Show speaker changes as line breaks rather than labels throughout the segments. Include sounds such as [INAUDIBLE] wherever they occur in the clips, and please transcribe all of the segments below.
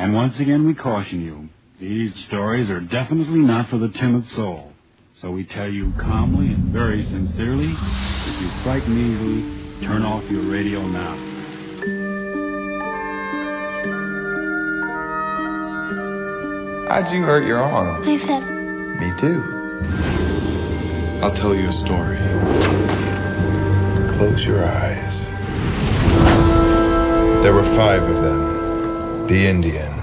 And once again, we caution you these stories are definitely not for the timid soul. So we tell you calmly and very sincerely if you frighten easily, turn off your radio now.
How'd you hurt your arm?
I said,
Me too. I'll tell you a story. Close your eyes. There were five of them the Indian,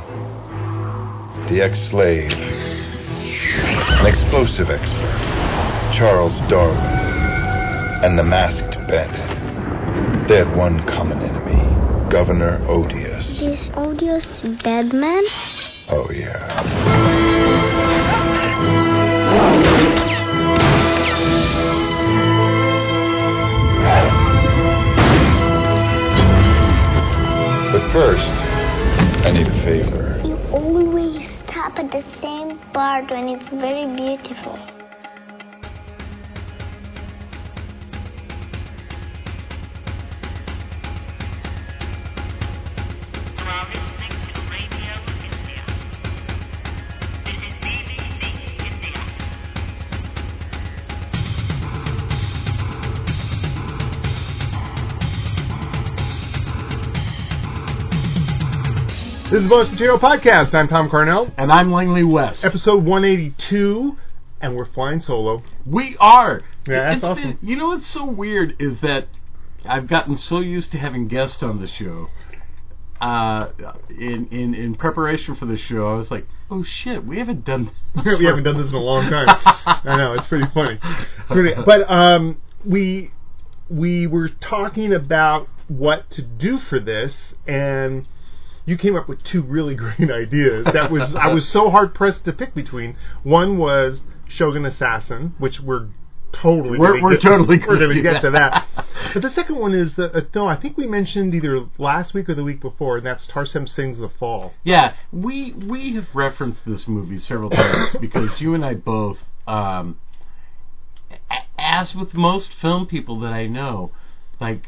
the ex slave, an explosive expert, Charles Darwin, and the masked bandit. They had one common enemy Governor Odious.
this odious bad man.
Oh, yeah. But first, I need a favor.
You always stop at the same part when it's very beautiful.
You are listening to Radio India. This is BBC India.
This is the Bonus Material Podcast. I'm Tom Carnell,
And I'm Langley West.
episode 182, and we're flying solo.
We are.
Yeah, that's
It's
awesome.
been- you know what's so weird is that I've gotten so used to having guests on the show. Uh, in in in preparation for the show, I was like, "Oh shit, we haven't done
[LAUGHS]
this.
we haven't done this in a long
[LAUGHS]
time. I know it's pretty funny. It's pretty- but um, we we were talking about what to do for this, and you came up with two really [LAUGHS] great ideas. That was I was so hard pressed to pick between. One was Shogun Assassin, which we're totally
We're-
gonna
we're
get-
totally
[LAUGHS] we're
gonna
going to
do
get to that.
that.
But the second one is the uh, no. I think we mentioned either last week or the week before, and that's Tarsem Sings the Fall.
Yeah, we we have referenced this movie several times
[COUGHS]
because you and I both, um, a- as with most film people that I know, like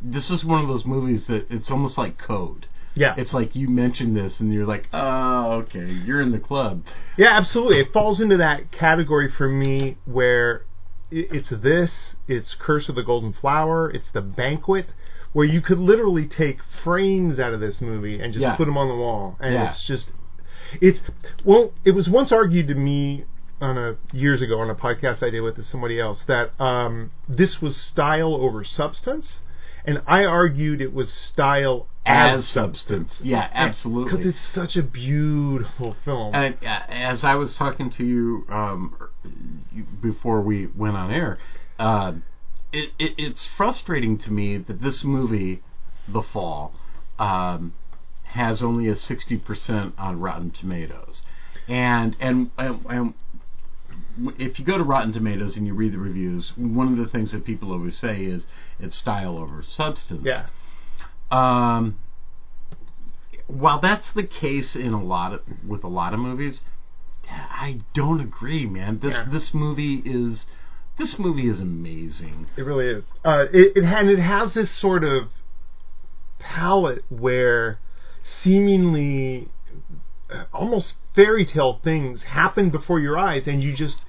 this is one of those movies that it's almost like code.
Yeah,
It's like you mentioned this and you're like, oh, okay, you're in the club.
Yeah, absolutely. It falls into that category for me where i- it's this, it's Curse of the Golden Flower, it's The Banquet, where you could literally take frames out of this movie and just
Yeah.
put them on the wall. And
Yeah.
it's just, it's, well, it was once argued to me on a years ago on a podcast I did with somebody else that um, this was style over substance. And I argued it was style as,
As substance. Yeah, absolutely.
because it's such a beautiful film.
And uh, as I was talking to you um, you- before we went on air, uh, it, it, it's frustrating to me that this movie, The Fall, um, has only a sixty percent on Rotten Tomatoes, and and and. and w- if you go to Rotten Tomatoes and you read the reviews, one of the things that people always say is it's style over substance.
yeah.
Um, while that's the case in a lot of, with a lot of movies, I don't agree, man. This
Yeah.
this movie is this movie is amazing.
It really is. Uh, it, it and it has this sort of palette where seemingly uh, almost fairy tale things happen before your eyes, and you just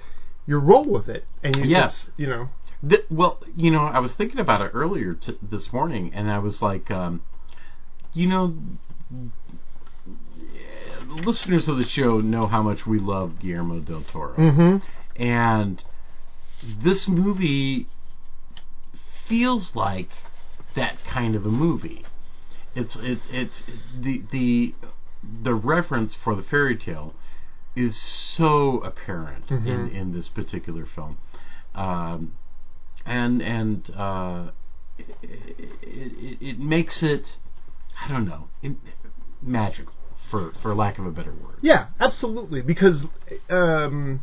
you roll with it, and you
Yes.
it's, you know,
Th- well, you know, I was thinking about it earlier t- this morning, and I was like, um, you know, listeners of the show know how much we love Guillermo del Toro.
mm-hmm.
and this movie feels like that kind of a movie. It's it, it's the the the reference for the fairy tale is so apparent in,
Mhm.
in this particular film, um, and and uh, it, it, it makes it I don't know it, magical for for lack of a better word.
yeah, absolutely. Because um,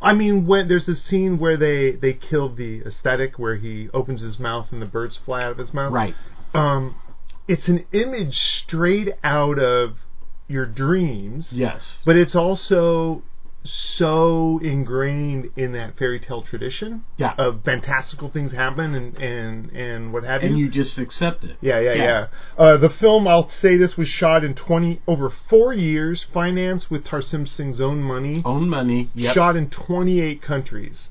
I mean, when there's this scene where they they kill the aesthetic, where he opens his mouth and the birds fly out of his mouth,
Right.
Um, it's an image straight out of your dreams.
Yes.
but it's also so ingrained in that fairy tale tradition
Yeah.
of fantastical things happen and and and what have
and you just accept it.
yeah, yeah,
Yeah.
yeah. Uh, the film, I'll say this, was shot in twenty over four years, financed with Tarsim Singh's own money,
Own money. Oh, Yep.
shot in twenty-eight countries.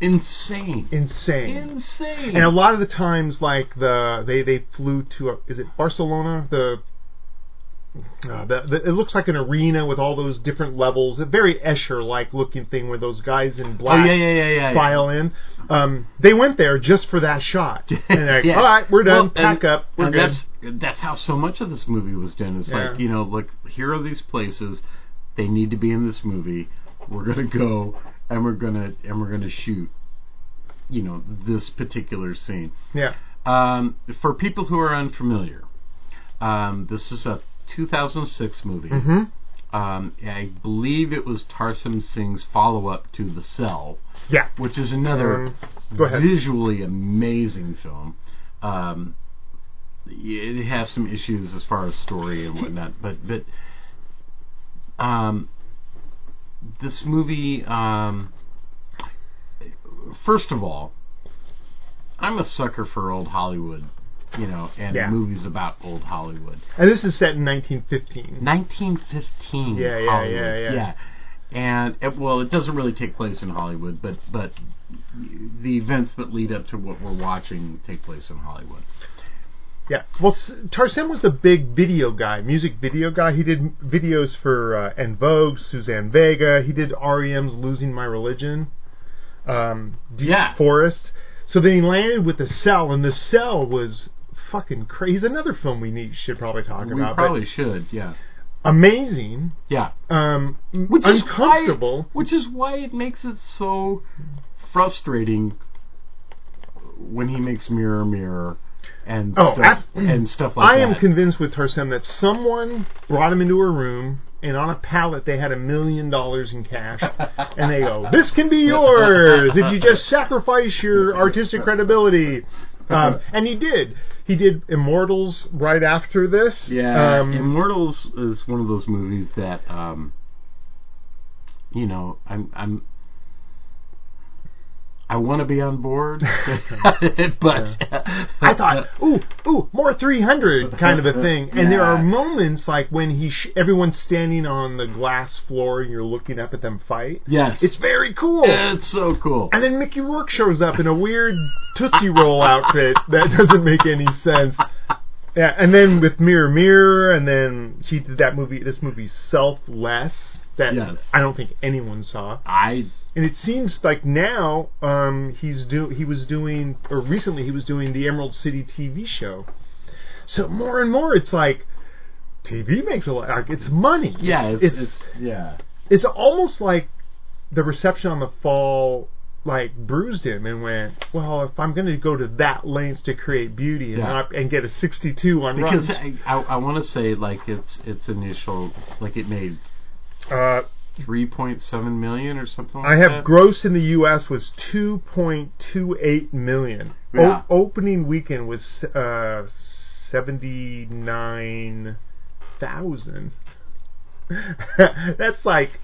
Insane.
Insane.
Insane.
and a lot of the times, like the they they flew to uh is it Barcelona the. Uh, the, the, it looks like an arena with all those different levels, a very Escher-like looking thing where those guys in
oh
black
yeah, yeah, yeah, yeah. [LAUGHS] yeah.
file in. Um, they went there just for that
[LAUGHS]
shot. And they're like,
Yeah.
all right, we're done.
Well,
Pack
and-
up. We're
and
good.
That's, that's how so much of this movie was done. It's
Yeah.
like you know, like here are these places, they need to be in this movie. We're gonna go and we're gonna and we're gonna shoot, you know, this particular scene.
yeah.
Um, for people who are unfamiliar, um, this is a 2006 movie.
hmm
Um, I believe it was Tarsim Singh's follow-up to The Cell,
Yeah.
which is another
Um, go ahead.
visually amazing film. Um, it has some issues as far as story and whatnot, but but um, this movie, um, first of all, I'm a sucker for old Hollywood, you know, and
Yeah.
movies about old Hollywood.
And this is set in 1915.
1915.
Yeah, yeah,
Hollywood.
yeah, yeah.
And it, well, it doesn't really take place in Hollywood, but but the events that lead up to what we're watching take place in Hollywood.
Yeah. Well, S- Tarsem was a big video guy, music video guy. He did m- videos for uh, En Vogue, Suzanne Vega. He did REM's "Losing My Religion," um, Deep
Yeah.
Forest. So then he landed with the cell, and the cell was fucking crazy. Another film we need should probably talk
We
about. but
probably should, yeah,
amazing.
yeah.
Um,
Which is
uncomfortable.
why, which is why it makes it so frustrating when he makes Mirror Mirror and
Oh,
stuff,
abs-
and stuff like
I
that.
am convinced with Tarsem that someone brought him into a room and on a pallet they had a million dollars in
[LAUGHS]
cash and they go, This can be yours if you just sacrifice your artistic credibility.
[LAUGHS]
Um, and he did. He did Immortals right after this.
Yeah,
Um,
Immortals is one of those movies that, um, you know, I'm, I'm, I want to be on
[LAUGHS]
board, [LAUGHS] but
I thought, ooh, ooh, more 300 kind of a thing. And there are
Yeah.
moments like when he, sh- everyone's standing on the glass floor and you're looking up at them fight.
yes,
It's very cool.
it's so cool.
And then Mickey Rourke shows up in a weird Tootsie Roll outfit that [LAUGHS] doesn't make any sense. Yeah, and then with Mirror Mirror, and then he did that movie, this movie Selfless, that
Yes.
I don't think anyone saw.
I
And it seems like now um, he's do he was doing, or recently he was doing the Emerald City TV show. So more and more, it's like TV makes a lot. Like it's money.
yeah, it's, it's,
it's
yeah,
it's almost like the reception on the fall like bruised him and went, well, if I'm going to go to that length to create beauty and
Yeah.
not, and get a 62 on
because
Rotten-
I, I, I want to say like it's its initial like it made
uh,
three point seven million or something. Like
I have
that.
gross in the U.S. was 2.28 million. O-
Yeah.
opening weekend was uh, 79,000. [LAUGHS] that's like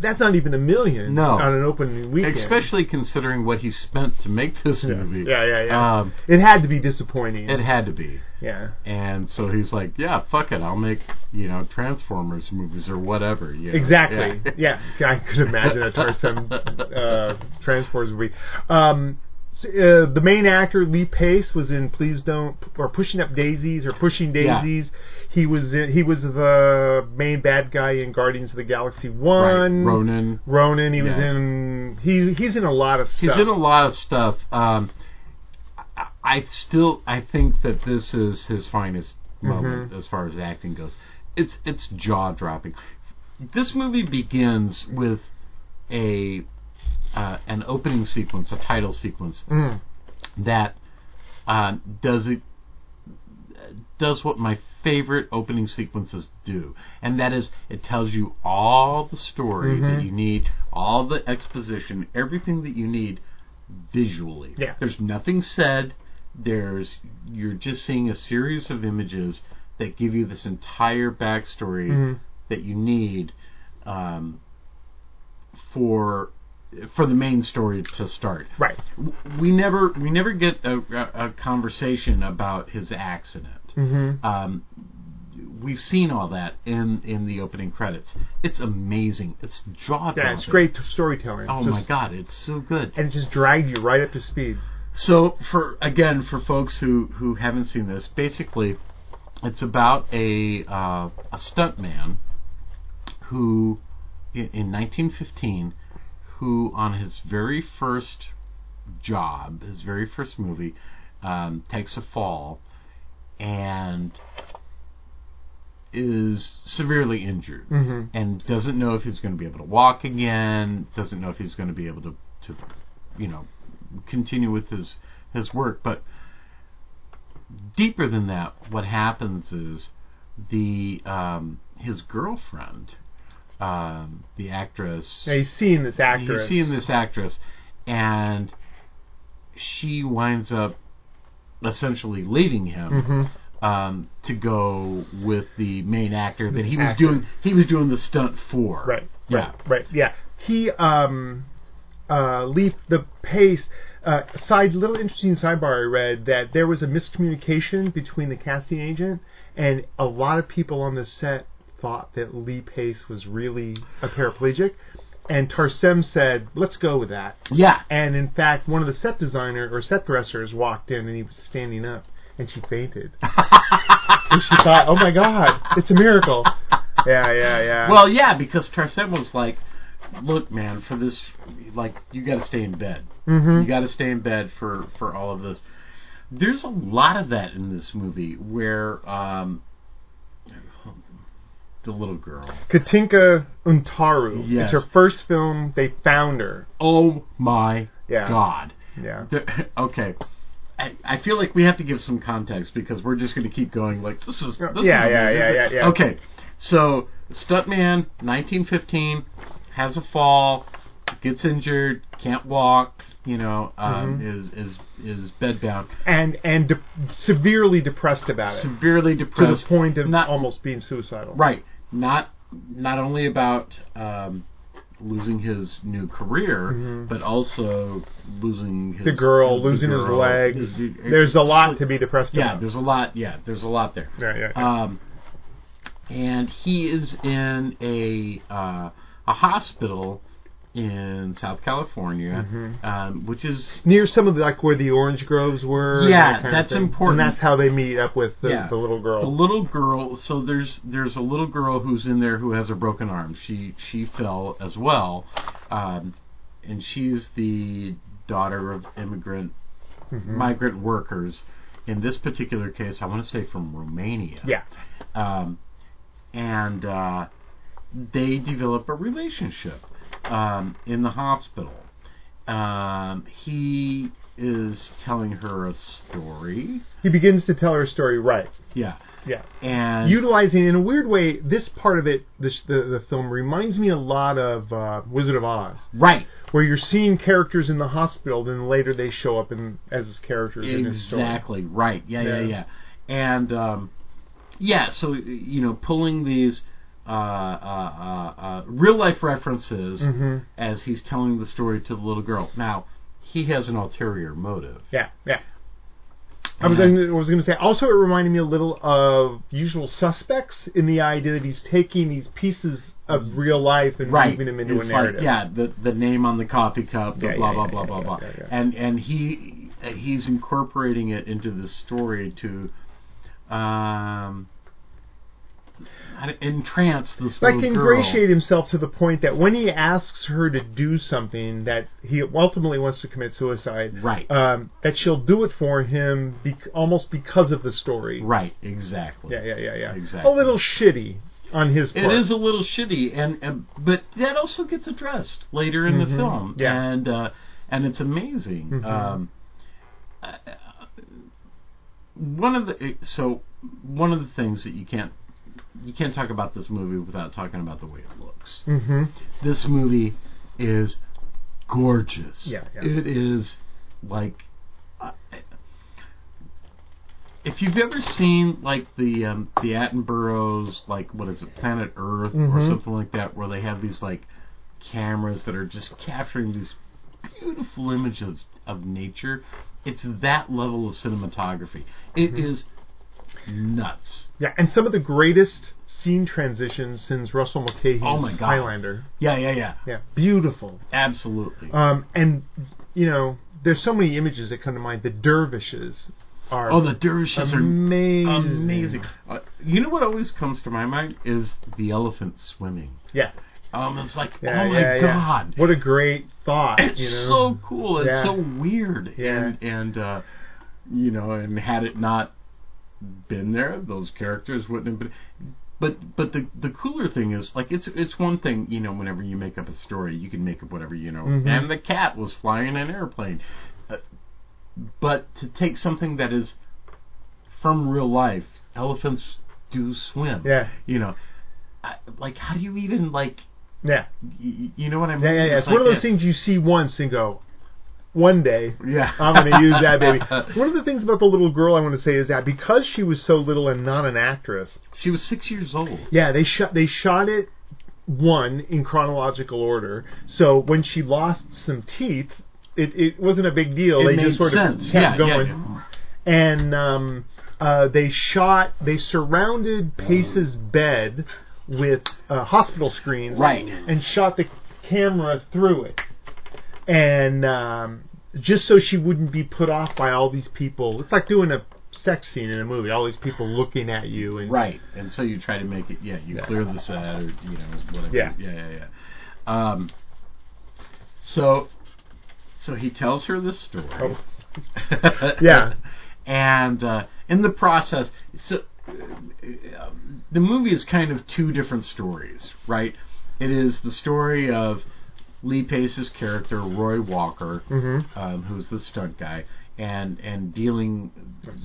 that's not even a million
No.
on an opening weekend.
especially considering what he spent to make this movie.
Yeah, yeah, yeah.
Um,
It had to be disappointing.
it had to be.
yeah.
And so he's like, "Yeah, fuck it, I'll make you know Transformers movies or whatever." You know?
Exactly.
Yeah.
Yeah. I could imagine a Tarzan uh, Transformers movie. Um, so, uh, the main actor Lee Pace was in Please Don't or Pushing Up Daisies or Pushing
Yeah.
Daisies. He was in, he was the main bad guy in Guardians of the Galaxy One.
Right. Ronan.
Ronan. He was
Yeah.
in he he's in a lot of
He's
stuff.
in a lot of stuff. Um, I, I still I think that this is his finest moment as far as acting goes. It's it's jaw dropping. This movie begins with a uh, an opening sequence, a title sequence
Mm.
that uh, does it does what my favorite opening sequences do, and that is it tells you all the story that you need, all the exposition, everything that you need visually.
Yeah.
There's nothing said. There's you're just seeing a series of images that give you this entire backstory that you need um, for for the main story to start.
Right.
W- We never we never get a, a, a conversation about his accident.
Mm-hmm.
Um, we've seen all that in in the opening credits. It's amazing. It's jaw dropping.
Yeah, it's great t- storytelling.
Oh my
Just-
god, it's so good.
And it just dragged you right up to speed.
So for again for folks who who haven't seen this, basically, it's about a uh, a stuntman who in, in 1915 who on his very first job, his very first movie, um, takes a fall and is severely injured
Mm-hmm.
and doesn't know if he's going to be able to walk again, doesn't know if he's going to be able to, to you know, continue with his his work. But deeper than that, what happens is the um, his girlfriend, um, the actress,
Now he's seeing this actress.
He's seeing this actress, and she winds up essentially leaving him
hmm
um, to go with the main actor that he was
actor.
doing. He was doing the stunt for.
Right.
Yeah.
Right. Yeah. He um uh leaped the pace. Uh, side little interesting sidebar I read that there was a miscommunication between the casting agent and a lot of people on the set thought that Lee Pace was really a paraplegic, and Tarsem said, "Let's go with that."
Yeah.
And in fact, one of the set designer or set dressers walked in and he was standing up and she [LAUGHS] fainted. and she thought, "Oh my god, it's a miracle." Yeah, yeah, yeah.
Well, yeah, because Tarsem was like, "Look, man, for this, like, you got to stay in bed.
Mhm.
You got to stay in bed for for all of this." There's a lot of that in this movie where um, the little girl.
Katinka Untaru.
Yes.
It's her first film. They found her.
Oh my
Yeah.
God.
Yeah.
The- [LAUGHS] okay. I, I feel like we have to give some context because we're just going to keep going. Like this is this
Yeah,
is
yeah,
amazing.
yeah, yeah, yeah.
Okay, so stuntman, 1915, has a fall, gets injured, can't walk. You know, um,
Mm-hmm.
is is is bedbound,
And and de- severely depressed about it
severely
to the
depressed
point of
not
almost being suicidal.
Right. Not not only about um, losing his new career, but also losing his
Mm-hmm. The girl
the
losing his
girl,
legs.
the- the-
There's a lot to be depressed
yeah.
about.
There's a lot. Yeah. There's a lot there.
Yeah, yeah, yeah.
Um, and he is in a uh, a hospital in South California, um, which is
Near some of the, like where the orange groves were. and
Yeah,
that kind of
that's
thing.
important.
And that's how they meet up with the,
Yeah.
the little girl.
a little girl. So there's there's a little girl who's in there who has a broken arm. She she fell as well, um, and she's the daughter of immigrant migrant workers. In this particular case, I want to say from Romania.
yeah.
Um, and uh, they develop a relationship um, in the hospital. Um, he is telling her a story.
He begins to tell her story right.
Yeah.
Yeah.
And
utilizing in a weird way this part of it this, the, the film reminds me a lot of uh, wizard of oz
Right.
where you're seeing characters in the hospital then later they show up in, as his characters in his story
Exactly. Right. Yeah, yeah,
Yeah.
yeah. And um, yeah, so you know, pulling these uh, uh, uh, uh, real life references
Mhm.
as he's telling the story to the little girl. Now, he has an ulterior motive.
yeah yeah I was, I was going to say. Also, it reminded me a little of Usual Suspects in the idea that he's taking these pieces of real life and
Right.
weaving them into
It's
a
like,
narrative.
yeah, the the name on the coffee cup, the
Yeah,
blah
yeah,
blah
yeah,
blah blah
yeah,
blah.
yeah, yeah.
And and he he's incorporating it into the story to um I don't- entrance this
like
little girl.
ingratiate himself to the point that when he asks her to do something that he ultimately wants to commit suicide,
Right.
Um, that she'll do it for him, bec almost because of the story.
Right, exactly.
Yeah, yeah, yeah, yeah.
Exactly.
A little shitty on his
It
part.
is a little shitty, and, and but that also gets addressed later in the film,
Mm-hmm. yeah. Mm-hmm.
and uh, and it's amazing. Um, uh, one of the so one of the things that you can't you can't talk about this movie without talking about the way it looks.
hmm
This movie is gorgeous.
Yeah, yeah.
it is like. I- uh, If if you've ever seen like the um, the Attenboroughs, like what is it, Planet Earth or
Mhm.
something like that, where they have these like cameras that are just capturing these beautiful images of nature, it's that level of cinematography. It is nuts.
Yeah, and some of the greatest scene transitions since Russell McKay's
Oh my God.
Highlander.
Yeah, yeah, yeah. Uh,
Yeah, beautiful.
Absolutely.
Um, and you know, there's so many images that come to mind. The dervishes are
oh, the dervishes are
amazing. Mm.
amazing. Uh, you know what always comes to my mind is the elephant swimming.
Yeah,
Um, it's like,
yeah,
oh my
yeah, yeah.
god,
What a great thought.
it's
you know?
so cool. It's
Yeah.
so weird.
Yeah.
And and uh, you know, and had it not been there, those characters wouldn't have been. But but the the cooler thing is like it's it's one thing you know whenever you make up a story you can make up whatever you know
Mhm.
and the cat was flying an airplane, uh, but to take something that is from real life elephants do swim
Yeah.
you know I, like how do you even like
Yeah,
y- y- you know what I mean
yeah, yeah. yeah. It's, one
like
of those
a-
things you see once and go, one day
yeah
I'm going to use that
[LAUGHS]
baby. One of the things about the little girl I want to say is that because she was so little and not an actress,
She was six years old.
yeah, they shot they shot it one in chronological order. So when she lost some teeth, it, it wasn't a big deal. they just sort of kept going. And um, uh, they shot they surrounded Pace's bed with uh, hospital screens,
Right.
and shot the camera through it, and um, just so she wouldn't be put off by all these people. It's like doing a sex scene in a movie. All these people looking at you and
Right. And so you try to make it. Yeah, you clear the set or you know whatever.
Yeah.
yeah, yeah. yeah. Um. So, so he tells her this story.
Oh. [LAUGHS] Yeah.
and uh, in the process, so uh, the movie is kind of two different stories, right? It is the story of Lee Pace's character Roy Walker,
Mm-hmm.
um, who's the stunt guy, and and dealing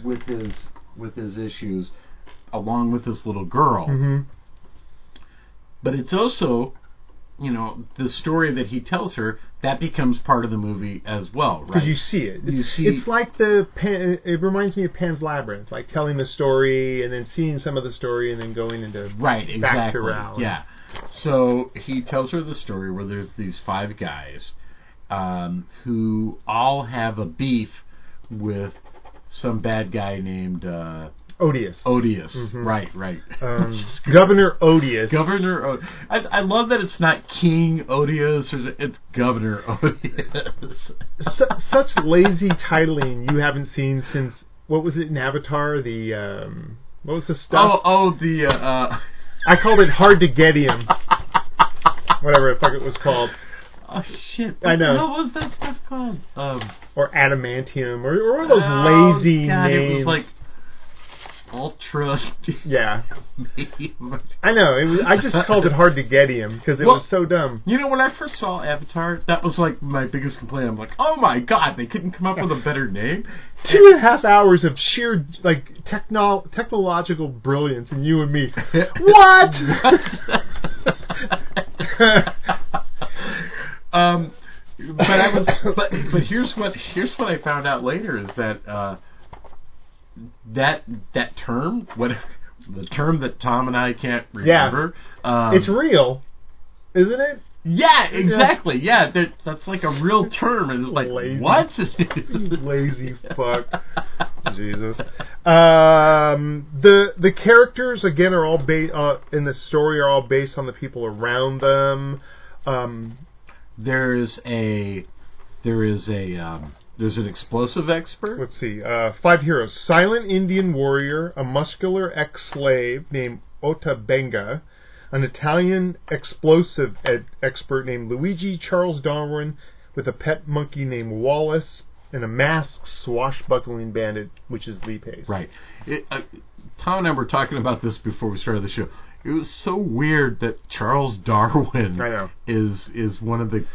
with his with his issues along with this little girl.
Mm-hmm.
But it's also, you know, the story that he tells her that becomes part of the movie as well, right?
Because you see it. It's,
You see-
it's like the Pan, it reminds me of Pan's Labyrinth, like telling the story and then seeing some of the story and then going into
Right, exactly.
back to Rowley.
Yeah. So he tells her the story where there's these five guys um, who all have a beef with some bad guy named uh,
Odious.
Odious.
Mm-hmm.
Right, right.
Um, Governor Odious.
[LAUGHS] Governor O I I love that it's not King Odious, or it's Governor [LAUGHS] Odious.
Su- such lazy titling you haven't seen since what was it in Avatar? The um, what was the
oh,
stuff?
oh, the. Uh, uh,
I called it Hard to Get Him. Whatever the fuck it was called,
oh, shit.
I know.
What was that stuff called? Um,
or adamantium, or, or one of those
oh,
lazy
God,
names.
It was like Ultra. [LAUGHS]
yeah, I know. It was, I
[LAUGHS]
just called it hard to get him because it
Well-
was so dumb.
You know, when I first saw Avatar, that was like my biggest complaint. I'm like, oh my god, they couldn't come up with a better
[LAUGHS]
name.
two and a half hours of sheer like techno- technological brilliance in you and me.
[LAUGHS]
[LAUGHS] What?
um, but I was, but
[LAUGHS]
but here's what here's what I found out later is that uh, that that term, what the term that Tom and I can't
Yeah.
remember, um,
it's real, isn't it?
yeah, exactly, yeah, that, that's like a real term, and it's like
Lazy.
what?
[LAUGHS] You lazy fuck. Jesus. Um, the the characters again are all ba- uh, in the story are all based on the people around them. Um,
there is a there is a um, there's an explosive expert.
let's see. Uh, five heroes: silent Indian warrior, a muscular ex-slave named Otabenga, an Italian explosive ed- expert named Luigi Charles Darwin, with a pet monkey named Wallace, and a masked swashbuckling bandit, which is Lee Pace.
Right. It, uh, Tom and I were talking about this before we started the show. It was so weird that Charles [LAUGHS] Darwin
I know.
is is one of the.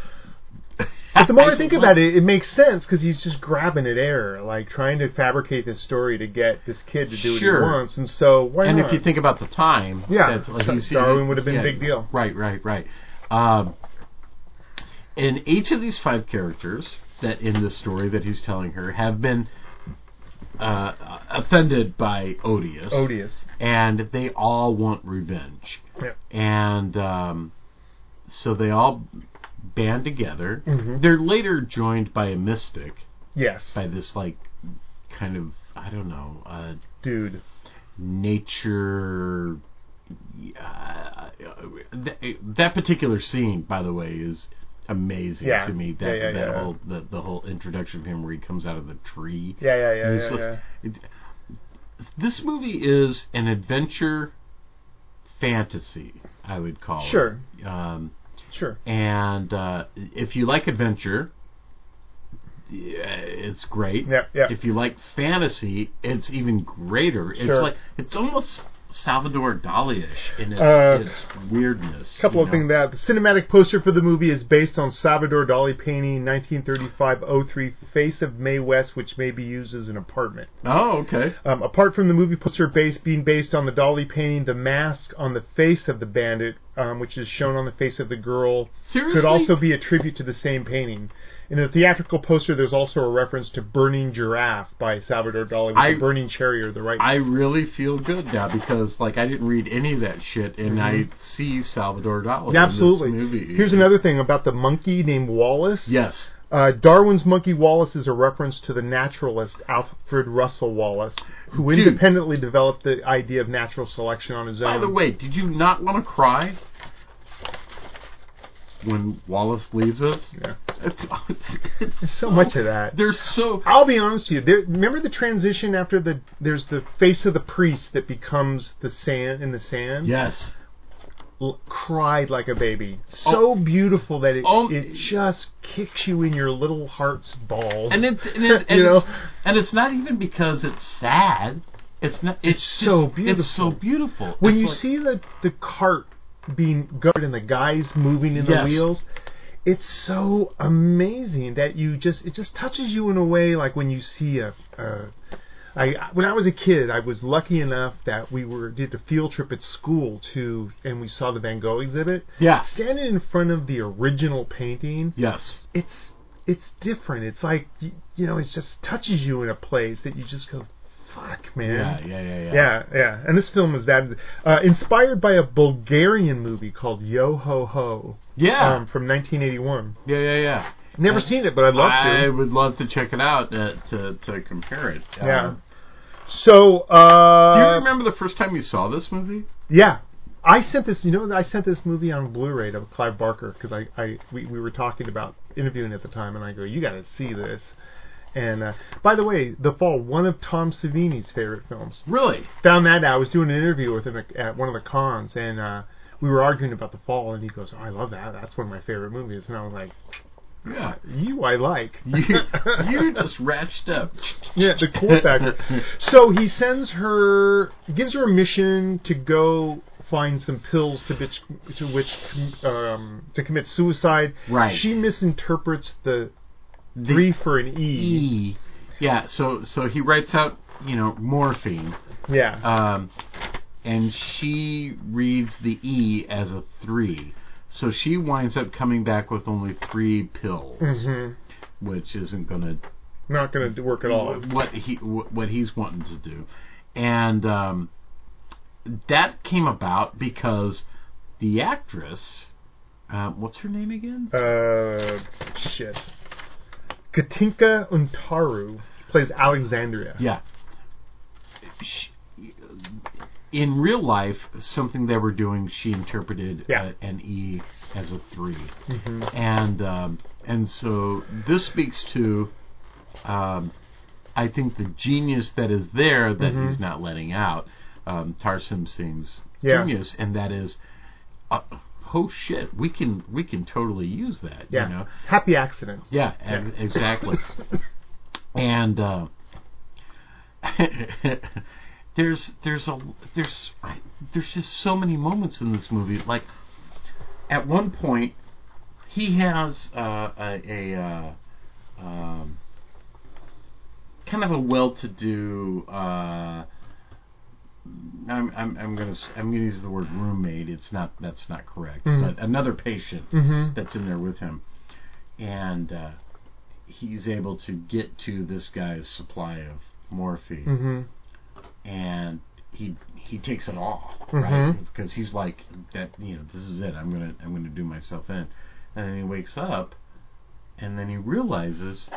But the more I
[LAUGHS]
think about it, it makes sense because he's just grabbing at air, like trying to fabricate this story to get this kid to do what
Sure.
he wants. And so, why
and
not?
if you think about the time,
Yeah,
that's like
Dar-
you see-
Darwin would have been a big deal.
Right, right, right. Um, and each of these five characters that in this story that he's telling her have been uh, offended by Odious.
Odious.
and they all want revenge.
Yeah.
And um, so they all band together.
Mhm.
They're later joined by a mystic,
Yes,
by this like kind of I don't know uh,
dude.
nature. Uh, th- that particular scene, by the way, is amazing
Yeah.
to me. That
Yeah, yeah,
that
yeah.
whole the, the whole introduction of him where he comes out of the tree.
Yeah, yeah, yeah,
It's
yeah,
like-
yeah.
This movie is an adventure fantasy, I would call
Sure,
it. Um,
sure.
and uh, if you like adventure, yeah, it's great.
Yeah, yeah.
If you like fantasy, it's even greater.
Sure.
It's like it's almost Salvador Dali-ish in its,
Uh,
its weirdness.
couple
you
of
know?
things that the cinematic poster for the movie is based on Salvador Dali painting 1935-03 Face of May West, which may be used as an apartment.
Oh, okay.
Um, apart from the movie poster based being based on the Dali painting, the mask on the face of the bandit, um, which is shown on the face of the girl,
Seriously.
could also be a tribute to the same painting. In the theatrical poster, there's also a reference to "Burning Giraffe" by Salvador Dali, with
I-
the burning cherry or the right.
I really feel good now because like I didn't read any of that shit, and I see Salvador Dali.
Yeah, Mm-hmm. absolutely.
In this movie.
Here's another thing about the monkey named Wallace.
Yes.
Uh, Darwin's monkey Wallace is a reference to the naturalist Alfred Russel Wallace, who
Dude.
independently developed the idea of natural selection on his own.
By the way, did you not want to cry when Wallace leaves us?
Yeah.
It's, it's
so much of that.
There's so
I'll be honest with you. There, remember the transition after the there's the face of the priest that becomes the sand in the sand.
yes.
L- cried like a baby. So beautiful that it
Oh.
it just kicks you in your little heart's balls.
And it's and, it,
[LAUGHS]
and,
You know?
it's, and it's not even because it's sad. It's not. It's,
so
just- It's
beautiful.
so beautiful.
when
It's
you
like-
see the the cart being guarded and the guys moving in
Yes.
the wheels it's so amazing that you just it just touches you in a way like when you see a, a I, when I was a kid, I was lucky enough that we were did a field trip at school to, and we saw the Van Gogh exhibit.
yes,
Standing in front of the original painting,
yes,
it's it's different. It's like you, you know, it just touches you in a place that you just go, "Fuck, man!"
yeah, yeah, yeah, yeah.
Yeah, yeah. And this film is that uh, inspired by a Bulgarian movie called Yo Ho Ho
yeah,
um, from 1981.
yeah, yeah, yeah.
Never seen it, but I'd love
I um,
to.
would love to check it out uh, to to compare it. Um,
Yeah. So, uh,
do you remember the first time you saw this movie?
yeah, I sent this. You know, I sent this movie on Blu-ray to Clive Barker because I, I we, we were talking about interviewing at the time, and I go, "You got to see this." And uh, by the way, The Fall, one of Tom Savini's favorite films.
Really?
found that out. I was doing an interview with him at, at one of the cons, and uh, we were arguing about the fall, and he goes, oh, "I love that. That's one of my favorite movies." And I was like,
Yeah.
"You, I like." [LAUGHS]
You, you just ratchet up.
Yeah, the cool
[LAUGHS]
factor. so he sends her, gives her a mission to go find some pills to bitch, to which um, to commit suicide.
Right.
She misinterprets the
The
three for an e.
E. Yeah. So so he writes out you know morphine,
Yeah.
um, and she reads the E as a three. So she winds up coming back with only three pills,
Mhm.
which isn't going to
Not going to work at all.
what he wh- what he's wanting to do, and um, that came about because the actress, uh, what's her name again? Mm-hmm.
Uh, shit. Katinka Untaru plays Alexandria.
Yeah. She, in real life, something they were doing, she interpreted
Yeah. Mm-hmm.
a- an E as a 3 and um, and so this speaks to, um, I think the genius that is there that he's not letting out. Um, Tarsim Singh's
Mm-hmm. Yeah.
genius, and that is, uh, oh shit, we can we can totally use that.
Yeah.
You know?
Happy accidents. [LAUGHS] Mm-hmm.
Yeah, ex- exactly. [LAUGHS] and uh, [LAUGHS] there's there's a there's there's just so many moments in this movie. Like at one point, he has uh, a, a uh, um, kind of a well-to-do. Uh, I'm I'm I'm gonna s- I'm gonna use the word roommate. It's not that's not correct. But another patient
Mhm.
that's in there with him, and uh, he's able to get to this guy's supply of Morphe,
hmm
and he he takes it all, right?
Mhm.
Because he's like that. You know, this is it. I'm gonna I'm gonna do myself in, and then he wakes up, and then he realizes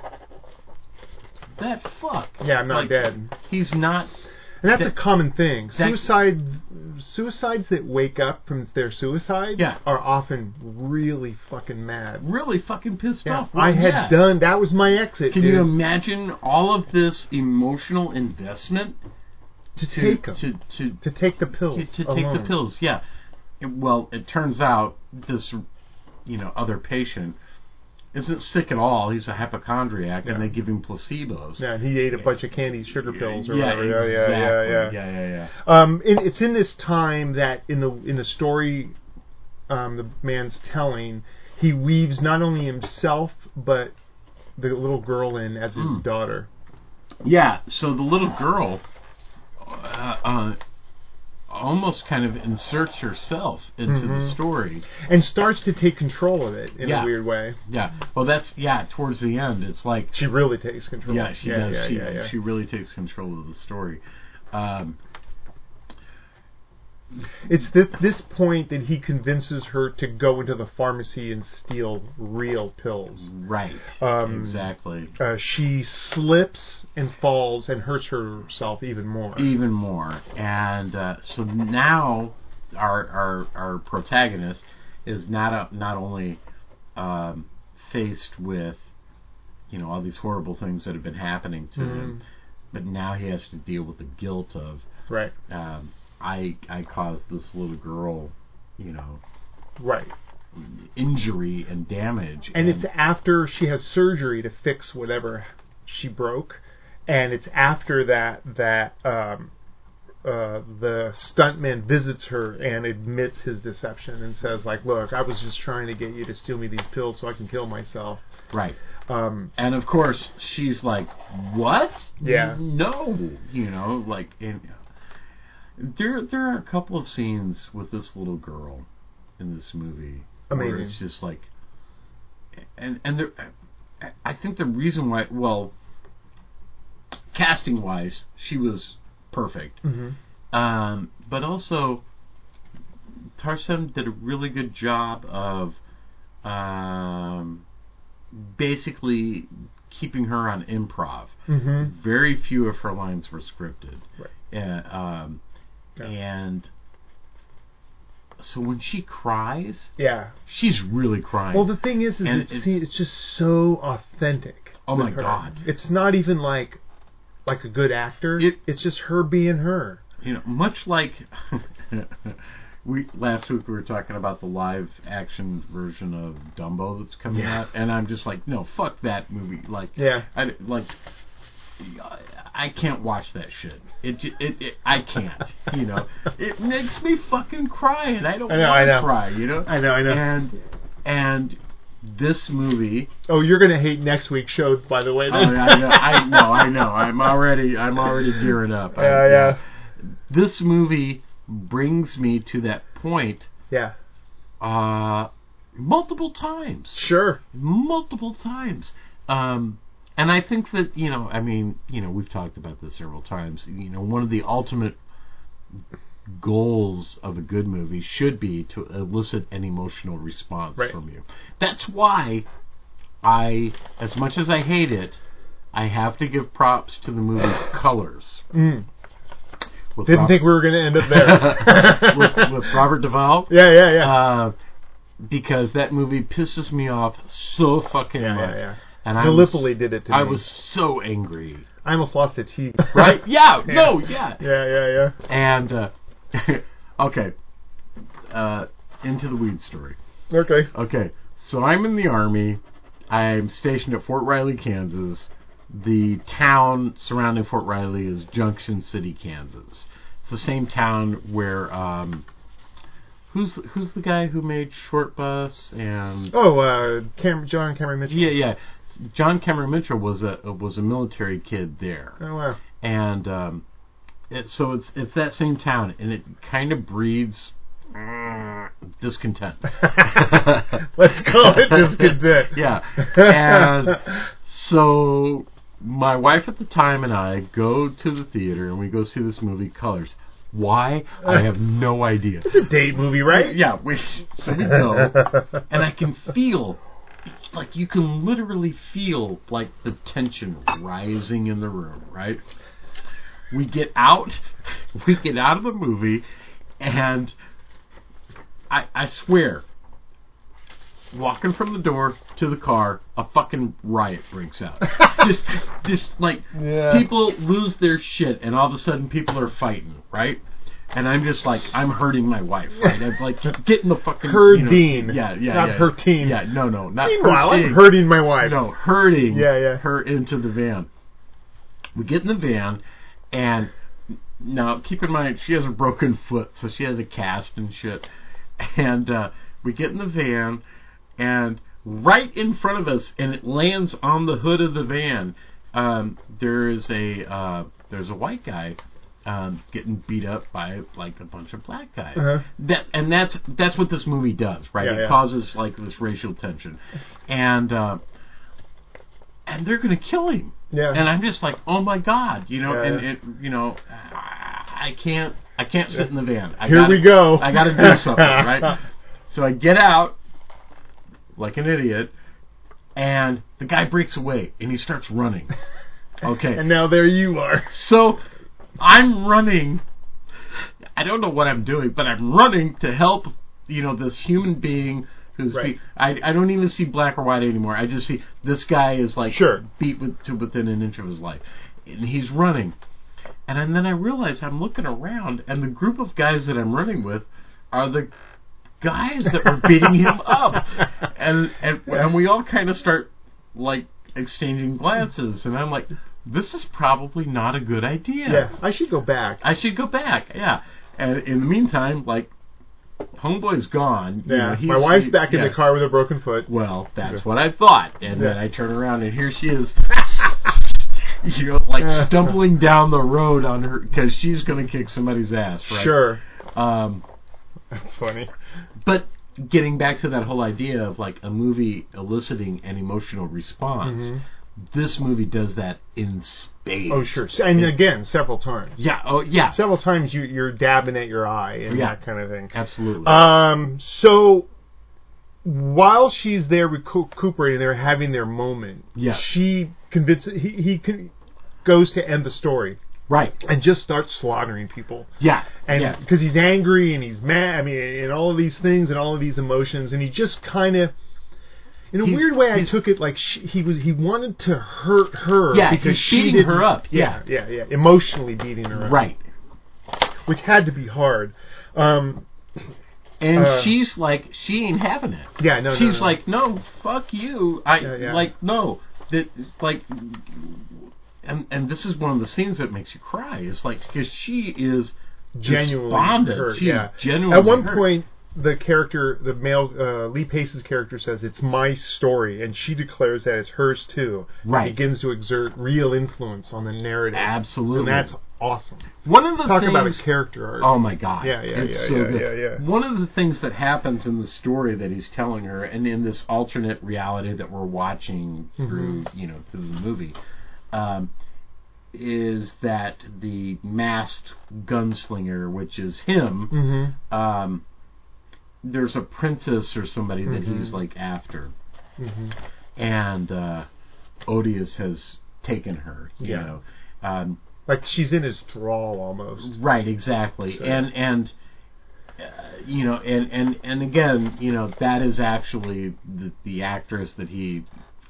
that fuck.
Yeah, I'm not
Like,
dead.
He's not.
And that's
That-
a common thing.
that-
Suicide, suicides that wake up from their suicide
Yeah.
are often really fucking mad.
Really fucking pissed
Yeah,
off.
I had
Yeah.
done. That was my exit.
Can
dude.
you imagine all of this emotional investment
to
to
take 'em.
to, to
to take the pills?
to, to take the
alone.
pills. Yeah. It- well, it turns out this, you know, other patient isn't sick at all. He's a hypochondriac,
Yeah.
and they give him placebos.
Yeah, and he ate a bunch of candy, sugar pills, or
yeah,
whatever.
exactly.
Yeah, yeah, yeah, yeah.
yeah, yeah, yeah.
Um, and it's in this time that in the in the story, um, the man's telling, he weaves not only himself but the little girl in as his
Mm.
daughter.
Yeah, so the little girl uh, uh, almost kind of inserts herself into the
Mhm.
story.
and starts to take control of it in
Yeah.
a weird way.
Yeah. Well, that's yeah. Towards the end, it's like
She really takes control.
Yeah, she does.
Yeah,
she,
yeah, yeah.
she really takes control of the story. Um,
It's this, this point that he convinces her to go into the pharmacy and steal real pills.
right.
Um,
exactly.
Uh, she slips and falls and hurts herself even more.
even more. And uh, so now our our our protagonist is not a, not only um, faced with you know all these horrible things that have been happening to
Mm-hmm.
him, but now he has to deal with the guilt of
Right,
um, I I caused this little girl you know
right.
injury and damage
And it's after she has surgery to fix whatever she broke, and it's after that that um, uh, the stuntman visits her and admits his deception and says, like, look, I was just trying to get you to steal me these pills so I can kill myself.
right.
Um,
And of course, she's like, "What?
Yeah.
no, you know, like." And there, there are a couple of scenes with this little girl in this movie where
Amazing.
it's just like, and and there, I- I think the reason why, well, casting wise, she was perfect,
Mhm.
um, but also Tarsem did a really good job of um, basically keeping her on improv.
Mhm.
Very few of her lines were scripted,
Right.
and, um,
Yeah.
and so when she cries,
Yeah.
she's really crying.
Well, the thing is, is
And
it's,
it's-
see, it's just so authentic.
Oh
with
my
her.
God.
It's not even like like a good actor.
It-
it's just her being her.
you know, much like [LAUGHS] we last week we were talking about the live action version of Dumbo that's coming
Yeah.
out, and I'm just like, no, fuck that movie. Like,
Yeah.
I like. I can't watch that shit. It, ju- it, it I can't. [LAUGHS] You know, it makes me fucking cry, and I don't
I know, I
want to
know.
cry. You know,
I know, I know.
And and this movie,
Oh, you're gonna hate next week's show, by the way.
oh, I, know, I know, I know. I'm already, I'm already gearing up.
[LAUGHS]
I-
yeah, yeah,
this movie brings me to that point
yeah.
uh, multiple times,
Sure.
multiple times. Um, and I think that you know, I mean, you know, we've talked about this several times. You know, one of the ultimate goals of a good movie should be to elicit an emotional response
Right.
from you. That's why I, as much as I hate it, I have to give props to the movie Colors.
Mm.
With
Didn't
Rob-
think we were gonna end up
[LAUGHS]
there. [LAUGHS]
with, with Robert Duvall.
yeah, yeah, yeah.
Uh, because that movie pisses me off so fucking
yeah,
much.
yeah, yeah.
And I
Gallipoli
was,
did it to
I
me.
was so angry.
I almost lost a
[LAUGHS]
teeth. [LAUGHS]
Right? Yeah. No. Yeah.
yeah, yeah, yeah.
And uh, [LAUGHS] okay. Uh, into the weed story.
Okay.
Okay. So I'm in the army. I'm stationed at Fort Riley, Kansas. The town surrounding Fort Riley is Junction City, Kansas. It's the same town where um, who's who's the guy who made Short Bus and
Oh, uh, Cam- John Cameron Mitchell.
yeah yeah John Cameron Mitchell was a was a military kid there
Oh
[LAUGHS]
wow.
and um, it, so it's it's that same town and it kind of breeds uh, discontent. [LAUGHS]
Let's call it discontent.
yeah. And so my wife at the time and I go to the theater and we go see this movie Colors. Why? I have no idea.
It's a date movie, right?
Yeah, we so we [LAUGHS] go and I can feel like you can literally feel like the tension rising in the room, right? We get out, [LAUGHS] we get out of the movie and I I swear walking from the door to the car, a fucking riot breaks out. just, just like
Yeah.
people lose their shit, and all of a sudden people are fighting, right? And I'm just like, I'm hurting my wife. Right? I'm like, get in the fucking
Her
you know-
dean,
yeah, yeah,
not
yeah.
her teen.
Yeah, no, no,
[LAUGHS]
not
Meanwhile,
her
I'm
teen.
hurting my wife.
No, herding.
Yeah, yeah.
Her into the van. We get in the van, and now keep in mind she has a broken foot, so she has a cast and shit. And uh, we get in the van, and right in front of us, and it lands on the hood of the van. Um, there is a uh, there's a white guy. Um, getting beat up by like a bunch of black guys.
Uh-huh.
That and that's that's what this movie does, right?
Yeah,
it
yeah.
causes like this racial tension, and uh, and they're gonna kill him.
Yeah.
And I'm just like, oh my god, you know,
Yeah,
and
yeah.
it, you know, I I can't, I can't sit in the van. I
Here
gotta-
we go.
I gotta do
[LAUGHS]
something, right? So I get out like an idiot, and the guy breaks away and he
[LAUGHS]
starts running. Okay.
And now there you are.
So I'm running. I don't know what I'm doing, but I'm running to help, you know, this human being who's.
Right.
be- I, I don't even see black or white anymore. I just see this guy is like
Sure.
beat with, to within an inch of his life. And he's running. And, and then I realize I'm looking around, and the group of guys that I'm running with are the guys that were beating him
[LAUGHS]
up. And, and, and we all kind of start, like, exchanging glances. And I'm like, this is probably not a good idea.
Yeah, I should go back.
I should go back. Yeah. And in the meantime, like, homeboy's gone. You know,
Yeah,
he's-
my wife's
he-
back in
yeah.
the car with a broken foot.
Well, that's what I thought. And then
Yeah.
I turn around and here she is. [LAUGHS] You know,
[LAUGHS]
like stumbling down the road on her because she's going to kick somebody's ass, right?
Sure,
Um,
that's funny.
but getting back to that whole idea of like a movie eliciting an emotional response, this movie does that in
Mm-hmm.
space.
Oh, sure. And again, several times.
Yeah. Oh, yeah.
Several times you, you're dabbing at your eye and
Yeah.
that kind of thing.
Absolutely.
Um, so while she's there recu- recuperating, they're having their moment.
Yeah.
She convinces he he con- goes to end the story
right.
and just starts slaughtering people.
Yeah.
And
yeah.
because he's angry and he's mad, I mean, and all of these things and all of these emotions, and he just kind of, in a
He's-
weird way, I
he's-
took it like she, he was he wanted to hurt her
Yeah,
because
he's
she
beating
didn't-
her up,
yeah, yeah, yeah, emotionally beating her up,
Right.
Which had to be hard. Um,
And
Uh,
she's like, she ain't having it.
yeah, no, no,
she's
no.
like, no, fuck you. I
Yeah, yeah.
like no that like, and and this is one of the scenes that makes you cry. Is like because she is
genuinely
despondent.
hurt.
She's
yeah,
genuinely
At one
hurt.
point, the character, the male uh, Lee Pace's character, says it's my story, and she declares that it's hers too. and
Right.
begins to exert real influence on the narrative.
Absolutely.
and that's awesome.
one of the
Talk about a
things-
character arc.
Oh my god!
Yeah, yeah,
It's
yeah,
so
yeah,
good.
yeah, yeah.
One of the things that happens in the story that he's telling her, and in this alternate reality that we're watching
Mm-hmm.
through, you know, through the movie, um, is that the masked gunslinger, which is him,
Mhm.
um, there's a princess or somebody that
Mm-hmm.
he's like after, and uh, Odious has taken her. You
Yeah.
know. Um,
Like she's in his thrall almost.
Right, exactly, and and uh, you know, and and and again, you know, that is actually the, the actress that he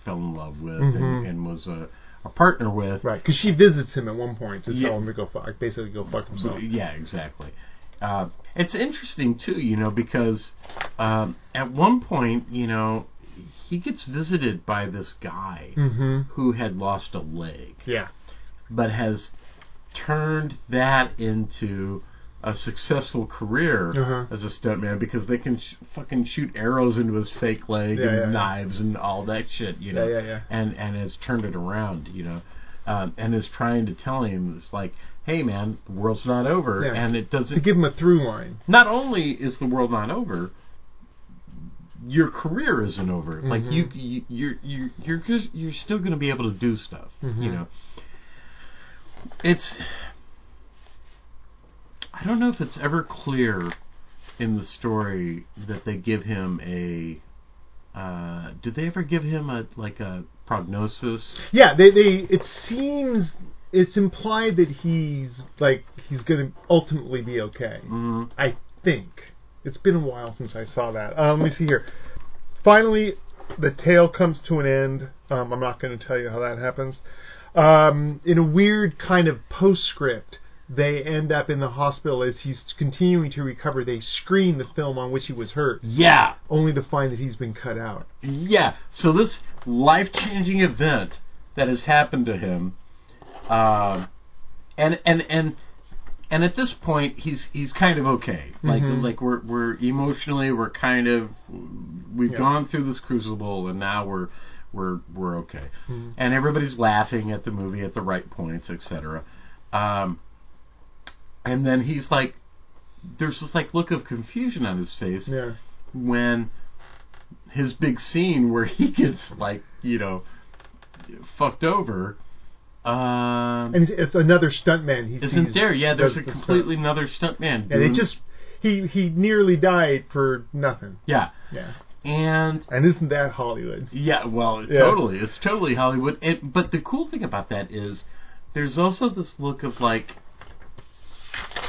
fell in love with and, and was a, a partner with.
Right, because she visits him at one point to
Yeah.
tell him to go fuck, basically go fuck himself.
Yeah, exactly. Uh, it's interesting too, you know, because um, at one point, you know, he gets visited by this guy
Mm-hmm.
who had lost a leg,
Yeah,
but has turned that into a successful career
Uh-huh.
as a stuntman because they can sh- fucking shoot arrows into his fake leg
Yeah,
and
yeah, yeah.
knives and all that shit, you know.
yeah, yeah.
And and has turned it around, you know. Um, and is trying to tell him it's like, hey man, the world's not over,
Yeah.
and it
To
doesn't.
give him a through line.
Not only is the world not over, your career isn't over. Like
Mhm.
you, you, you're you're you're just you're still going to be able to do stuff. You
Mhm.
know, it's. I don't know if it's ever clear in the story that they give him a. Uh, did they ever give him a like a prognosis?
Yeah, they, they it seems it's implied that he's like he's gonna ultimately be okay.
Mm,
I think. It's been a while since I saw that. Um, let me see here. Finally, the tale comes to an end. Um, I'm not going to tell you how that happens. Um, in a weird kind of postscript, they end up in the hospital as he's continuing to recover. They screen the film on which he was hurt,
yeah,
only to find that he's been cut out.
Yeah. So this life-changing event that has happened to him, um, and and and and at this point, he's he's kind of okay. Like
Mhm.
like we're we're emotionally we're kind of we've
Yeah.
gone through this crucible and now we're we're we're okay.
Mm-hmm.
And everybody's laughing at the movie at the right points, etc. Um, and then he's like, there's this like look of confusion on his face
Yeah.
when his big scene where he [LAUGHS] gets like you know fucked over
And
um,
it's, it's another stuntman. He
isn't
sees
there yeah there's
does
a
the stunt.
completely another stuntman
And it
doing-
just he he nearly died for nothing.
yeah
Yeah.
and
And isn't that Hollywood?
yeah well it
Yeah.
totally it's totally hollywood it, but the cool thing about that is there's also this look of like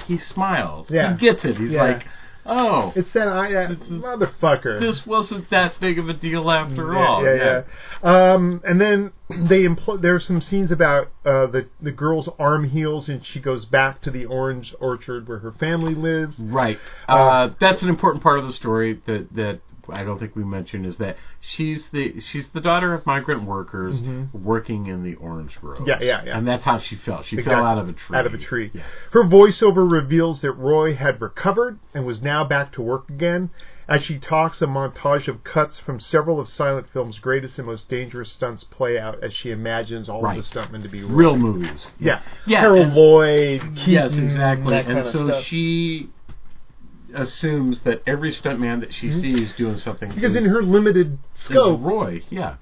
he smiles
Yeah.
he gets it he's
Yeah.
like oh
It's that I that
This is-
motherfucker.
this wasn't that big of a deal after
yeah,
all
Yeah, yeah. Um, and then they impl- there are some scenes about uh, the the girl's arm heals and she goes back to the orange orchard where her family lives.
Right. Uh, that's an important part of the story that that I don't think we mentioned is that she's the she's the daughter of migrant workers working in the orange grove.
Mm-hmm. Yeah, yeah, yeah.
And that's how she fell. She
Exactly.
fell out of a tree.
Out of a tree.
Yeah.
Her voiceover reveals that Roy had recovered and was now back to work again. As she talks, a montage of cuts from several of silent film's greatest and most dangerous stunts play out as she imagines all
Right.
of the stuntmen to be Roy.
Real movies.
Yeah.
Yeah,
Harold
and-
Lloyd.
yes,
Keaton,
exactly.
that
And
kinda
so
stuff.
she assumes that every stuntman that she sees doing something
Mm-hmm. Because
is,
in her limited
is
scope,
Roy. Yeah.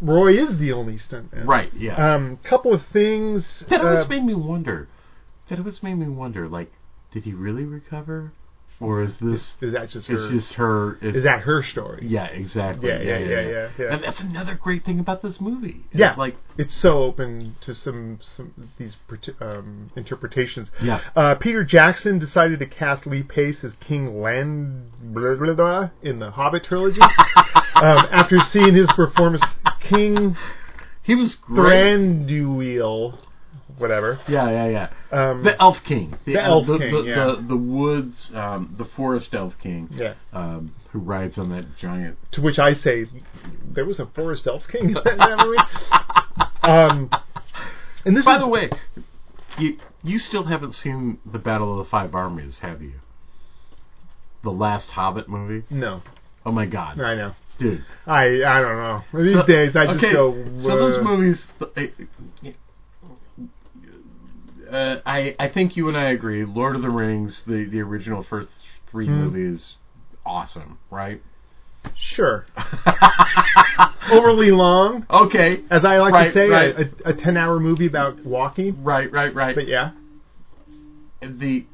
Roy is the only stuntman.
Right. Yeah.
Um, couple of things.
that
uh,
always made me wonder. That always made me wonder. Like, did he really recover, or is this
is, is that just
It's
her?
just her. It's,
is that her story?
Yeah, exactly.
Yeah, yeah, yeah, yeah, yeah.
And that's another great thing about this movie. It's
Yeah.
like
It's so open to some some these parti- um, interpretations.
Yeah.
Uh, Peter Jackson decided to cast Lee Pace as King Land blah, blah, blah, in the Hobbit
[LAUGHS]
trilogy um, after seeing his performance King
he was great.
Thranduil, whatever.
Yeah, yeah, yeah.
Um,
The Elf King.
The
uh,
Elf
the,
King,
The,
yeah.
the, the woods, um, the forest Elf King.
yeah.
Um, who rides on that giant?
To which I say, there was a Forest Elf King in that
[LAUGHS]
movie. um, and this
By
is,
the way, you you still haven't seen the Battle of the Five Armies, have you? The last Hobbit movie.
no,
Oh my God,
I know.
dude!
I I don't know. These
So-
days I just
okay,
go.
So those
uh,
movies, uh, I I think you and I agree. Lord of the Rings, the the original first three
Hmm.
movies, awesome,
[LAUGHS]
right? [LAUGHS]
Sure. Overly long,
Okay,
as I like
Right,
to say,
right.
a, a ten-hour movie about walking.
right, right, right.
But yeah,
the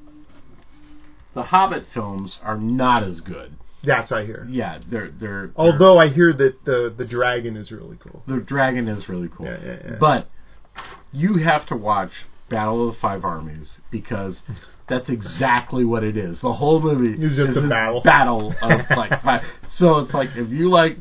the Hobbit films are not as good.
that's I hear.
Yeah, they're they're
Although I hear that the the dragon is really cool.
they're- the dragon is really cool,
Yeah, yeah, yeah.
but you have to watch Battle of the Five Armies because that's exactly what it is. The whole movie
It's just
is
a
this
battle.
battle of
[LAUGHS]
like five. So it's like if you like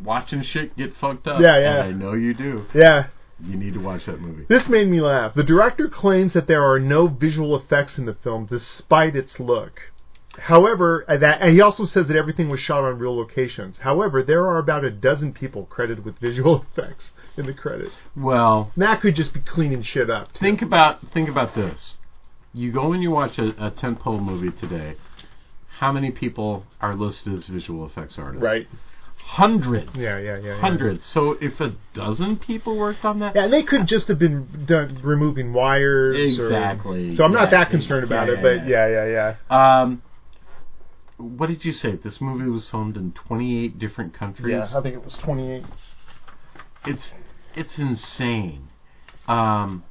watching shit get fucked up,
Yeah, yeah.
and I know you do.
Yeah,
You need to watch that movie.
This made me laugh. The director claims that there are no visual effects in the film, despite its look. However, uh, that and he also says that everything was shot on real locations. However, there are about a dozen people credited with visual [LAUGHS] effects in the credits.
Well,
And that could just be cleaning shit up. Too.
think about think about this. You go and you watch a, a tentpole movie today. How many people are listed as visual effects artists?
right?
hundreds.
Yeah, yeah, yeah, yeah.
hundreds. So if a dozen people worked on that,
Yeah, and they could just have been done removing wires. or-
Exactly.
so I'm not
Yeah,
that concerned about
yeah,
it,
yeah,
but yeah, yeah, yeah.
Um, what did you say? This movie was filmed in 28 different countries.
Yeah, I think it was 28.
it's it's insane. Um,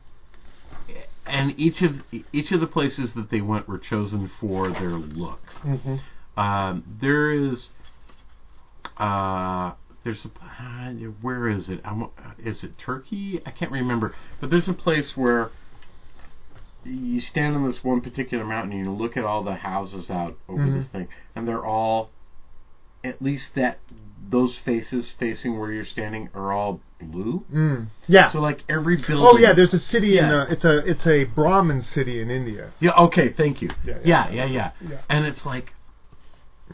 and each of each of the places that they went were chosen for their look.
Mhm.
Um, there is uh, there's a, uh, where is it? I wa- is it Turkey? I can't remember. But there's a place where you stand on this one particular mountain and you look at all the houses out over
Mhm.
this thing, and they're all at least that those faces facing where you're standing are all blue.
Mm. Yeah.
So like every building.
oh yeah, there's a city in
Yeah.
uh, it's a it's a Brahmin city in India.
Yeah. Okay. Thank you.
Yeah, yeah.
Yeah. Yeah. Yeah. Yeah.
Yeah.
And it's like,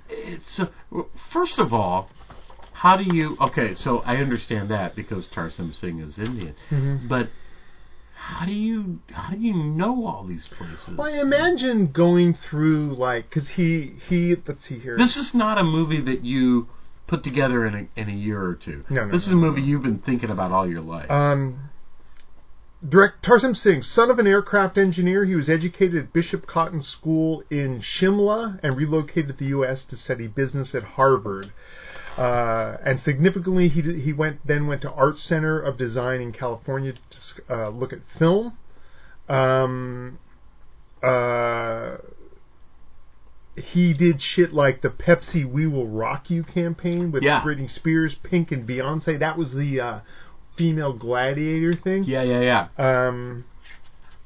it's uh, well, first of all, how do you? Okay, so I understand that because Tarsim Singh is Indian,
Mhm.
but how do you how do you know all these places?
Well, I imagine going through like because he he let's see here.
This is not a movie that you put together in a in a year or two.
No, no,
this
no,
is a movie you've been thinking about all your life.
Um, direct Tarzan Singh, son of an aircraft engineer, he was educated at Bishop Cotton School in Shimla and relocated to the U.S. to study business at Harvard. Uh, and significantly, he did, he went then went to Art Center of Design in California to s- uh, look at film. Um, uh, he did shit like the Pepsi "We Will Rock You" campaign with
Yeah.
Britney Spears, Pink, and Beyonce. That was the uh, female gladiator thing.
yeah. Yeah. Yeah.
Um,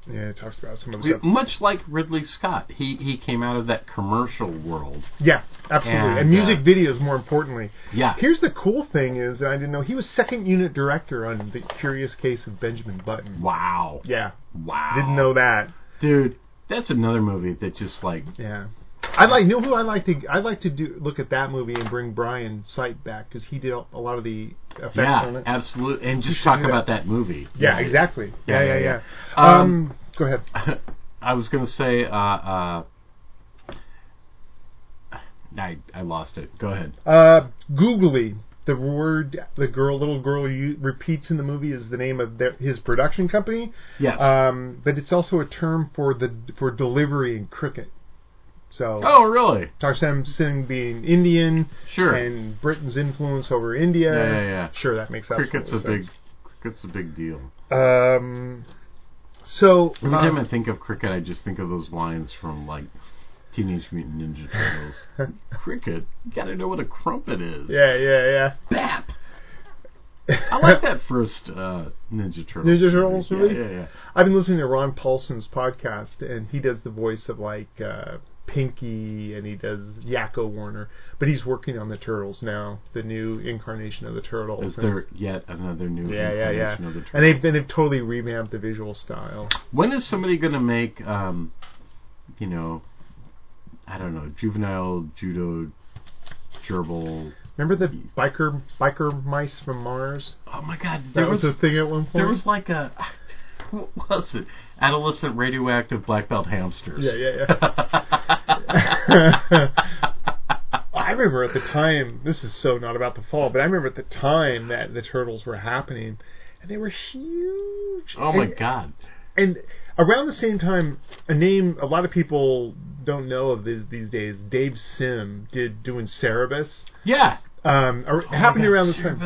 yeah, it talks about some of the stuff.
Much like Ridley Scott, he he came out of that commercial world.
Yeah, absolutely. And,
And,
music
uh,
videos, more importantly.
Yeah.
Here's the cool thing is that I didn't know he was second unit director on the Curious Case of Benjamin Button.
Wow.
Yeah,
Wow.
didn't know that.
Dude, that's another movie that just like
Yeah. I like know who I like to I like to do look at that movie and bring Brian Sight back because he did a a lot of the effects on
yeah,
it.
absolutely, and
should
just talk
do that.
about that movie.
Yeah, exactly. Um, Yeah,
Yeah,
yeah, yeah.
yeah,
Um,
Um,
go ahead.
[LAUGHS] I was gonna say, uh, uh, I I lost it. Go ahead.
Uh, googly. The word the girl, little girl, you, repeats in the movie is the name of their, his production company.
Yes.
Um, but it's also a term for the for delivery in cricket. So
oh, really?
Tarsem Singh being Indian
Sure.
and Britain's influence over India.
Yeah, yeah, yeah.
Sure, that makes absolute
cricket's a big
sense.
cricket's a big deal.
Um, so
Every
um,
time I think of cricket, I just think of those lines from like Teenage Mutant
[LAUGHS]
Ninja Turtles. cricket, you gotta know what a crumpet is.
yeah, yeah, yeah.
Bap. I
[LAUGHS]
like that first uh, Ninja Turtles.
Ninja Turtles movie?
movie. Yeah, yeah, yeah.
I've been listening to Ron Paulson's podcast, and he does the voice of like uh, Pinky, and he does Yakko Warner. But he's working on the Turtles now, the new incarnation of the Turtles.
Is
And
there yet another new
yeah, yeah, yeah.
incarnation of the
and they've
Turtles?
been they've totally revamped the visual style.
When is somebody going to make, um, you know, I don't know, juvenile judo gerbil?
Remember the biker biker mice from Mars?
Oh my God,
That
there
was,
was,
a thing at one point.
there was like a [LAUGHS] what was it? Adolescent radioactive black belt hamsters.
yeah, yeah, yeah. [LAUGHS] I remember at the time. This is so not about the fall, but I remember at the time that the turtles were happening, and they were huge.
[LAUGHS] Oh my
And-
God.
and around the same time, a name a lot of people don't know of these, these days. Dave Sim did doing Cerebus.
Yeah.
Um, ar-
my
happened
God,
around this time.
Oh,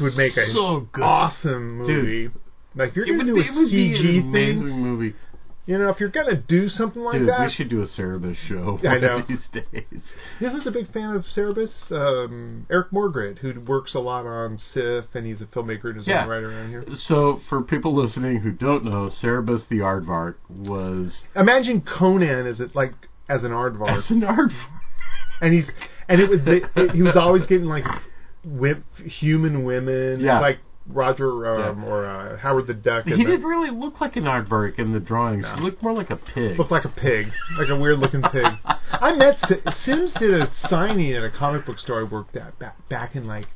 Cerebus
was
would make a
so good.
awesome movie. Like you're
It
gonna
would,
do a
be- it would be an
CG
amazing
thing.
movie.
You know, if you're gonna do something like
Dude,
that,
we should do a Cerebus show
[LAUGHS] I
one of
know.
these days.
You know who's a big fan of Cerebus? Um, Eric Morgrid, who works a lot on SIF, and he's a filmmaker and a
Yeah.
songwriter around here.
So, for people listening who don't know, Cerebus the Aardvark was
Imagine Conan as it like as an aardvark,
as an aardvark.
and he's and it was it, he was always getting like whip human women,
Yeah.
like Roger um, or uh, Howard the Duck.
He
and the-
didn't really look like an aardvark in the drawings. He looked more like a pig.
looked like a pig, like a weird looking pig.
[LAUGHS]
I met Si- Sims did a signing at a comic book store I worked at back back in like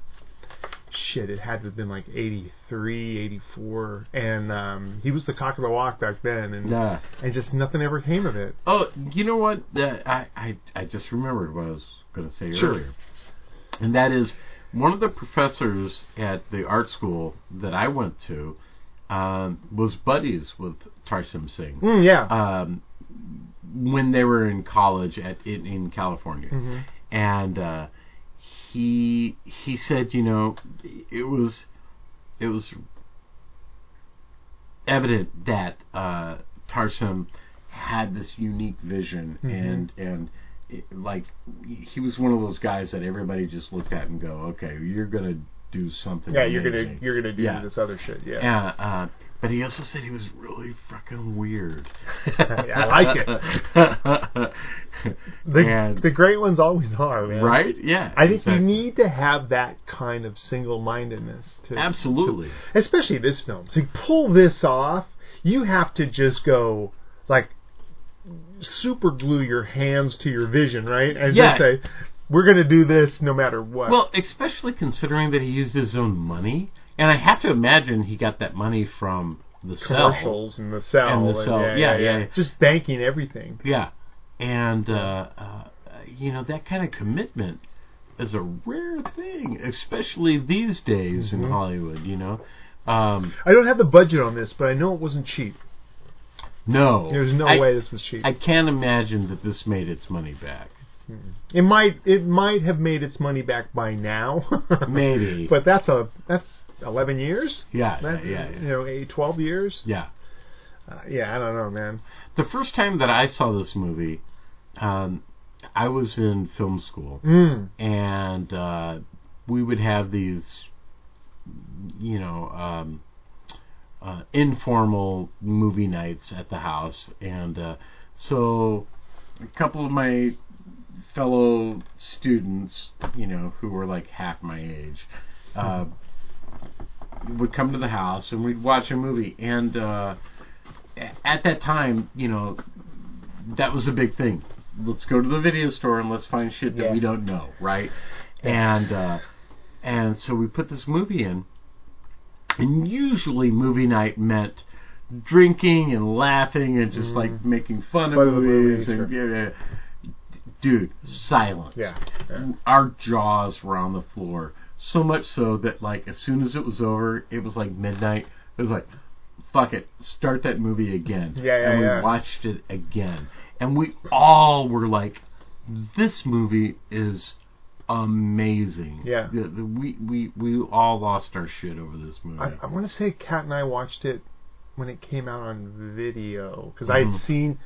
shit. It had to have been like 83, 84. and um, he was the cock of the walk back then, and
Yeah.
and just nothing ever came of it.
Oh, you know what? Uh, I, I I just remembered what I was going to say
Sure.
earlier, and that is one of the professors at the art school that I went to um, was buddies with Tarsim Singh.
Mm, yeah,
Um, when they were in college at in, in California,
Mm-hmm.
and uh, he he said, you know, it was it was evident that uh, Tarsham had this unique vision and and it, like he was one of those guys that everybody just looked at and go, okay, you're gonna do something.
Yeah, you're gonna
amazing."
you're gonna do
Yeah.
this other shit. Yeah,
Yeah, uh, but he also said he was really
[LAUGHS]
fucking weird.
I like it. The
And-
the great ones always are, man.
[LAUGHS] right? Yeah.
I think
exactly.
you need to have that kind of single mindedness to
absolutely.
especially this film to pull this off you have to just go like super glue your hands to your vision right and
Yeah.
just say we're going to do this no matter what
Well, especially considering that he used his own money, and I have to imagine he got that money from the cell.
commercials and the cell
And the cell. Yeah, yeah, yeah.
just banking everything
Yeah, and uh, uh, you know that kind of commitment is a rare thing, especially these days
Mm-hmm.
in Hollywood. You know, um,
i don't have the budget on this but i know it wasn't cheap
no,
there's no
I-
way this was cheap
I can't imagine that this made its money back.
it might it might have made its money back by now [LAUGHS]
Maybe.
but that's a that's 11 years
yeah, yeah,
That-
yeah,
you
yeah.
know eight, 12 years
yeah.
Uh, yeah i don't know man
The first time that I saw this movie, um, I was in film school,
mm.
and uh, we would have these, you know, um, uh, informal movie nights at the house, and uh, so a couple of my fellow students, you know, who were like half my age, uh, would come to the house and we'd watch a movie. And uh, a- at that time, you know, that was a big thing. Let's go to the video store and let's find shit that we don't know, right? And uh, and so we put this movie in. And usually, movie night meant drinking and laughing and just like making fun of
Fun of the movies,
movies, and yeah, yeah dude, silence.
Yeah, yeah.
Our jaws were on the floor. So much so that like as soon as it was over, it was like midnight. It was like, fuck it, start that movie again.
Yeah, yeah,
And we
yeah.
watched it again. And we all were like, This movie is amazing.
Yeah.
The- the- we, we we all lost our shit over this movie.
I, I want to say Kat and I watched it when it came out on video because I had seen.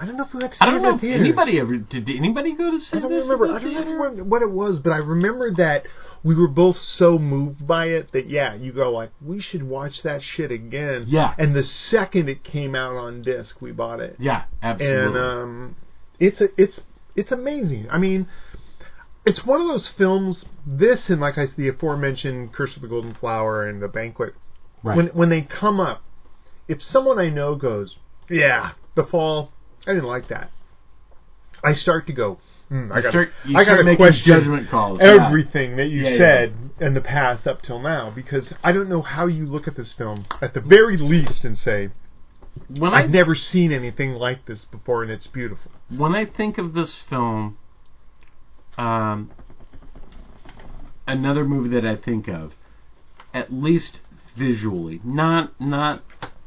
I don't know if we went to see
Hmm. I don't
it in
know
the
if
theaters.
anybody ever did. did Anybody go to see
I don't
this?
remember.
in the
I don't
theater?
remember what it was, but I remember that we were both so moved by it that yeah, you go like, we should watch that shit again.
Yeah.
And the second it came out on disc, we bought it.
Yeah,
and
absolutely.
um, it's a, it's it's amazing. I mean, it's one of those films. This and like I the aforementioned Curse of the Golden Flower and The Banquet.
Right.
When when they come up, if someone I know goes, yeah, The Fall, I didn't like that. I start to go. "Hmm, I
You
got.
start- you
I
start
got to
making
question
judgment calls. Yeah.
Everything that you
Yeah, yeah.
said in the past up till now, because I don't know how you look at this film at the very least and say
when I
I've never seen anything like this before, and it's beautiful.
when I think of this film, um, another movie that I think of, at least visually, not not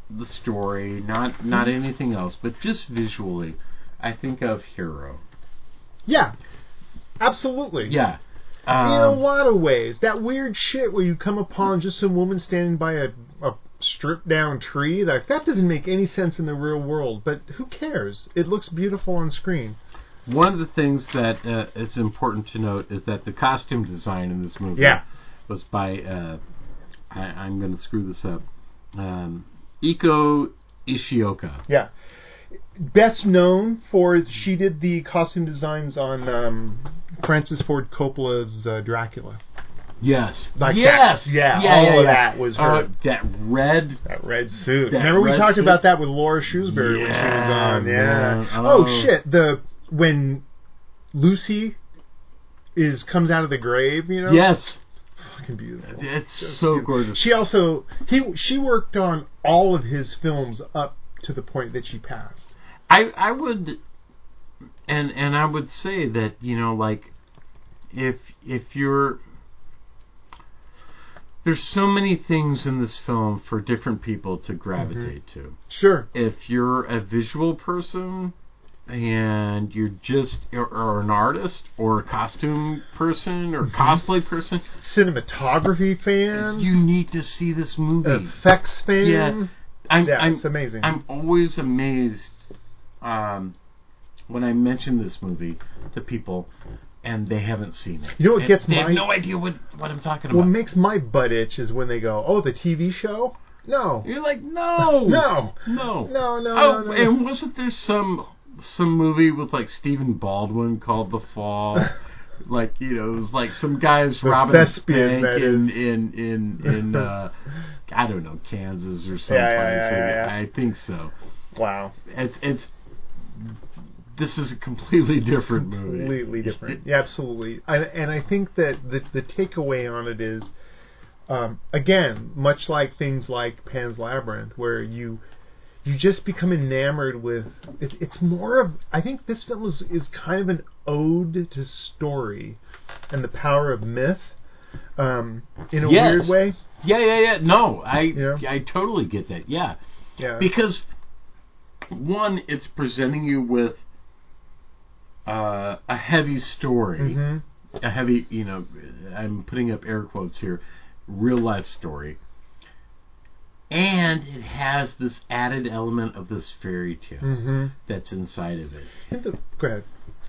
the story, not not
Mm-hmm.
anything else, but just visually, I think of Hero.
Yeah, absolutely.
Yeah.
in a
Um,
lot of ways, that weird shit where you come upon just some woman standing by a, a stripped down tree, like that doesn't make any sense in the real world. But who cares? It looks beautiful on screen.
one of the things that uh, it's important to note is that the costume design in this movie
Yeah.
was by uh, I, I'm going to screw this up, um, Iko Ishioka.
Yeah. Best known for she did the costume designs on um, Francis Ford Coppola's uh, Dracula.
Yes.
Like
yes.
that- yeah, all of that was
Uh,
her.
that red.
That red suit.
That
Remember we
red
talked
suit?
about that with Laura Shrewsbury when she was
Yeah,
on. Yeah.
man.
Oh.
Oh.
shit! The when Lucy is comes out of the grave, you know.
Yes.
Fucking beautiful.
It's so gorgeous.
She also he she worked on all of his films up to the point that she passed.
I I would, and and I would say that you know like, if if you're there's so many things in this film for different people to
Mm-hmm.
gravitate to.
Sure.
If you're a visual person and you're just or, or an artist or a costume person
Mm-hmm.
or cosplay person,
Cinematography fan,
you need to see this movie.
effects fan.
Yeah. I'm,
Yeah,
I'm,
it's amazing.
I'm always amazed um, when I mention this movie to people and they haven't seen it.
You know what
And
gets
they
my-
have no idea what, what I'm talking
What
about.
makes my butt itch is when they go, "Oh, the TV show." No,
You're like, no,
no,
no,
no, no, no,
Oh,
no.
and wasn't there some some movie with like Stephen Baldwin called The
[LAUGHS]
Fall? like you know, it was like some guys
The
robbing
thespian
a
that
bank in,
is-
in
[LAUGHS]
in in uh, I don't know Kansas or someplace.
yeah, yeah.
I think so.
wow,
It's it's this is a completely different movie.
completely different. Yeah, absolutely. I, and I think that the the takeaway on it is, um, again, much like things like Pan's Labyrinth, where you you just become enamored with it, it's more of i think this film is, is kind of an ode to story and the power of myth um, in a weird
Yes.
way
[LAUGHS] Yeah, yeah, yeah. No, I
Yeah.
I totally get that. Yeah.
yeah
because one, it's presenting you with uh, a heavy story,
Mhm.
a heavy, you know, I'm putting up air quotes here, real life story, and it has this added element of this fairy tale
hmm
that's inside of it,
And the- go ahead.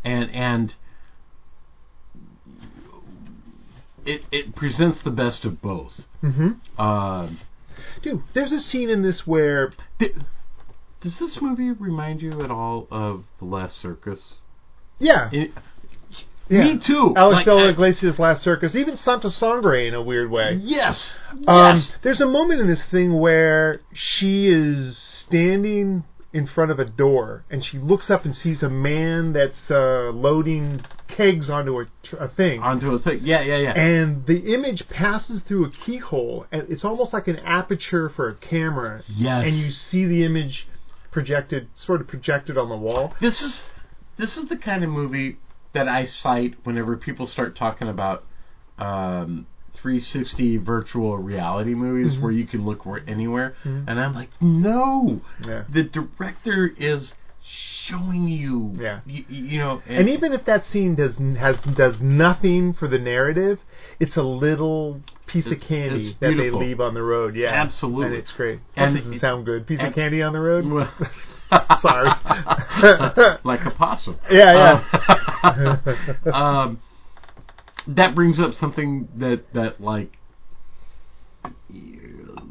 and and it it presents the best of both.
hmm
Um,
Dude, there's a scene in this where
Th- Does this movie remind you at all of The Last Circus?
yeah,
It-
yeah.
Me too.
Alex
Like,
de la
I-
Iglesias' Last Circus, even Santa Sangre in a weird way.
Yes.
Um,
Yes.
there's a moment in this thing where she is standing in front of a door and she looks up and sees a man that's uh, loading kegs onto a, tr- a thing.
Onto a thing. Yeah, yeah, yeah.
and the image passes through a keyhole, and it's almost like an aperture for a camera.
Yes.
And you see the image projected, sort of projected on the wall.
this is this is the kind of movie that I cite whenever people start talking about um, 360 virtual reality movies
Mm-hmm.
where you can look where anywhere, and I'm like, no,
Yeah.
the director is showing you,
Yeah.
y- y- you know,
And even if that scene does has does nothing for the narrative, it's a little piece of
It-
candy
it's
that
beautiful.
they leave on the road. Yeah,
Absolutely.
and it's great. That
And
doesn't
it-
sound good. Piece of
and-
candy on the road. [LAUGHS]
[LAUGHS] Well- [LAUGHS]
Sorry. [LAUGHS]
like a possum.
yeah, yeah.
[LAUGHS] um, that brings up something that that like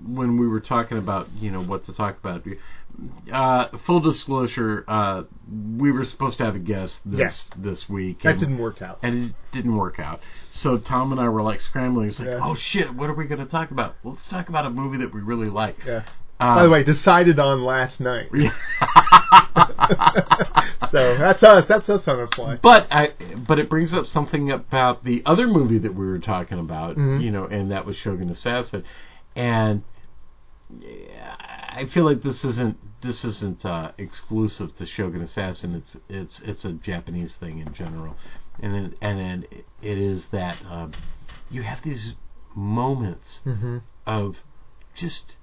when we were talking about you know what to talk about. Uh, full disclosure, uh, we were supposed to have a guest this
Yes.
this week.
that
and-
didn't work out.
and it didn't work out. So Tom and I were like scrambling. It's like,
Yeah.
oh shit, what are we going to talk about? Well, let's talk about a movie that we really like.
Yeah.
Uh,
By the way, decided on last night.
[LAUGHS] Yeah.
so that's us. That's us on the fly.
But I, but it brings up something about the other movie that we were talking about,
Mhm.
you know, and that was Shogun Assassin, and yeah, I feel like this isn't this isn't uh, exclusive to Shogun Assassin. It's it's it's a Japanese thing in general, and then, and then it is that um, you have these moments
hmm
of just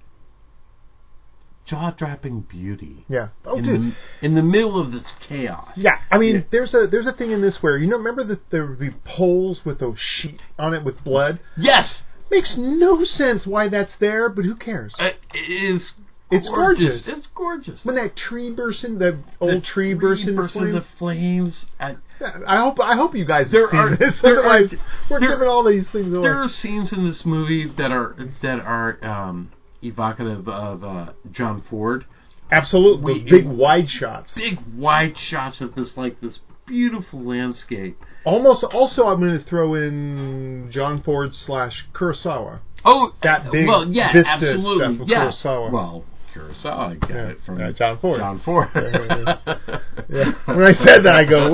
jaw dropping beauty.
Yeah. Oh,
in,
dude.
The, in the middle of this chaos.
Yeah, I mean,
Yeah.
there's a there's a thing in this where you know, remember that there would be poles with a sheet on it with blood.
Yes.
Makes no sense why that's there, but who cares?
Uh, it is.
It's gorgeous.
It's gorgeous.
When that tree bursts in, the old
The
tree bursts into
bursts
flame.
into flames. I-
Yeah, I hope I hope you guys
There
have seen
are-
this.
there are-
Otherwise, we're
there-
giving all these things away.
there are scenes in this movie that are that are um, evocative of uh, John Ford.
Absolutely,
we-
those big wide shots.
Big wide shots of this like this beautiful landscape.
Almost. Also, I'm going to throw in John Ford slash Kurosawa.
Oh,
That big
well, yeah,
vista
absolutely,
stuff of
yeah.
Kurosawa.
Well, Kurosawa got
Yeah,
it from
uh, John Ford.
John Ford. [LAUGHS]
Yeah. [LAUGHS] When I said that, I go,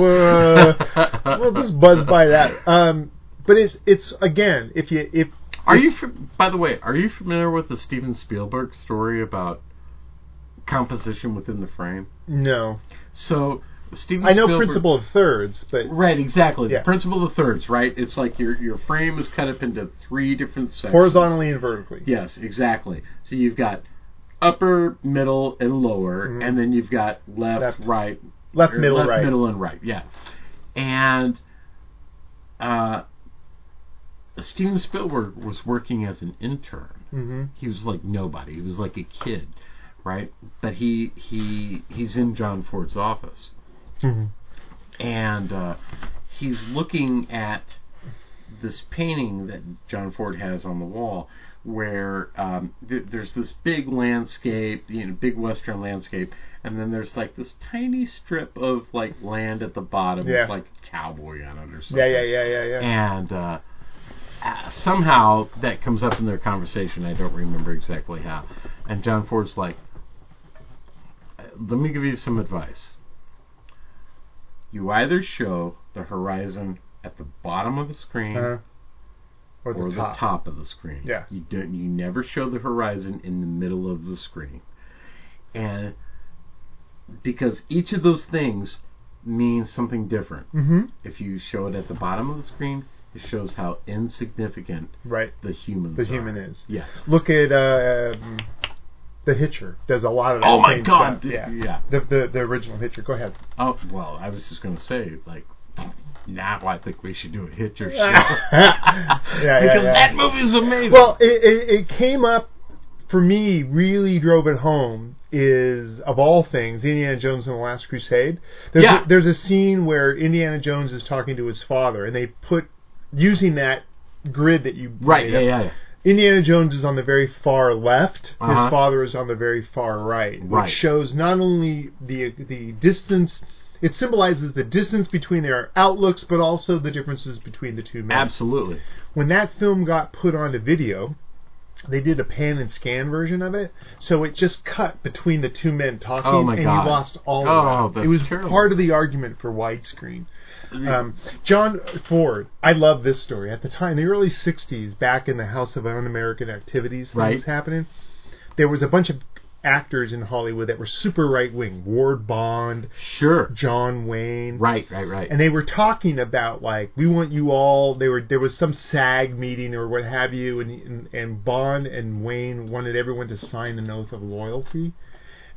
"Whoa." we'll just buzz by that. Um, but it's it's again, if you if
Are you, fam- by the way, are you familiar with the Steven Spielberg story about composition within the frame?
no,
So Steven
I know
Spielberg-
principle of thirds, but
Right, exactly.
Yeah.
The principle of thirds, right? It's like your your frame is cut up into three different sections.
horizontally and vertically.
Yes, exactly. So you've got upper, middle, and lower, and then you've got left,
Mm-hmm. Left.
right,
Left,
or
middle, right.
middle, and right. Yeah, and uh, Steven Spielberg was working as an intern.
hmm
He was like nobody. He was like a kid, right? But he he he's in John Ford's office
Mhm.
and uh, he's looking at this painting that John Ford has on the wall, where um, th- there's this big landscape, you know, big western landscape, and then there's like this tiny strip of like land at the bottom,
Yeah.
with, like a cowboy on it or something.
Yeah, yeah, yeah, yeah, yeah.
And uh, uh, somehow that comes up in their conversation. I don't remember exactly how. And John Ford's like, "Uh, "Let me give you some advice. You either show the horizon at the bottom of the screen."
Uh-huh. Or the
or
top.
the top of the screen.
Yeah.
You don't you never show the horizon in the middle of the screen. And because each of those things means something different.
hmm
If you show it at the bottom of the screen, it shows how insignificant
Right.
the humans
The
are.
human is.
Yeah.
Look at uh, um, the Hitcher. Does a lot of that
Oh my
same
god.
stuff.
th-
Yeah.
yeah.
The, the the original Hitcher. Go
[LAUGHS]
ahead.
Oh well, I was just gonna say, like now I think we should do a
[LAUGHS]
Hitcher show. [LAUGHS]
yeah, yeah,
because
yeah.
that movie is
[LAUGHS]
amazing.
Well, it, it, it came up for me. Really drove it home is of all things Indiana Jones and the Last Crusade. There's
Yeah.
a, there's a scene where Indiana Jones is talking to his father, and they put using that grid that you
right,
made
yeah,
up,
yeah, yeah.
Indiana Jones is on the very far left. His
Uh-huh.
father is on the very far right,
Right.
which shows not only the the distance. It symbolizes the distance between their outlooks, but also the differences between the two men.
Absolutely.
When that film got put onto video, they did a pan and scan version of it, so it just cut between the two men talking,
Oh, my
and
God.
you lost all
Oh,
of that.
that's
It was
terrible.
part of the argument for widescreen. Um, John Ford, I love this story. At the time, the early '60s, back in the House of Un-American Activities, thing
Right.
was happening. There was a bunch of actors in Hollywood that were super right wing: Ward Bond,
Sure.
John Wayne,
Right, right, right.
and they were talking about like we want you all. They were there was some SAG meeting or what have you, and and, and Bond and Wayne wanted everyone to sign an oath of loyalty.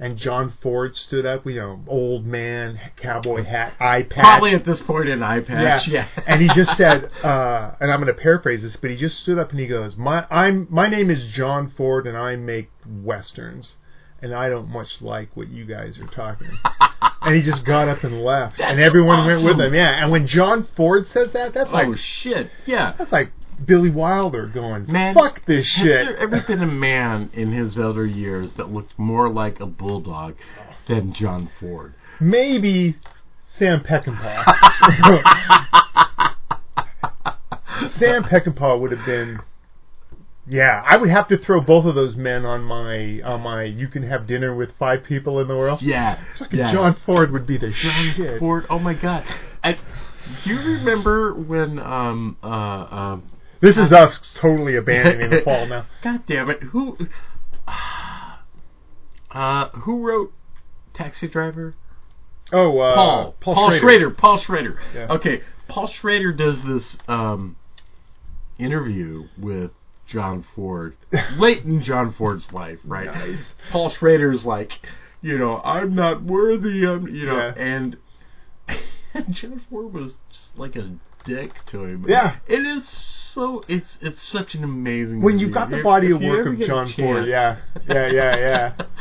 And John Ford stood up, you know, old man, cowboy hat, eye patch.
Probably at this point an eye patch. [LAUGHS] Yeah.
and he just
[LAUGHS]
said, uh, and I'm going to paraphrase this, but he just stood up and he goes, "My I'm my name is John Ford, and I make westerns, and I don't much like what you guys are talking."
[LAUGHS]
and he just got up and left, and
That's
everyone went with
awesome.
him. Yeah, and when John Ford says that, that's
oh
like
shit. Yeah.
that's like Billy Wilder going,
Man,
"Fuck this shit."
Has there ever been a man in his elder years that looked more like a bulldog than John
[LAUGHS]
Ford?
Maybe Sam
[LAUGHS]
Peckinpah. [LAUGHS] Sam Peckinpah would have been. Yeah, I would have to throw both of those men on my on my. You can have dinner with five people in the world.
Yeah. yeah. [LAUGHS]
John Ford would be the
John
shit.
Ford. Oh my god. I, do you remember when um uh um
This is us totally abandoning the fall
[LAUGHS]
now.
God damn it, who [SIGHS] uh who wrote Taxi Driver?
Oh, uh,
Paul.
Paul,
Schrader. Paul Schrader.
Yeah.
Okay. Paul Schrader does this um, interview with John
[LAUGHS]
Ford late in John Ford's life, right?
Nice.
Paul Schrader's like, you know, I'm not worthy. I'm, you know,
Yeah.
and [LAUGHS] John Ford was just like a dick to him.
Yeah.
It is so. It's it's such an amazing.
When
movie.
you've got the
If-
body
if
of
you
work
ever
of
get a
John Ford,
chance-
yeah, yeah, yeah,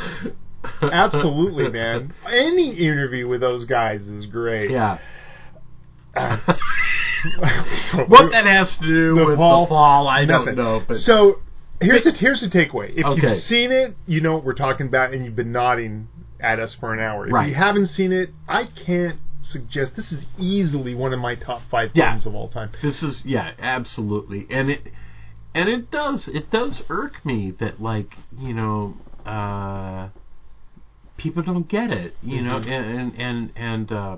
yeah.
[LAUGHS]
Absolutely, man. Any interview with those guys is great. Uh,
Yeah.
[LAUGHS]
[LAUGHS]
So-
What that has to do
The
with
fall-
the fall, I
nothing.
don't know. But
So here's the here's the takeaway. If
Okay.
you've seen it, you know what we're talking about, and you've been nodding at us for an hour. If
Right.
you haven't seen it, I can't suggest. This is easily one of my top five
Yeah.
films of all time.
this is yeah, absolutely, and it and it does it does irk me that like you know uh, people don't get it, you know, and and and, and uh,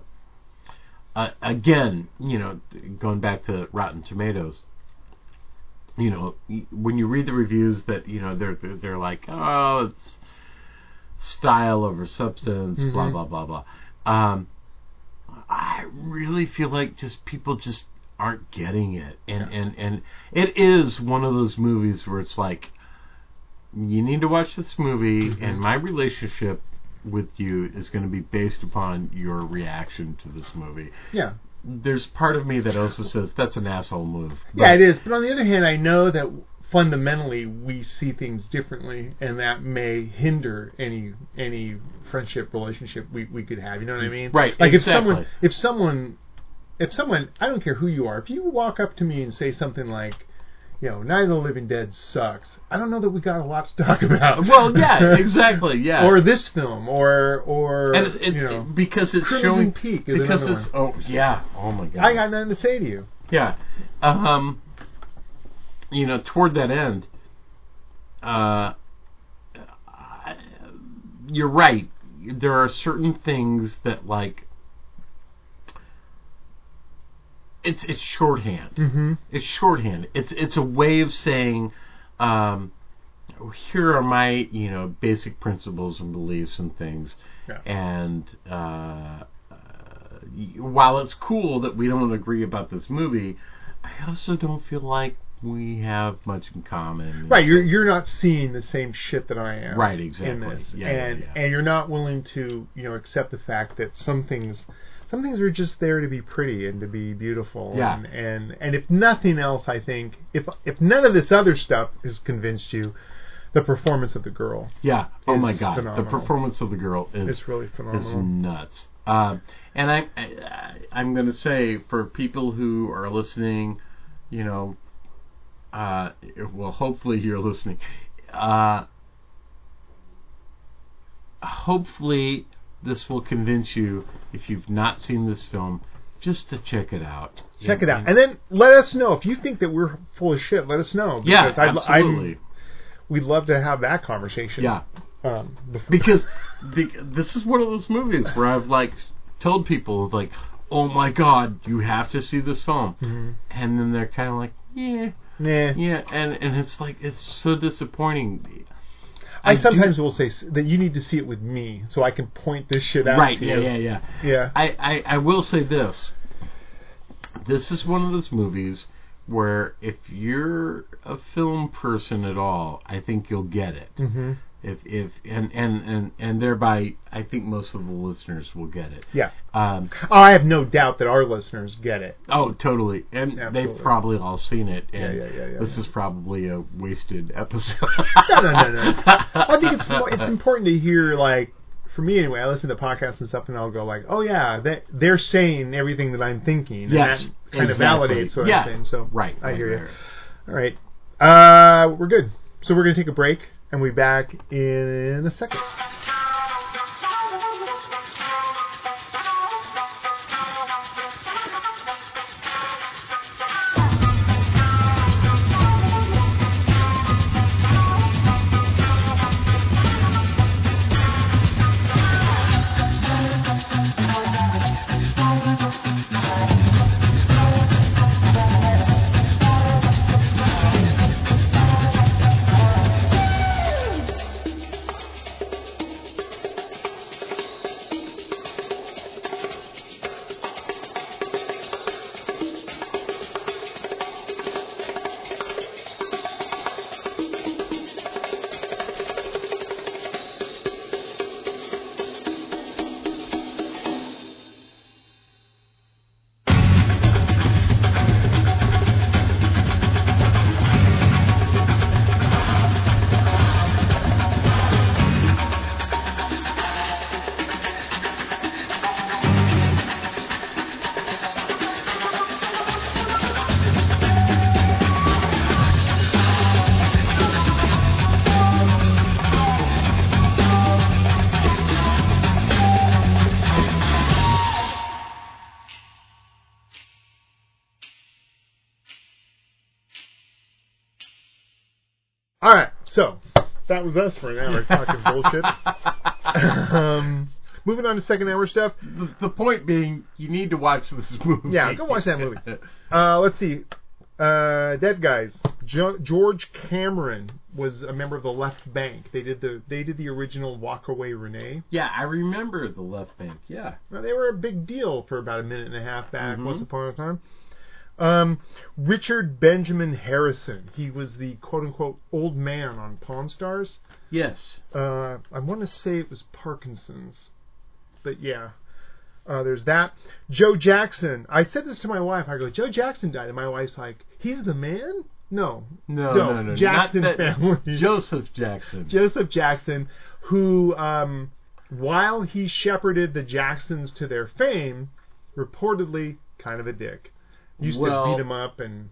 uh, again, you know, going back to Rotten Tomatoes. You know, y- when you read the reviews that you know they're they're, they're like, oh, it's style over substance, blah blah blah blah. Um, really feel like just people just aren't getting it, and and and it is one of those movies where it's like, you need to watch this movie, and my relationship with you is going to be based upon your reaction to this movie.
Yeah.
There's part of me that also says that's an asshole move.
Yeah, it is. But on the other hand, I know that fundamentally we see things differently, and that may hinder any any friendship relationship we, we could have. You know what I mean?
Right,
Like
exactly.
if someone if someone if someone I don't care who you are, if you walk up to me and say something like, you know, Night of the Living Dead sucks, I don't know that we got a lot to talk [LAUGHS] about.
Well,
[LAUGHS]
yeah, exactly, yeah.
or this film, or or
and it, it-
you know,
because it's
Crimson
showing
Peak is
because
another
it's oh yeah oh my god
I got nothing to say to you.
yeah um you know toward that end uh I- you're right there are certain things that like it's it's shorthand
Mm-hmm.
it's shorthand. It's it's a way of saying, um, here are my you know basic principles and beliefs and things.
Yeah.
And uh, uh, y- while it's cool that we don't agree about this movie, I also don't feel like we have much in common.
Right, you're
So-
you're not seeing the same shit that I am.
Right, exactly.
In this,
Yeah, yeah,
and
yeah.
and you're not willing to you know accept the fact that some things some things are just there to be pretty and to be beautiful.
Yeah.
And and, and if nothing else, I think if if none of this other stuff has convinced you, the performance of the girl
yeah. Oh
is
my god, the
phenomenal.
performance of the girl is
is really
It's
phenomenal.
nuts. Um, and I, I, I'm going to say for people who are listening, you know, uh, well, hopefully you're listening. Uh, hopefully this will convince you if you've not seen this film, just to check it out.
Check it out, and then let us know if you think that we're full of shit. Let us know.
yeah,
because I'd, lo- I'm-
absolutely.
we'd love to have that conversation.
yeah.
Um, before,
because the, this is one of those movies where I've like told people like, "Oh my god, you have to see this film,"
Mm-hmm.
and then they're kind of like, "Yeah,
nah.
yeah," and and it's like it's so disappointing.
I,
do-
sometimes will say s- that you need to see it with me so I can point this shit out
right,
to
yeah,
you.
yeah, yeah.
yeah.
I, I I will say this. This is one of those movies where if you're a film person at all, I think you'll get it.
hmm
If if and and and and thereby, I think most of the listeners will get it.
Yeah.
Um,
Oh, I have no doubt that our listeners get it.
Oh, totally. And
Absolutely.
they've probably all seen it. And
Yeah, yeah, yeah, yeah,
this is probably a wasted episode.
[LAUGHS] No, no, no,
[LAUGHS]
no. I think it's more, it's important to hear like for me anyway. I listen to podcasts and stuff, and I'll go like, "Oh yeah, they, they're saying everything that I'm thinking."
Yes,
and that kind
exactly.
of validates what
Yeah.
I'm saying. So
right.
I
right,
hear
right.
you. All right, uh, we're good. So we're gonna take a break, and we'll be back in a second. All right, so that was us for an hour talking
[LAUGHS]
bullshit. [LAUGHS] um, moving on to second hour stuff. [LAUGHS]
[LAUGHS] The, the point being, you need to watch this [LAUGHS] movie.
Yeah, go watch that movie. Uh, let's see. Uh, dead guys. Jo- George Cameron was a member of the Left Bank. They did the they did the original Walk Away Renee.
[LAUGHS] Yeah, I remember the left bank. Yeah.
Now, they were a big deal for about a minute and a half back once upon a time. Um, Richard Benjamin Harrison. He was the quote unquote old man on Pawn Stars.
Yes.
Uh, I want to say it was Parkinson's, but yeah. Uh, there's that. Joe Jackson. I said this to my wife. I go, Joe Jackson died, and my wife's like, he's the man. No,
No,
Doe,
no, no,
Jackson
not that- [LAUGHS]
family.
Joseph Jackson.
Joseph Jackson, who, um, while he shepherded the Jacksons to their fame, reportedly kind of a dick. Used to
Well-
beat him up and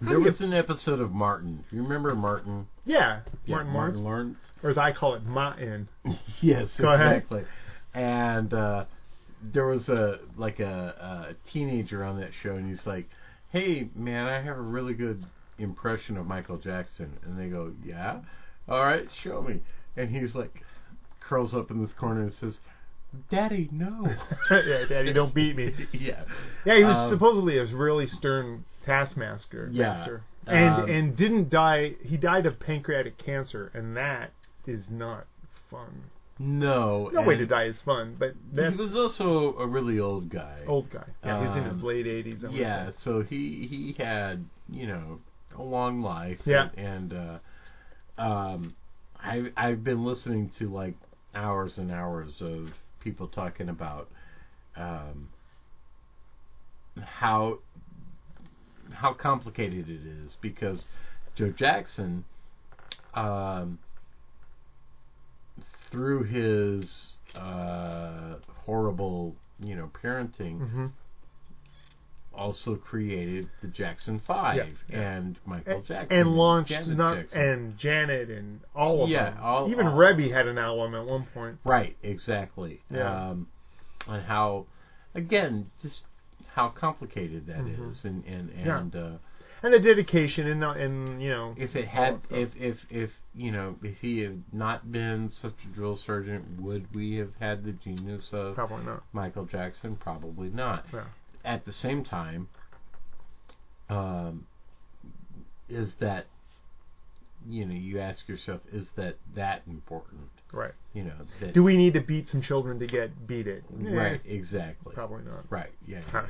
there was an episode of Martin. You remember Martin?
yeah,
Yeah,
Martin Lawrence,
Lawrence.
or as I call it, Martin. [LAUGHS]
Yes,
Go ahead.
exactly. And uh, there was a like a, a teenager on that show, and he's like, "Hey, man, I have a really good impression of Michael Jackson." And they go, "Yeah, all right, show me." And he's like, curls up in this corner and says, "Daddy, no."
yeah, Daddy, don't beat me.
yeah,
[LAUGHS] Yeah, he was
Um,
supposedly a really stern taskmaster.
Yeah,
master. and
um,
and didn't die. He died of pancreatic cancer, and that is not fun.
no.
No way
and
to die is fun, but
He
that's
was also a really old guy.
old guy. Yeah, he's in his
Um,
late eighties.
yeah so he he had you know a long life
Yeah.
and, and uh um i i've been listening to like hours and hours of people talking about um how how complicated it is because joe jackson um through his uh horrible you know parenting
Mhm.
also created the Jackson Five
Yeah, yeah.
and Michael
And,
Jackson
and launched
Janet
not
Jackson.
and Janet and all of
Yeah,
them.
all-
Even
all-
Rebby had an album at one point.
right exactly
Yeah.
um, and how again just how complicated that is, and and
Mm-hmm. Yeah.
and uh,
And the dedication and not and you know
if it
all
had
that stuff.
if if if you know if he had not been such a drill sergeant would we have had the genius of
probably not.
Michael Jackson probably not
Yeah.
at the same time, um, is that you know you ask yourself, is that that important?
Right.
You know, that,
Do we need to beat some children to get beat it? Eh,
right? Exactly.
Probably not.
Right. Yeah. yeah,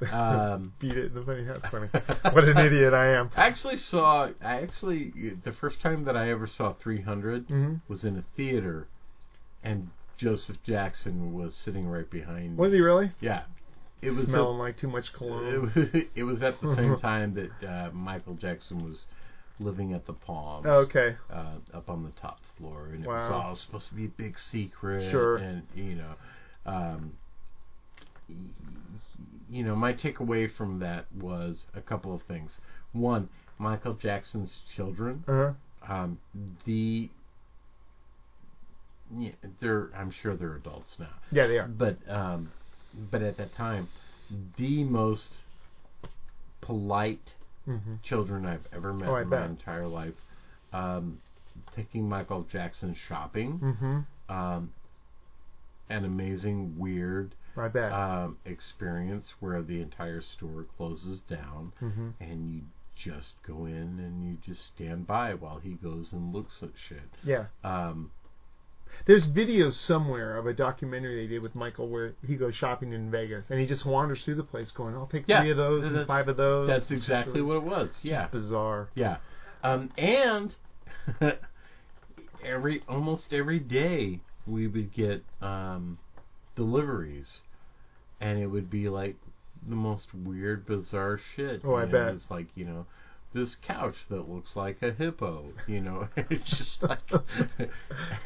yeah. um,
beat it in the funny. That's funny. what an idiot I am.
I actually saw. I actually the first time that I ever saw 300
Mhm.
was in a theater, and Joseph Jackson was sitting right behind.
Was he really?
he? Yeah. It was a-
smelling like too much
it
cologne.
was, [LAUGHS] it was at
[LAUGHS]
the same time that uh, Michael Jackson was living at the Palms,
Oh, okay.
uh, up on the top floor, and it was
Wow.
all supposed to be a big secret.
Sure.
And you know, um, y- you know, my takeaway from that was a couple of things. One, Michael Jackson's children,
Uh huh.
um, the yeah, they're I'm sure they're adults now
Yeah, they are.
but um, but at that time, the most polite
hmm
children I've ever met
Oh, I
in my
bet.
entire life. Um, taking Michael Jackson shopping,
hmm
um, an amazing weird
I bet.
um, experience where the entire store closes down,
hmm
and you just go in and you just stand by while he goes and looks at shit.
Yeah.
Um,
There's video somewhere of a documentary they did with Michael where he goes shopping in Vegas and he just wanders through the place going, I'll pick
Yeah,
three of those and
that's-
five of those.
that's exactly what it was.
It's
Yeah.
Just bizarre.
Yeah. Um, and [LAUGHS] every almost every day we would get um, deliveries, and it would be like the most weird, bizarre shit.
Oh, I
And
bet.
It's like you know. This couch that looks like a hippo, you know, [LAUGHS] it's
[LAUGHS]
just like,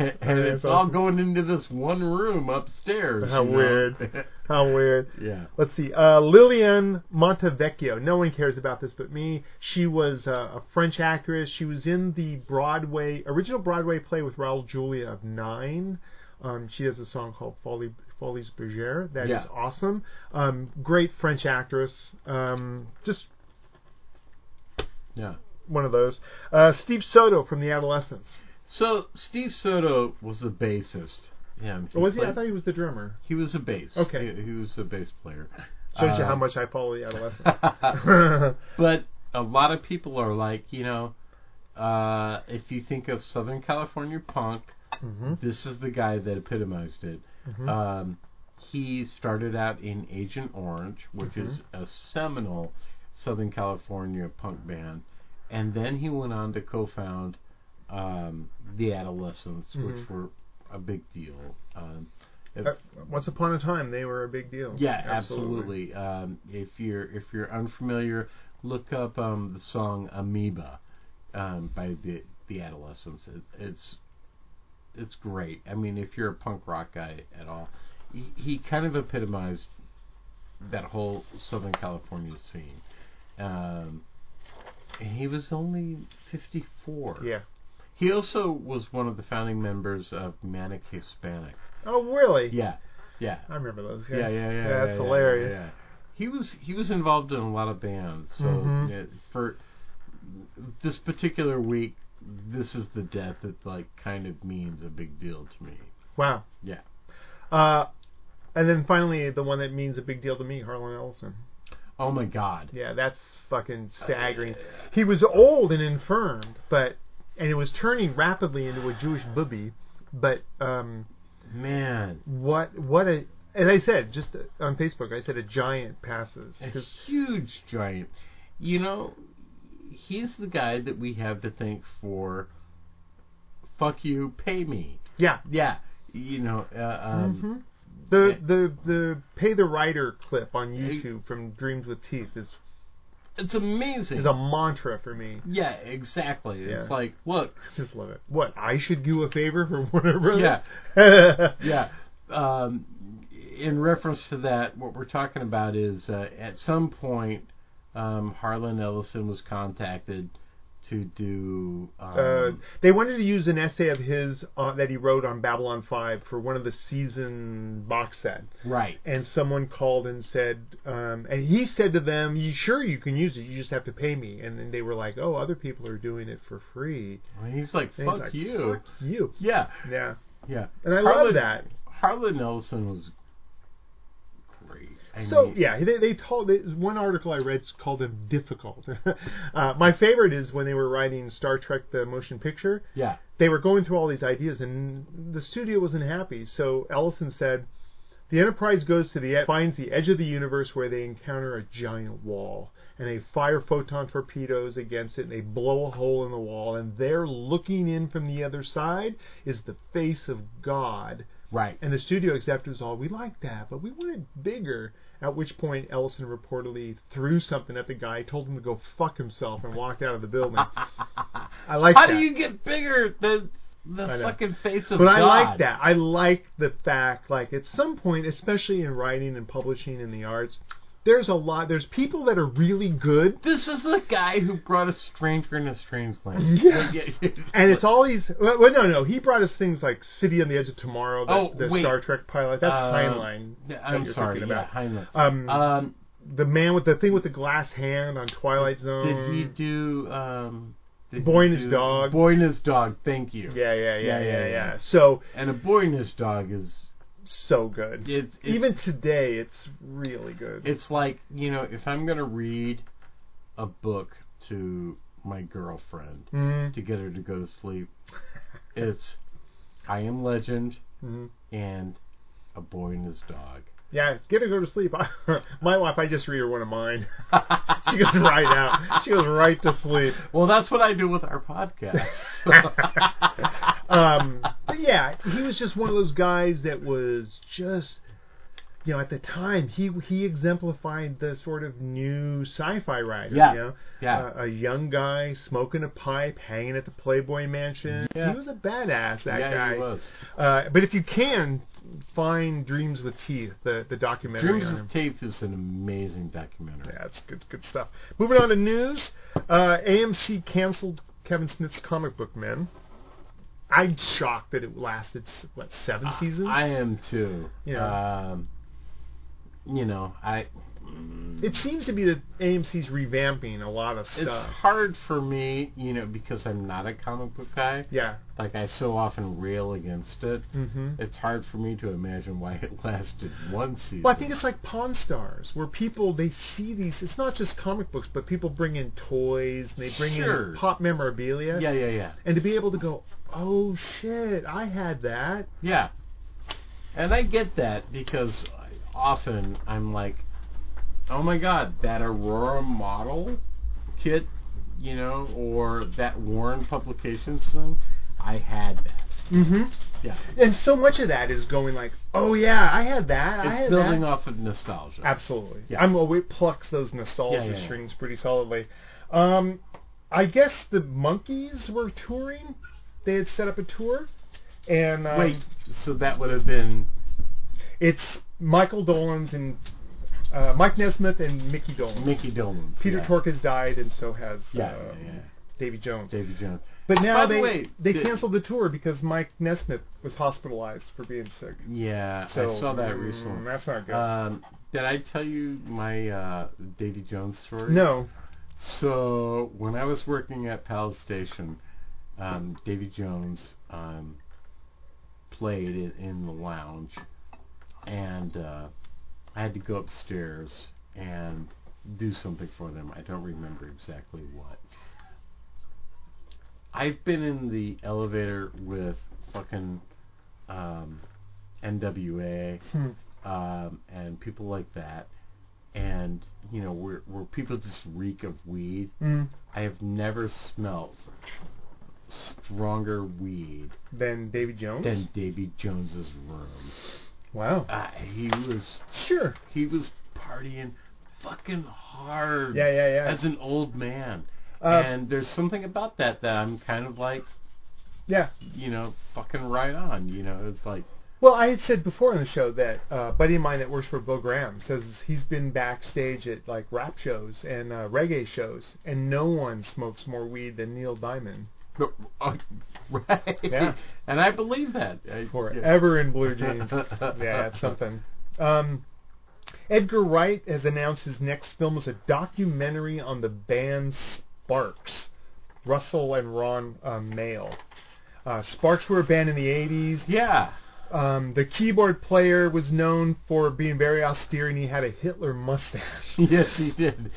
and it's all
awesome.
going into this one room upstairs.
How
you know?
weird. How weird.
[LAUGHS] yeah.
[LAUGHS] Let's see. Uh, Lillian Montevecchio. No one cares about this but me. She was uh, a French actress. She was in the Broadway original Broadway play with Raul Julia of Nine. Um, she has a song called Folly, Follies Bergère. That is
Yeah.
awesome. Um, great French actress. Um, just
Yeah.
one of those. Uh, Steve Soto from The Adolescents.
So Steve Soto was a bassist. Yeah.
Or was he? I
played-
thought he was the drummer.
He was a bass.
Okay.
He, he was a bass player. [LAUGHS]
Shows you
Uh, [LAUGHS]
how much I follow The Adolescents.
but a lot of people are like, you know, uh, if you think of Southern California punk, this is the guy that epitomized it. Um, he started out in Agent Orange, which is a seminal Southern California punk band, and then he went on to co-found um, the Adolescents, which were a big deal. Um, if-
Uh, Once upon a time, they were a big deal.
yeah, absolutely. Um, if you're if you're unfamiliar, look up um, the song Amoeba um, by the the Adolescents. It, it's it's great. I mean, if you're a punk rock guy at all, he, he kind of epitomized that whole Southern California scene. Um, and he was only 54.
Yeah.
He also was one of the founding members of Manic Hispanic.
Oh, really?
Yeah. Yeah.
I remember those guys.
Yeah, yeah, yeah. yeah,
that's
yeah,
hilarious.
yeah, yeah. He was he was involved in a lot of bands. So
Mhm.
yeah, for this particular week, this is the death that like kind of means a big deal to me.
Wow.
Yeah.
Uh, and then finally, the one that means a big deal to me, Harlan Ellison.
Oh my God.
Yeah, that's
Oh,
fucking staggering. He was old and infirm, but and it was turning rapidly into a Jewish booby. But um,
Man.
what what a and I said just uh, on Facebook, I said a giant passes
A
'cause-
huge giant. You know, he's the guy that we have to thank for. Fuck you, pay me.
yeah, Mm-hmm.
Yeah. You know. Uh, um,
the
Yeah.
the the pay the writer clip on YouTube from Dreams with Teeth is
It's amazing.
is a mantra for me.
yeah, exactly. It's
Yeah.
like, look,
Just love it. What I should do a favor for [LAUGHS] Warner Brothers?
Yeah.
Yeah,
yeah. Um, in reference to that, what we're talking about is uh, at some point, um, Harlan Ellison was contacted to do. Um,
[LAUGHS] Uh, they wanted to use an essay of his uh, that he wrote on Babylon 5 for one of the season box set.
right.
And someone called and said, um, and he said to them, "You sure you can use it? You just have to pay me." And then they were like, "Oh, other people are doing it for free."
And he's like,
And he's
fuck
like,
you.
Fuck you.
Yeah,
Yeah.
yeah.
And I
Harlan-
love that.
Harlan Ellison was great. I
So
mean,
yeah, they they told they, one article I read called him difficult. [LAUGHS] uh, my favorite is when they were writing Star Trek: The Motion Picture.
yeah.
they were going through all these ideas, and the studio wasn't happy. So Ellison said, "The Enterprise goes to the e-, finds the edge of the universe where they encounter a giant wall, and they fire photon torpedoes against it, and they blow a hole in the wall. And there, looking in from the other side, is the face of God."
Right.
And the studio executives all, we like that, but we want it bigger. At which point, Ellison reportedly threw something at the guy, told him to go fuck himself, and walked out of the
[LAUGHS]
building. I like
How
that.
do you get bigger than the
I know.
fucking face of
But
God?
I like that. I like the fact, like at some point, especially in writing and publishing in the arts, there's a lot. There's people that are really good,
This is the guy who brought a stranger in a strange land.
Yeah.
Like,
[LAUGHS] and it's always. Well, well, no, no. He brought us things like City on the Edge of Tomorrow, the,
Oh,
the
wait.
Star Trek pilot. That's
Uh,
Heinlein.
Yeah,
that
I'm
you're
sorry,
thinking about.
yeah, Heinlein.
Um,
Um,
the man with the thing with the glass hand on Twilight Zone.
did he do um? did he
Boy and His
do-
Dog.
Boy and his dog. Thank you.
Yeah, yeah, yeah,
Yeah,
yeah,
yeah,
yeah.
yeah.
So
And a boy and his dog is
so good.
it's, it's
Even today, it's really good.
it's like you know if I'm gonna read a book to my girlfriend
Mm,
to get her to go
[LAUGHS]
to sleep, it's I Am Legend
Mhm.
and a boy and his dog.
yeah, get her to go to sleep. [LAUGHS] My wife, I just read her one of
[LAUGHS]
mine. she goes right out. She goes right to
[LAUGHS]
sleep.
Well, that's what I do with our
[LAUGHS]
podcasts.
Um, but yeah, he was just one of those guys that was just, you know, at the time he he exemplified the sort of new sci-fi writer.
Yeah.
You know?
yeah.
A, a young guy smoking a pipe, hanging at the Playboy Mansion.
Yeah.
He was a badass. That
yeah,
guy.
he was.
Uh, but if you can find Dreams with Teeth, the the documentary
Dreams
on him.
of Tape is an amazing documentary.
Yeah, it's good, good stuff. Moving on to news, uh, AMC canceled Kevin Smith's comic book men. I'm shocked
Uh,
that it lasted s- what seven seasons.
I am too.
Yeah.
Um, you know, I
It seems to be that AMC's revamping a lot of
it's
stuff.
hard for me, you know, because I'm not a comic book guy.
Yeah.
Like I so often rail against it.
Mm-hmm.
It's hard for me to imagine why it [LAUGHS] lasted one season.
Well, I think it's like Pawn Stars, where people they see these. It's not just comic books, but people bring in toys and they bring
Sure.
in pop memorabilia.
yeah, yeah, yeah,
And to be able to go, oh shit, I had that.
yeah. And I get that because I- often I'm like, oh my god, that Aurora model kit, you know, or that Warren Publications thing, I had that.
Mm-hmm.
Yeah,
And so much of that is going like, oh yeah, I had that. I
it's
had
building
that.
off of nostalgia.
Absolutely.
Yeah.
I'm aware it plucks those nostalgia
Yeah, yeah, yeah.
strings pretty solidly. Um, I guess the monkeys were touring. They had set up a tour, and um,
Wait, so that would have been
it's Michael Dolan's and uh, Mike Nesmith and Mickey Dolan.
Mickey Dolan's.
Peter
yeah.
Tork has died, and so has
Yeah,
uh,
yeah, yeah.
Davy Jones.
Davy Jones.
But now
By the
they
way,
they
the-
canceled the tour because Mike Nesmith was hospitalized for being sick.
Yeah,
So
I saw that
mm,
recently.
That's not good.
Um, did I tell you my uh, Davy Jones story?
no.
So when I was working at Palace Station, um, Davy Jones um, played in, in the lounge, and uh, I had to go upstairs and do something for them. I don't remember exactly what. I've been in the elevator with fucking um, NWA
Hmm.
um, and people like that, and you know where where people just reek of weed.
Mm.
I have never smelt stronger weed
Then Davy Jones.
than Davy Jones's room.
wow.
Uh, he was
Sure.
he was partying fucking hard
Yeah, yeah, yeah.
as an old man.
Uh,
and there's something about that that I'm kind of like,
Yeah.
you know, fucking right on. You know, it's like, [LAUGHS]
Well, I had said before on the show that uh, a buddy of mine that works for Bill Graham says he's been backstage at like rap shows and uh, reggae shows, and no one smokes more weed than Neil Diamond
uh, right?
Yeah.
And I believe that. I- yeah.
forever in blue jeans. yeah, it's something. Um, Edgar Wright has announced his next film is a documentary on the band Sparks. Russell and Ron uh, Mail. Uh, Sparks were a band in the 80s.
Yeah. [LAUGHS]
Um, the keyboard player was known for being very austere and he had a Hitler
[LAUGHS]
mustache.
Yes, he did.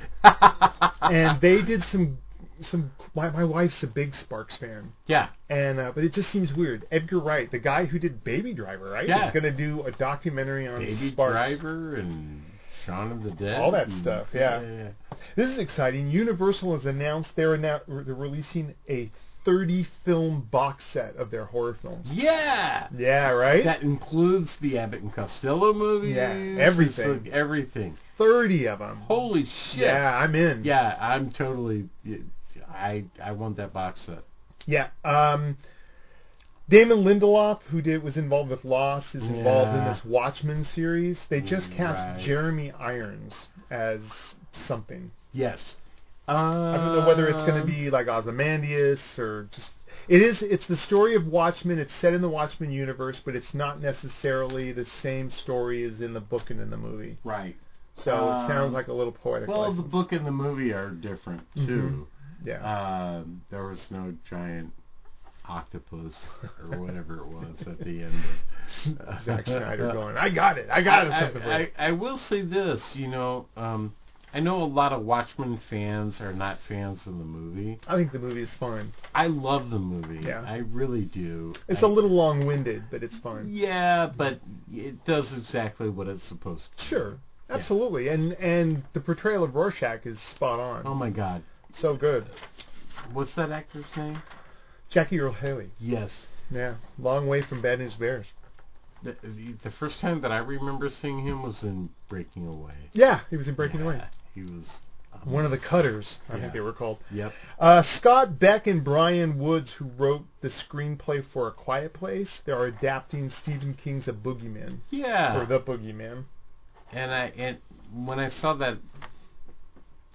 and they did some some my, my wife's a big Sparks fan.
yeah.
And uh, but it just seems weird. Edgar Wright, the guy who did Baby Driver, right?
Yeah.
Is going to do a documentary on
Baby
Sparks.
Driver and Shaun of the Dead.
All that
and-
stuff, yeah.
yeah.
This is exciting. Universal has announced they're now they're releasing a 30 film box set of their horror films.
Yeah.
Yeah, right?
That includes the Abbott and Costello movies.
Yeah,
It's
everything.
like everything.
30 of them.
Holy shit.
Yeah, I'm in.
Yeah, I'm totally. I I want that box set.
Yeah. Um, Damon Lindelof, who did was involved with Lost, is involved in
Yeah.
this Watchmen series. They just cast
Right.
Jeremy Irons as something.
Yes. Um,
I don't know whether it's going to be like Ozymandias or just. It is. It's the story of Watchmen. It's set in the Watchmen universe, but it's not necessarily the same story as in the book and in the movie.
right.
So it sounds like a little poetic.
Um, Well, the
license. Mm-hmm.
book and the movie are different too.
yeah.
Um, there was no giant octopus or whatever it was at
[LAUGHS]
the end. Of, [LAUGHS]
Zack Snyder going. I got it. I got it.
I,
Something.
I, I will say this, you know, um, I know a lot of Watchmen fans are not fans of the movie.
I think the movie is fun.
I love the movie.
Yeah.
I really do.
It's
I-
a little long-winded, but it's fun.
Yeah, but it does exactly what it's supposed to.
Sure, absolutely, and and the portrayal of Rorschach is spot on.
Oh my god.
so good,
What's that actor's name?
Jackie Earl Haley.
Yes.
Yeah, long way from Bad News Bears.
The, the, the first time that I remember seeing him was in Breaking Away.
Yeah, he was in Breaking Away.
Yeah, He was. um,
One of the cutters, I
Yeah.
think they were called.
Yep.
Uh, Scott Beck and Brian Woods, who wrote the screenplay for A Quiet Place, they are adapting Stephen King's A Boogeyman
Yeah.
or The Boogeyman.
and I and when I saw that,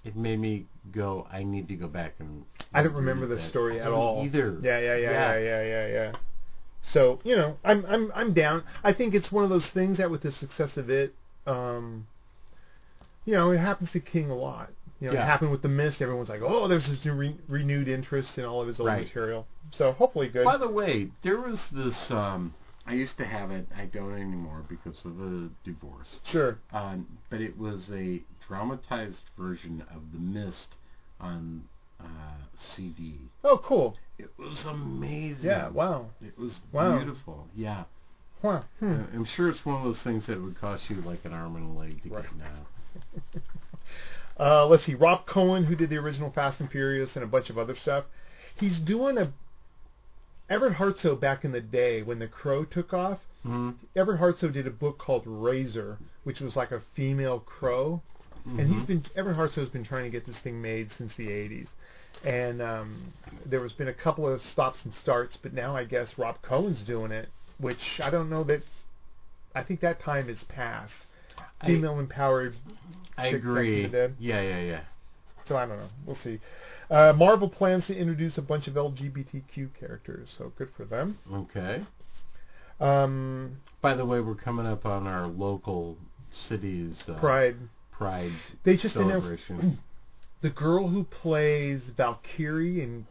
it made me go. I need to go back and.
I don't remember the
that.
story at
I don't
all.
Either.
Yeah, yeah, yeah, yeah,
Yeah.
yeah, yeah, yeah. So you know, I'm I'm I'm down. I think it's one of those things that with the success of it, um, you know, it happens to King a lot. You know,
Yeah.
it happened with The Mist. Everyone's like, oh, there's this new re- renewed interest in all of his old
Right.
material. So hopefully good.
By the way, there was this. Um, I used to have it. I don't anymore because of the divorce.
sure.
Um, but it was a dramatized version of The Mist on uh, CD.
Oh, cool.
It was amazing.
Yeah, wow.
It was
Wow.
beautiful. Yeah.
Huh. Hmm.
I'm sure it's one of those things that would cost you like an arm and a leg to
Right.
get now.
Uh, let's see, Rob Cohen, who did the original Fast and Furious and a bunch of other stuff, he's doing a. Everett Hartso back in the day when The Crow took off,
Mm-hmm.
Everett Hartso did a book called Razor, which was like a female crow, and
Mm-hmm.
he's been Everett Hartso has been trying to get this thing made since the '80s, and um, there has been a couple of stops and starts, but now I guess Rob Cohen's doing it, which I don't know that. I think that time is past.
I-
Female empowered
I
chick back in
agree.
the day.
Yeah, yeah, yeah.
so I don't know. We'll see. Uh, Marvel plans to introduce a bunch of LGBTQ characters, so good for them.
Okay.
Um,
By the way, we're coming up on our local city's uh,
Pride.
Pride
They just announced
celebration.
the girl who plays Valkyrie in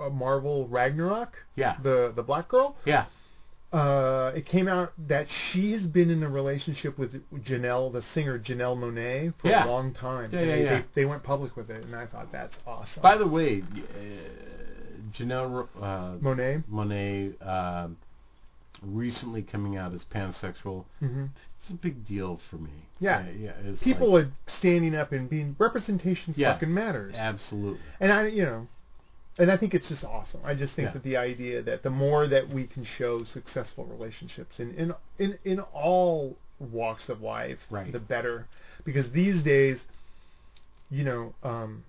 uh, Marvel Ragnarok,
yeah.
the the black girl.
Yeah.
Uh, it came out that she has been in a relationship with Janelle, the singer Janelle Monet, for
Yeah.
a long time.
Yeah,
And
yeah,
they,
yeah.
They, they went public with it, and I thought that's awesome.
By the way, uh, Janelle uh,
Monet.
Monet uh, recently coming out as pansexual.
hmm
It's a big deal for me.
Yeah.
Uh, yeah. It's
People
like,
are standing up and being representation
Yeah.
fucking matters.
absolutely.
and I, you know, and I think it's just awesome. I just think
Yeah.
that the idea that the more that we can show successful relationships in in in, in all walks of life,
Right.
the better. Because these days, you know, um,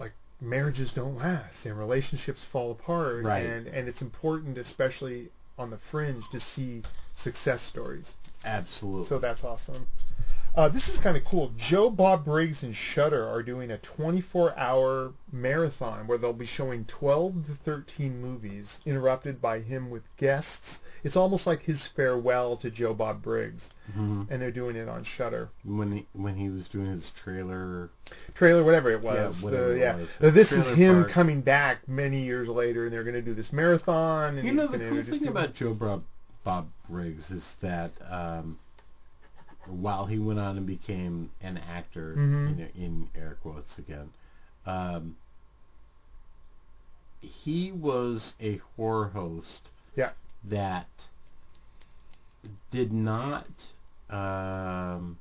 like marriages don't last and relationships fall apart,
Right.
and and it's important, especially on the fringe, to see success stories.
Absolutely.
So that's awesome. Uh, this is kind of cool. Joe Bob Briggs and Shudder are doing a 24-hour marathon where they'll be showing 12 to 13 movies, interrupted by him with guests. It's almost like his farewell to Joe Bob Briggs,
Mhm.
and they're doing it on Shudder
when he, when he was doing his trailer.
trailer, whatever it was.
Yeah, whatever
The-
it
yeah.
was.
So this is
Trailer
him
park.
coming back many years later, and they're going to do this marathon. And
You know
he's
the
gonna
cool
introduce
thing
people.
about Joe Bob, Bob Briggs is that um, while he went on and became an actor
Mhm.
in, in air quotes again, um, he was a horror host
Yeah.
that did not. Um,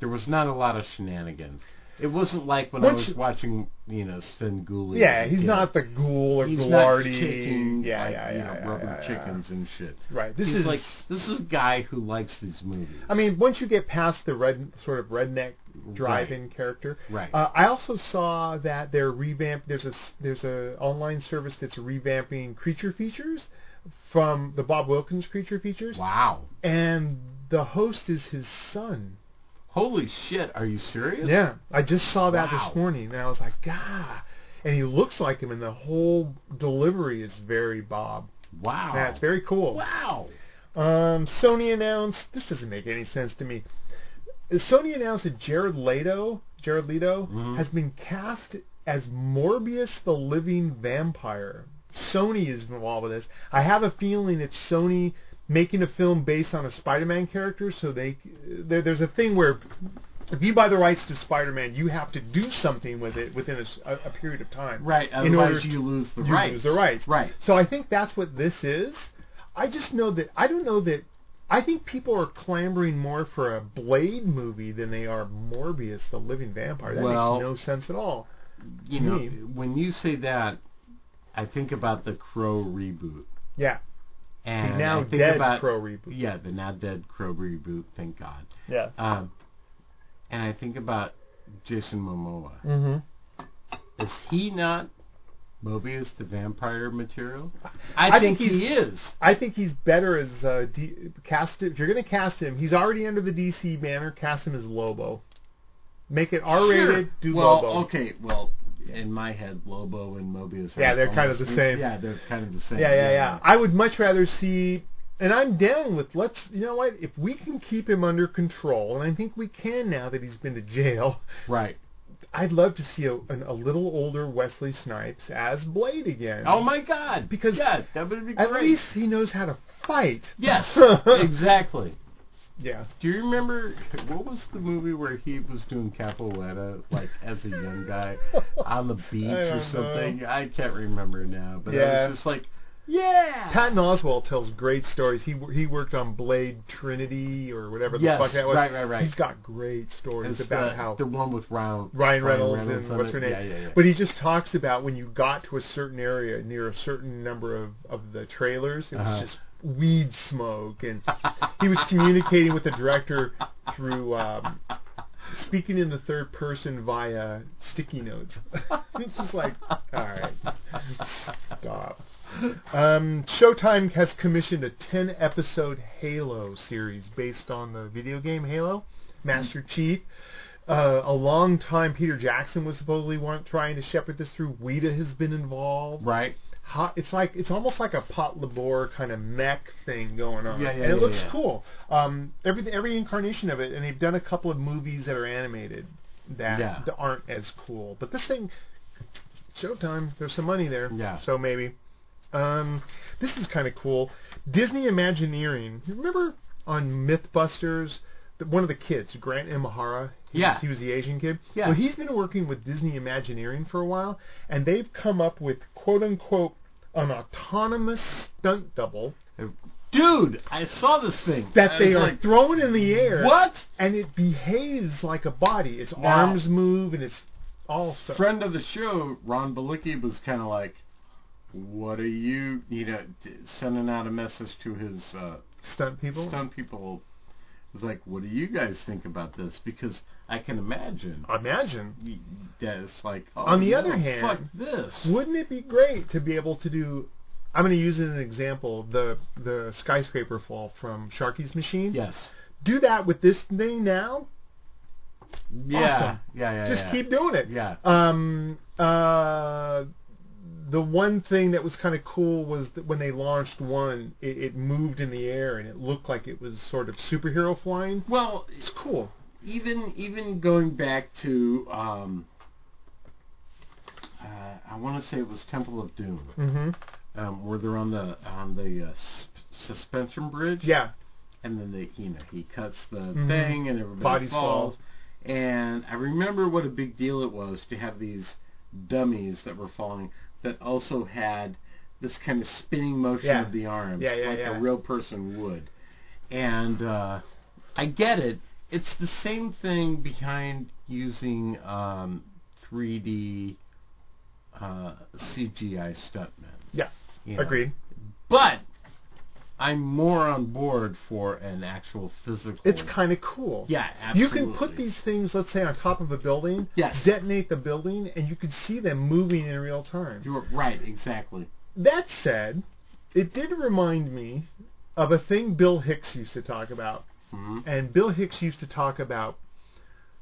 there was not a lot of shenanigans. It wasn't like when I
Once
was
you-
watching, you know, Sven Gulli.
yeah,
as a
he's
kid.
not the ghoul or
He's not
Glardy.
kicking
yeah,
like,
yeah, yeah,
you know,
yeah,
rubber
yeah, yeah.
chickens and shit.
Right. This
He's
is
like this is a guy who likes these movies.
I mean, once you get past the red sort of redneck drive-in character,
Right.
Uh, I also saw that they're revamp. There's a s- there's a online service that's revamping creature features from the Bob Wilkins creature features,
wow.
and the host is his son.
Holy shit! Are you serious?
Yeah, I just saw that
Wow.
this morning, and I was like, God. And he looks like him, and the whole delivery is very Bob.
Wow.
That's very cool.
Wow.
Um, Sony announced this doesn't make any sense to me. Sony announced that Jared Leto, Jared Leto,
Mhm.
has been cast as Morbius, the living vampire. Sony is involved with this. I have a feeling it's Sony making a film based on a Spider-Man character. So they there, there's a thing where if you buy the rights to Spider-Man, you have to do something with it within a s- a, a period of time.
Right.
In order
Otherwise, you lose the
you
rights.
lose the rights.
Right.
So I think that's what this is. I just know that I don't know that. I think people are clamoring more for a Blade movie than they are Morbius, the living vampire. That
Well-
makes no sense at all.
You know,
Me.
when you say that, I think about the Crow reboot.
Yeah,
And
now
I think
dead
about,
Crow reboot.
Yeah, the now dead Crow reboot. Thank God.
Yeah.
Um, and I think about Jason Momoa.
hmm
Is he not Mobius the vampire material?
I
I,
think
think, he is.
I think he's better as uh, D- cast. If you're going to cast him, he's already under the DC banner. Cast him as Lobo. Make it R-rated.
Sure.
Do
well,
Lobo.
okay. Well, in my head, Lobo and Mobius.
Yeah,
are
they're kind of
almost-
the same.
Yeah, they're kind of the same.
Yeah, yeah, yeah. I would much rather see and I'm down with let's you know what if we can keep him under control, and I think we can now that he's been to jail.
Right.
I'd love to see a, an, a little older Wesley Snipes as Blade again.
Oh my God!
Because
yeah, that would be great.
At least he knows how to fight.
Yes,
[LAUGHS]
exactly.
Yeah.
Do you remember what was the movie where he was doing capoeira like as a young guy on the beach
[LAUGHS] I don't
or something? I can't remember now, but I
Yeah.
was just like, yeah,
Patton Oswalt tells great stories. He wor- he worked on Blade Trinity or whatever the
Yes,
fuck that was.
right, right, right.
He's got great stories
It's
about
the,
how
the one with Ryan
Ryan Reynolds, and
on
what's
it.
her name.
Yeah, yeah, yeah.
But he just talks about when you got to a certain area near a certain number of, of the trailers, it was
Uh-huh.
just weed smoke, and he was communicating with the director through um, speaking in the third person via sticky notes. [LAUGHS] it's just like, all right, stop. Um, Showtime has commissioned a 10 episode Halo series based on the video game Halo. Master Chief. Uh, a long time, Peter Jackson was supposedly want, trying to shepherd this through. Weta has been involved.
[LAUGHS] right.
Hot, it's like it's almost like a pot labor kind of mech thing going on,
Yeah, yeah,
and it
yeah,
looks
yeah.
cool. Um, every every incarnation of it, and they've done a couple of movies that are animated that,
Yeah.
that aren't as cool. But this thing, Showtime, there's some money there,
Yeah.
So maybe. Um, this is kind of cool. Disney Imagineering. You remember on MythBusters, the, one of the kids, Grant Imahara. He
Yeah.
was, he was the Asian kid.
Yeah.
Well, he's been working with Disney Imagineering for a while, and they've come up with quote unquote an autonomous stunt double
Dude, I saw this thing
that
I
they
was
are
like,
thrown in the air.
What?
And it behaves like a body. Its
Wow.
arms move and it's all stuff.
friend of the show, Ron Balicki, was kind of like, "What are you, you know, d- sending out a message to his uh,
stunt people.
stunt people?" Was like, "What do you guys think about this?" Because I can imagine
Imagine.
y- that it's like, oh,
On the
no,
other hand,
fuck this,
Wouldn't it be great to be able to do? I'm going to use as an example the the skyscraper fall from Sharky's machine.
yes,
Do that with this thing now.
yeah, yeah, yeah,
Just
yeah.
keep doing it.
yeah,
Um. Uh. The one thing that was kind of cool was that when they launched one, it, it moved in the air and it looked like it was sort of superhero flying.
well,
It's cool.
even even going back to. Um, uh, I want to say it was Temple of Doom.
Mm-hmm.
um, where they're on the on the uh, s- suspension bridge.
Yeah.
And then they, you know, he cuts the
Mhm.
thing, and everybody
Bodies
falls.
fall.
And I remember what a big deal it was to have these dummies that were falling that also had this kind of spinning motion
Yeah.
of the arms,
Yeah, yeah,
like
yeah.
a real person would. And uh, I get it. It's the same thing behind using um, 3D uh, CGI stuntmen.
Yeah.
You know,
Agreed.
but I'm more on board for an actual physical.
It's kind of cool.
yeah,
You
absolutely.
can put these things, let's say, on top of a building,
Yes.
detonate the building, and you can see them moving in real time.
You're right, exactly.
That said, it did remind me of a thing Bill Hicks used to talk about.
Mhm.
And Bill Hicks used to talk about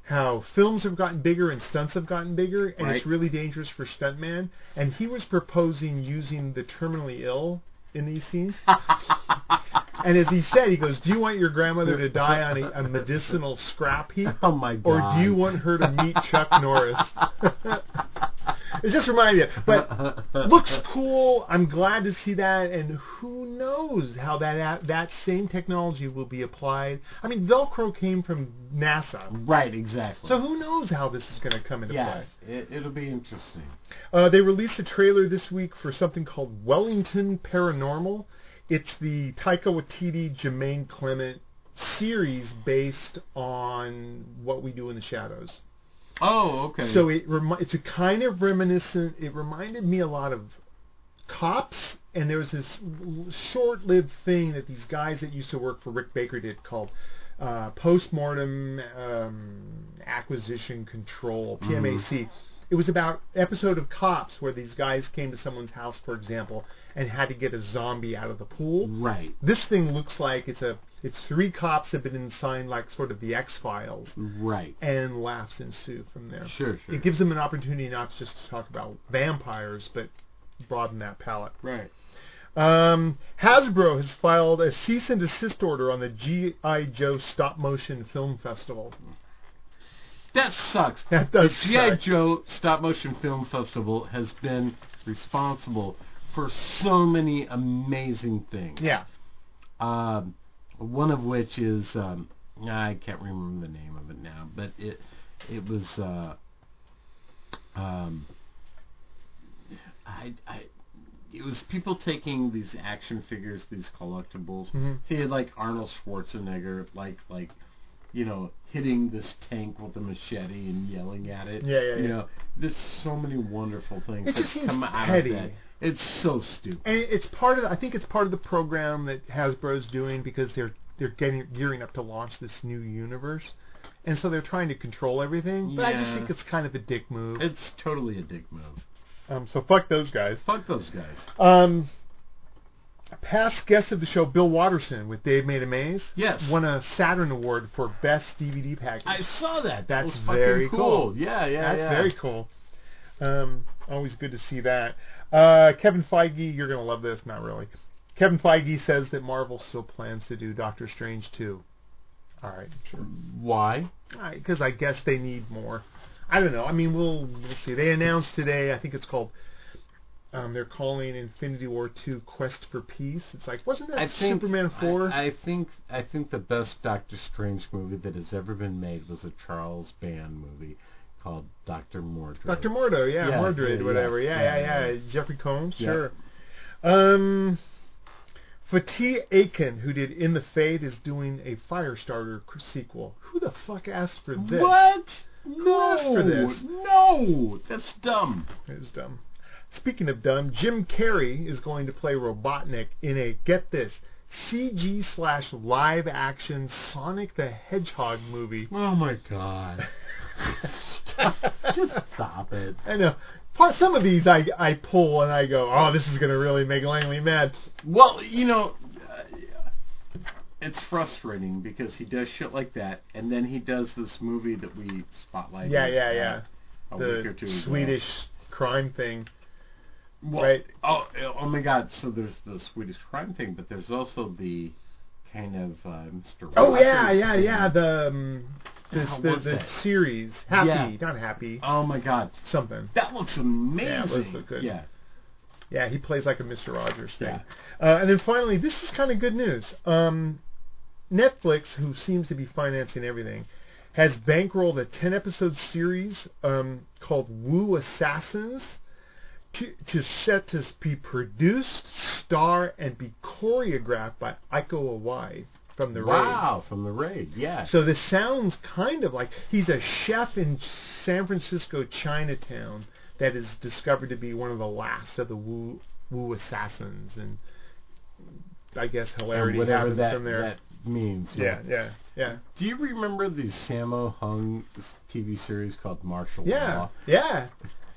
how films have gotten bigger and stunts have gotten bigger, and it's
Right.
really dangerous for stuntman. And he was proposing using the terminally ill in these scenes. [LAUGHS] and as he said, he goes, "Do you want your grandmother to die on a, a medicinal scrap heap,
Oh my
or
god.
do you want her to meet Chuck
[LAUGHS]
Norris?" it just reminded me, but looks
[LAUGHS]
cool. I'm glad to see that, and who knows how that a- that same technology will be applied. I mean, Velcro came from NASA,
Right, exactly.
so who knows how this is going to come into
yeah,
play.
it, it'll be interesting.
Uh, they released a trailer this week for something called Wellington Paranormal. It's the Taika Waititi, Jermaine Clement series based on What We Do in the Shadows.
Oh, okay.
So it remi- it's a kind of reminiscent. It reminded me a lot of Cops, and there was this l- short-lived thing that these guys that used to work for Rick Baker did called uh, postmortem um, acquisition control (PMAC). It was about episode of Cops where these guys came to someone's house, for example, and had to get a zombie out of the pool
right,
this thing looks like it's a it's three cops have been inside like sort of the X Files,
right.
and laughs ensue from there.
Sure, sure.
It gives them an opportunity not just to talk about vampires, but broaden that palette.
right.
Um, Hasbro has filed a cease and desist order on the G.I. Joe Stop Motion Film Festival.
That sucks.
[LAUGHS] That does
the G.I.
suck.
Joe Stop Motion Film Festival has been responsible for so many amazing things.
Yeah.
Um, one of which is um, I can't remember the name of it now, but it it was uh, um, I, I it was people taking these action figures, these collectibles.
Mhm.
So you had like Arnold Schwarzenegger, like like you know hitting this tank with a machete and yelling at it.
Yeah, yeah,
You
yeah.
know, there's so many wonderful things
It
that
just seems
come out
petty.
of that. It's so stupid.
And it's part of I think it's part of the program that Hasbro's doing because they're they're getting gearing up to launch this new universe. And so they're trying to control everything. But I just
Yeah.
think it's kind of a dick move.
It's totally a dick move.
Um, so fuck those guys.
Fuck those guys.
Um, past guest of the show, Bill Watterson with Dave Made a Maze.
Yes.
Won a Saturn Award for Best DVD Package.
I saw that. That
That's
was fucking
very
cool.
cool.
Yeah, yeah,
That's
yeah.
very cool. Um, always good to see that. Uh, Kevin Feige, you're going to love this. Not really. Kevin Feige says that Marvel still plans to do Doctor Strange 2. All right, sure.
Why?
Because I guess they need more. I don't know. I mean, we'll, we'll see. They announced today, I think it's called, um, they're calling Infinity War 2 Quest for Peace. It's like, wasn't that
I think
Superman
I-
4?
I, think I think the best Doctor Strange movie that has ever been made was a Charles Band movie called Doctor Mordred.
Dr. Mordo, yeah,
Yeah,
Mordred,
yeah,
whatever. Yeah,
yeah,
yeah, yeah.
yeah,
Jeffrey Combs,
Yeah.
sure. Um, Fatih Akin, who did In the Fade, is doing a Firestarter c- sequel. Who the fuck asked for this?
What?
asked
No,
for this?
no, that's dumb.
It's dumb. Speaking of dumb, Jim Carrey is going to play Robotnik in a, get this, CG slash live action Sonic the Hedgehog movie.
Oh my god. [LAUGHS] Just stop it.
I know. uh, Part, some of these I, I pull and I go, oh, this is going to really make Langley mad.
Well, you know, uh, it's frustrating because he does shit like that, and then he does this movie that we spotlighted.
Yeah, yeah, yeah.
uh, A week or two
the
ago.
Swedish crime thing.
Well,
right.
Oh, oh my God! So there's the Swedish crime thing, but there's also the kind of uh, Mr.
Oh yeah,
Rogers
yeah,
thing.
yeah. The um, the,
How
the,
was
the
that?
series happy,
Yeah.
not happy,
Oh my God,
something.
that looks amazing.
Yeah, it looks so good.
Yeah.
Yeah, he plays like a Mister Rogers thing.
Yeah.
Uh, and then finally, this is kind of good news. Um, Netflix, who seems to be financing everything, has bankrolled a ten episode series um, called Woo Assassins. To, to set to be produced, star, and be choreographed by Aiko Awai from the Raid.
Wow, from the raid. Yeah.
So this sounds kind of like he's a chef in San Francisco Chinatown that is discovered to be one of the last of the Wu Wu assassins, and I guess
And
hilarity
whatever
happens
that,
from there.
that means.
yeah, yeah, yeah,
Do you remember the Sammo Hung TV series called Martial
yeah,
Law?
yeah.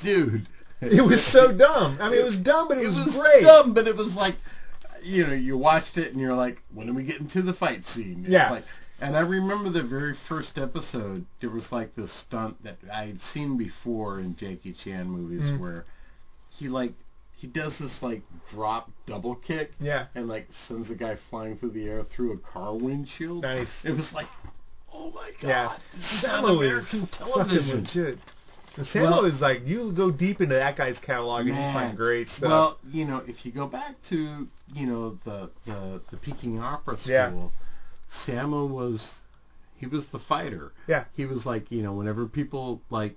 Dude.
It was
[LAUGHS]
so dumb. I mean, it was dumb, but it,
it
was,
was
great.
dumb, but it was like, you know, you watched it and you're like, when are we getting to the fight scene? It's
Yeah.
Like, and I remember the very first episode. There was like this stunt that I had seen before in Jackie Chan movies
Mm.
where he like he does this like drop double kick
Yeah,
and like sends a guy flying through the air through a car windshield.
nice.
It was like, oh my god,
Yeah,
this is on
Samo is
American
fucking
television.
legit. And Samo
Well-
is like you go deep into that guy's catalog and Oh, you
Man.
find great stuff.
Well, you know, if you go back to you know the the, the Peking Opera School,
Yeah.
Samo was he was the fighter.
Yeah.
he was like you know whenever people like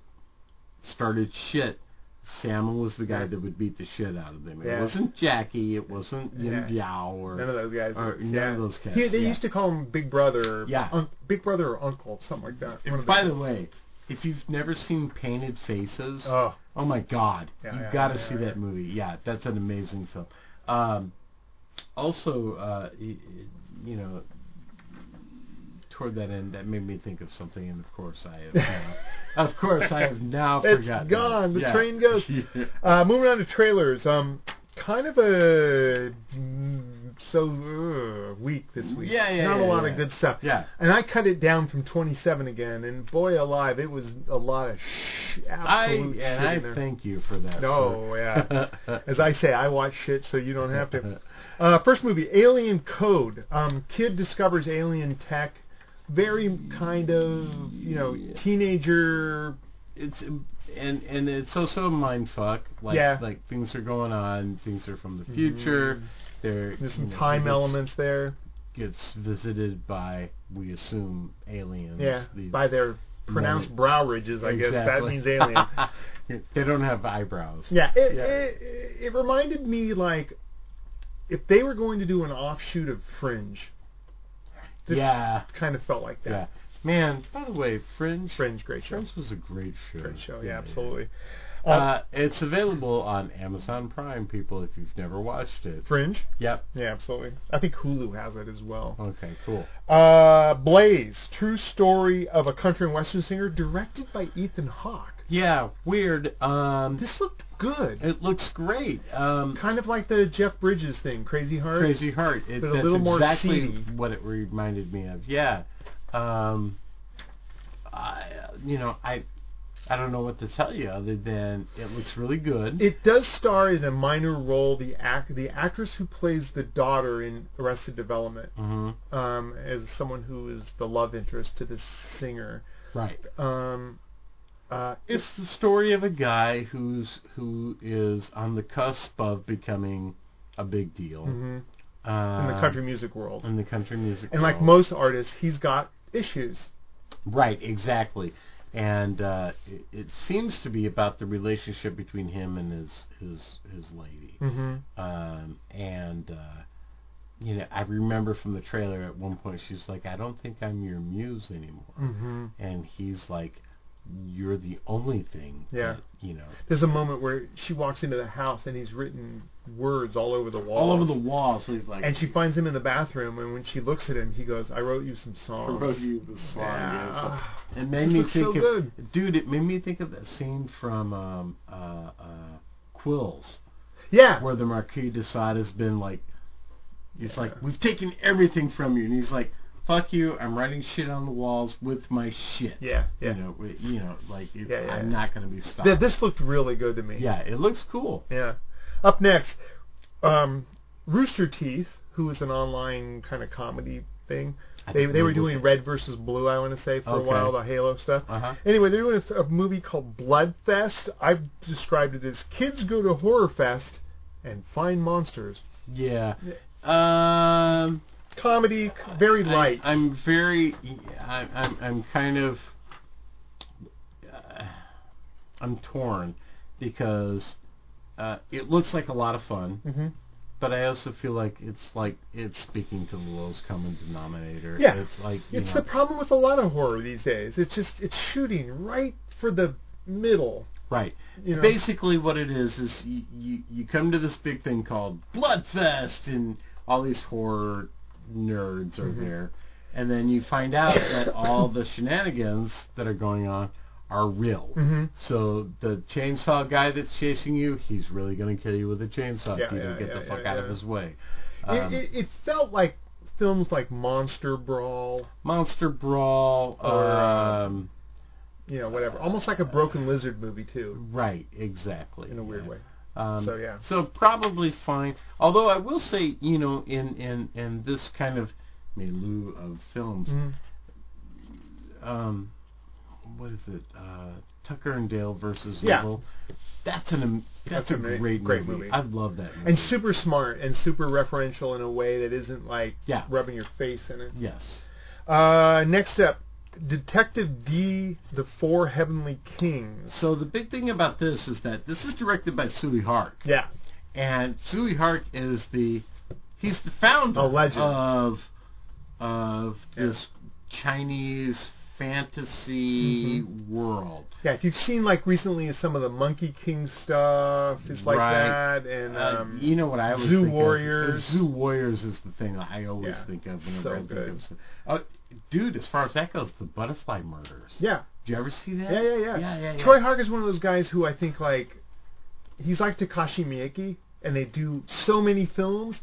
started shit. Samo was the guy that would beat the shit out of them. It
Yeah.
wasn't Jackie. It wasn't Yin
Yeah.
Yao or
None of those guys.
or
yeah.
none of those cats,
He- they
yeah.
used to call him Big Brother.
Yeah.
un- Big Brother or Uncle, something like that. One of
By
the-
the way, if you've never seen Painted Faces,
oh,
Oh my God!
Yeah,
You've
yeah,
got to
yeah,
see
yeah.
that movie. Yeah, that's an amazing film. Um, also, uh, y- y- you know, toward that end, that made me think of something, and of course, I have. Now,
[LAUGHS]
of course, I have now
it's
forgotten.
gone. The
Yeah.
train
[LAUGHS]
goes.
Yeah.
Uh, moving on to trailers. Um, kind of a mm, so uh, weak this week.
Yeah, yeah,
Not
yeah,
a lot
yeah.
of good stuff.
Yeah.
And I cut it down from 27 again, and boy alive, it was a lot of shh,
I
absolute
and
shit in
I
there.
thank you for that.
No,
sir.
As I say, I watch shit, so you don't have to. Uh, first movie, Alien Code. Um, kid discovers alien tech. Very kind of you know teenager.
[LAUGHS] it's and and it's also a mind fuck. Like
Yeah. Mm.
like things are going on, things are from the future. There
There's
you
some
know,
time
it's-
elements there.
gets visited by we assume aliens.
Yeah,
The-
by their pronounced brow ridges, I guess that
Exactly.
means
[LAUGHS]
alien.
they don't have eyebrows.
Yeah, it,
Yeah.
It, it reminded me like if they were going to do an offshoot of Fringe, this
yeah,
kind of felt like that.
yeah. Man, by the way, Fringe
Fringe, great show,
Fringe was a great show.
great show, Um, yeah, absolutely.
Uh, it's available on Amazon Prime, people. If you've never watched it,
Fringe,
yep.
yeah, absolutely. I think Hulu has it as well.
Okay, cool.
Uh, Blaze, true story of a country and western singer, directed by Ethan Hawke.
Yeah, weird. Um,
This looked good,
It looks great. Um,
kind of like the Jeff Bridges thing, Crazy Heart.
Crazy Heart. It,
But a
that's
little more
exactly
seedy.
what it reminded me of. Yeah. Um, I, you know, I, I don't know what to tell you other than it looks really good.
It does star in a minor role the act the actress who plays the daughter in Arrested Development.
hmm
um, as someone who is the love interest to this singer.
Right.
Um, uh,
It's the story of a guy who's who is on the cusp of becoming a big deal
mhm, in
um,
the country music world,
In the country music.
and like
world.
most artists, he's got issues.
Right, exactly. And uh, it, it seems to be about the relationship between him and his his his lady.
Mm-hmm.
Um, and uh, you know, I remember from the trailer at one point she's like, "I don't think I'm your muse anymore,"
Mm-hmm.
and he's like, "You're the only thing."
Yeah.
that, you know,
There's a moment where she walks into the house and he's written words all over the wall.
all over the walls. So he's like,
And she finds him in the bathroom, and when she looks at him, he goes, "I wrote you some songs."
"Oh, wrote you the song. yeah, so-
Yeah.
It
This
made me
looks so
think of
good.
dude. It made me think of that scene from um, uh, uh, Quills.
yeah.
where the Marquis de Sade has been like, he's like, we've taken everything from you, and he's like, fuck you, I'm writing shit on the walls with my shit.
Yeah. Yeah.
You know, we- you know, like if,
Yeah, yeah,
I'm
yeah.
not gonna be stopped.
Th- this looked really good to me.
yeah, it looks cool.
Yeah. Up next, um, Rooster Teeth, who is an online kind of comedy thing. They, they were doing Red versus Blue, I want to say, for a
Okay.
while, the Halo stuff.
Uh-huh.
Anyway, they're doing a, th- a movie called Bloodfest. I've described it as kids go to horror fest and find monsters.
Yeah. Um,
Comedy, c- very light.
I, am very, I, I'm, I'm kind of, uh, I'm torn because uh, it looks like a lot of fun.
hmm
But I also feel like it's like it's speaking to the lowest common denominator.
Yeah.
It's like you
It's
know,
the problem with a lot of horror these days. It's just it's shooting right for the middle.
right.
You know?
Basically, what it is is you, you you come to this big thing called Bloodfest, and all these horror nerds
Mm-hmm.
are there, and then you find out that all the shenanigans that are going on are real.
Mhm.
So the chainsaw guy that's chasing you, he's really gonna kill you with a chainsaw.
Yeah,
Peter.
yeah,
get
yeah,
the fuck
yeah,
out
yeah.
of his way.
It,
Um,
it, it felt like films like Monster Brawl,
Monster Brawl, or
Or, uh,
um,
you know, whatever. Almost like a Broken Lizard movie too,
right, exactly.
in a weird
yeah.
way.
Um,
So, yeah.
So probably fine. Although I will say, you know, in in in this kind of milieu of films,
Mhm. Mm-hmm.
um, what is it? Uh, Tucker and Dale versus
Yeah.
Evil. That's an am- that's,
That's
a
a ma-
great,
great
movie.
movie.
I love that movie.
And super smart and super referential in a way that isn't like
Yeah.
rubbing your face in it.
yes.
Uh, next up, Detective D: The Four Heavenly Kings.
So the big thing about this is that this is directed by Suey Hark,
Yeah,
and Suey Hark is the he's the founder
A legend.
of of
Yeah.
this Chinese fantasy
Mm-hmm.
world.
yeah. If you've seen like recently some of the Monkey King stuff, it's like
Right.
that, and
Uh,
um,
you know what I always
Zoo
think of?
Warriors.
Zoo Warriors is the thing I always
Yeah.
think of whenever
So
I think
good.
of. s- Oh, dude, as far as that goes, the Butterfly Murders.
yeah,
Did you ever see that?
yeah, yeah, yeah,
yeah, yeah.
Troy Hark is one of those guys who I think like he's like Takashi Miike, and they do so many films.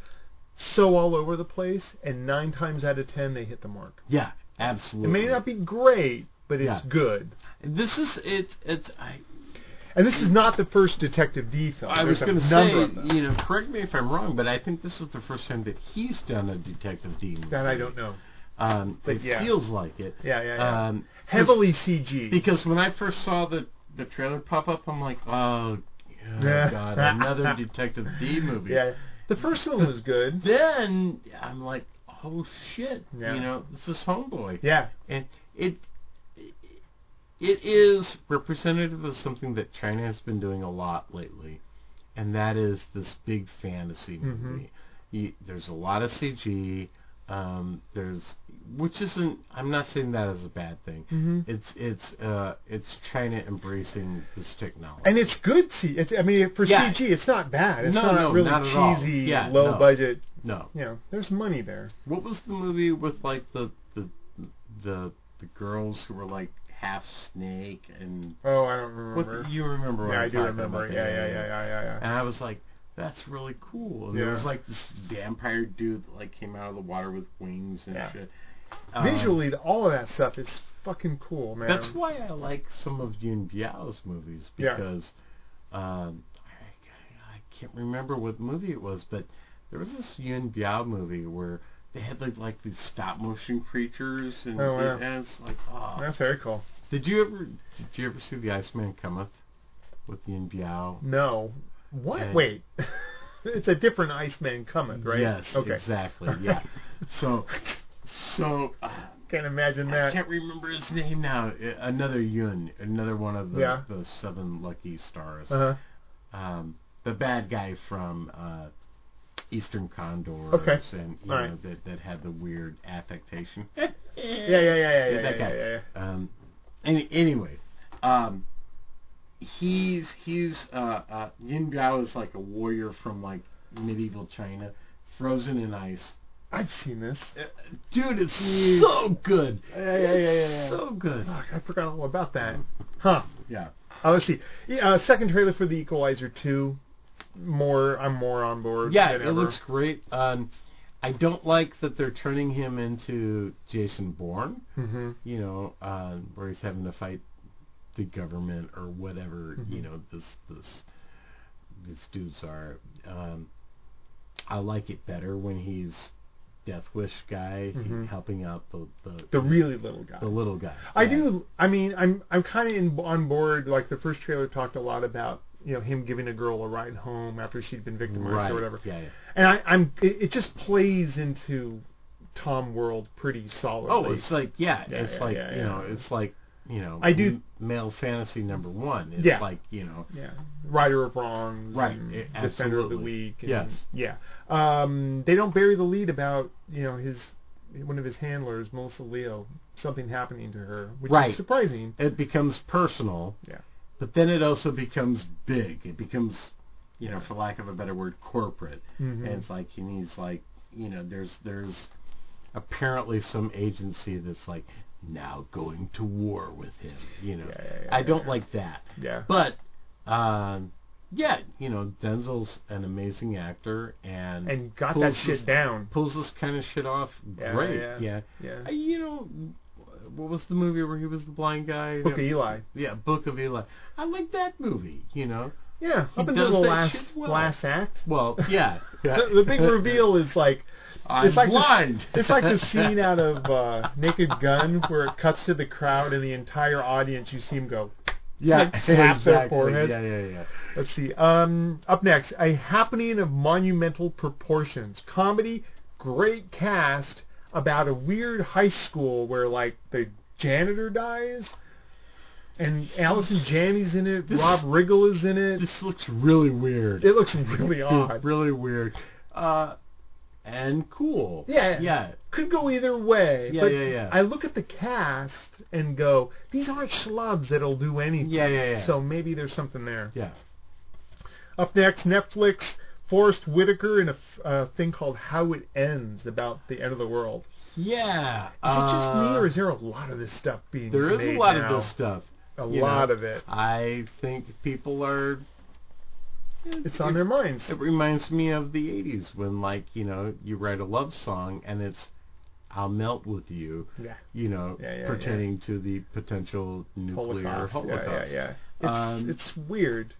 so all over the place, and nine times out of ten they hit the mark.
Yeah,
It
absolutely.
may not be great, but it's
Yeah.
good.
This is it. It's I,
And this is not the first Detective D film.
I was
going to
say,
number of them.
you know, correct me if I'm wrong, but I think this is the first time that he's done a Detective D movie.
that I don't know.
Um,
But
it
yeah.
feels like it.
Yeah, yeah, yeah.
Um, 'cause-
Heavily CG.
because when I first saw the the trailer pop up, I'm like, oh, oh
Yeah. [LAUGHS]
god, another Detective D movie.
yeah, the first one was good.
Then I'm like, oh shit,
Yeah.
you know, this is Homeboy.
Yeah,
and it it is representative of something that China has been doing a lot lately, and that is this big fantasy movie. You, there's a lot of CG. Um, there's which isn't. I'm not saying that is a bad thing. It's it's uh it's China embracing this technology.
and it's good. C- it's, I mean, for
Yeah.
CG, it's not bad. It's
No,
not
no,
really
not at all.
cheesy,
Yeah,
low
no.
budget.
no,
You know, there's money there.
what was the movie with like the the the the girls who were like half snake and
Oh, I don't
what
remember.
you remember? what
yeah,
I'm
I do
talking
remember.
about
Yeah,
there,
yeah, yeah, yeah, yeah, yeah.
And I was like, that's really cool. And there
Yeah.
was like this vampire dude that like came out of the water with wings and
Yeah.
shit. Um,
Visually, the- all of that stuff is fucking cool, man.
Um, that's why I like some of Yun Biao's movies
Yeah.
because um, I, I can't remember what movie it was, but there was this Yun Biao movie where they had like, like these stop motion creatures and,
Oh, wow.
and it's like, oh.
That's very cool.
Did you ever did you ever see The Iceman Cometh with Yun Biao?
No, what?
And-
Wait, [LAUGHS] it's a different Iceman coming, right?
Yes,
Okay.
exactly.
[LAUGHS]
Yeah. so, so uh,
Can't imagine
I
that.
can't remember his name now. Uh, Another Yun, another one of the,
Yeah.
the seven lucky stars.
Uh-huh.
Um, the bad guy from uh, Eastern Condors
Okay.
and you
All
know
right.
that that had the weird affectation.
Yeah, yeah, yeah, yeah, yeah,
Yeah,
yeah,
that
yeah,
guy.
yeah.
Um, any, anyway, um, he's he's uh, uh, Yin Biao is like a warrior from like medieval China, frozen in ice.
I've seen this.
Dude, it's so good.
Yeah, yeah, yeah, yeah, yeah.
It's so good.
Fuck, I forgot all about that. Huh.
Yeah.
Uh, let's see. Yeah, uh, second trailer for The Equalizer 2. More, I'm more on board.
Yeah,
than
it
ever.
looks great. Um, I don't like that they're turning him into Jason Bourne,
Mhm.
you know, um, where he's having to fight the government or whatever,
Mm-hmm.
you know, this this these dudes are. Um, I like it better when he's Death Wish guy helping out the the,
Mm-hmm. The really little guy.
the little guy.
I
Yeah.
do. I mean, I'm I'm kind of in, on board. Like the first trailer talked a lot about you know him giving a girl a ride home after she'd been victimized
right.
or whatever.
Yeah, yeah.
And I, I'm it, it just plays into Tom World pretty solidly.
Oh, it's like yeah,
Yeah,
it's
yeah,
like
yeah,
you know,
yeah.
it's like you know,
I do-
m- male fantasy number one. It's
Yeah.
like you know,
yeah, rider of wrongs,
Right,
and
it-
defender of the
absolutely.
weak. And,
Yes.
yeah. Um, they don't bury the lead about you know his one of his handlers, Melissa Leo, something happening to her, which
Right.
is surprising.
it becomes personal.
Yeah.
But then it also becomes big. It becomes, you know, for lack of a better word, corporate.
Mm-hmm.
And it's like he needs like you know, there's there's apparently some agency that's like now going to war with him. You know,
Yeah, yeah, yeah,
I don't like that.
Yeah.
But um, yeah, you know, Denzel's an amazing actor and
And got
pulls
that
this-
shit down.
pulls this kind of shit off
Yeah,
great.
yeah,
Yeah.
yeah.
Uh, You know, what was the movie where he was the blind guy?
Book of Eli.
yeah, Book of Eli. I like that movie. You know,
Yeah,
He
up until
does
the
that
last
shit well.
last act.
well,
[LAUGHS]
yeah, yeah.
The, the big reveal is like
[LAUGHS] I'm
it's like this-
blind.
it's like the scene out of uh, Naked Gun where it cuts to the crowd and the entire audience. You see him go.
[LAUGHS] yeah, [LAUGHS]
like, slaps their
exactly.
forehead.
Yeah, yeah, yeah.
Let's see. Um, up next, a happening of monumental proportions. Comedy, great cast about a weird high school where like the janitor dies, and Allison Janney's in it. Rob Riggle is in it.
This looks really weird.
It looks
Hmm.
really odd.
really weird. Uh, and cool.
Yeah.
yeah.
could go either way.
Yeah,
but
yeah, yeah.
I look at the cast and go, these aren't schlubs that'll do anything.
Yeah, yeah, yeah.
So maybe there's something there.
Yeah.
Up next, Netflix, Forrest Whitaker in a f- uh, thing called How It Ends about the end of the world.
Yeah.
Is it just me,
uh,
or is there a lot of this stuff being
there is a
made
lot
now?
of this stuff.
A
you know?
lot of it.
I think people are
It's on their minds.
It reminds me of the 80s when, like, you know, you write a love song and it's, I'll melt with you,
Yeah.
you know,
Yeah, yeah,
pertaining to the potential nuclear
Holocaust.
holocaust.
Yeah, yeah, yeah. It's,
Um,
it's weird.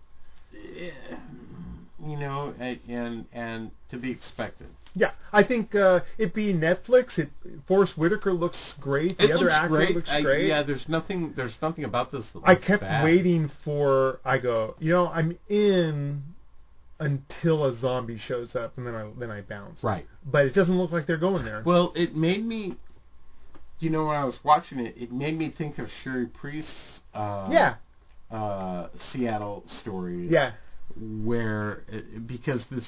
You know, and, and, and to be expected.
Yeah, I think uh, it being Netflix, it Forrest Whitaker looks great. The
it
other
looks
actor
great.
looks
I-
great.
yeah, there's nothing, there's nothing about this that
I
looks
kept
bad.
waiting for. I go, you know, I'm in until a zombie shows up, and then I then I bounce.
Right.
But it doesn't look like they're going there.
Well, it made me. You know, when I was watching it, it made me think of Sherry Priest's uh,
yeah,
uh, Seattle stories.
yeah,
where because this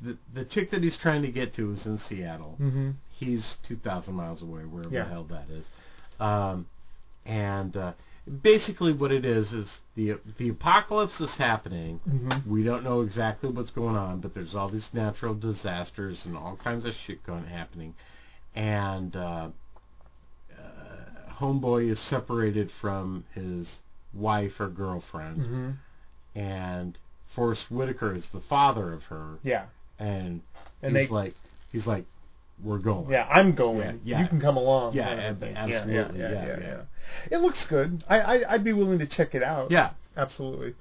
the, the chick that he's trying to get to is in Seattle.
hmm
He's two thousand miles away, wherever
Yeah.
the hell that is. Um, and uh, basically, what it is is the the apocalypse is happening.
Mhm.
We don't know exactly what's going on, but there's all these natural disasters and all kinds of shit going happening. And uh, uh, homeboy is separated from his wife or girlfriend
hmm
and Forrest Whitaker is the father of her,
yeah,
and,
And
he's
they-
like, he's like, we're going.
yeah. I'm going.
Yeah, yeah.
You can come along.
Yeah,
kind of
ab-
thing.
absolutely,
Yeah yeah,
yeah,
yeah,
yeah.
yeah. It looks good. I, I I'd be willing to check it out.
yeah.
Absolutely.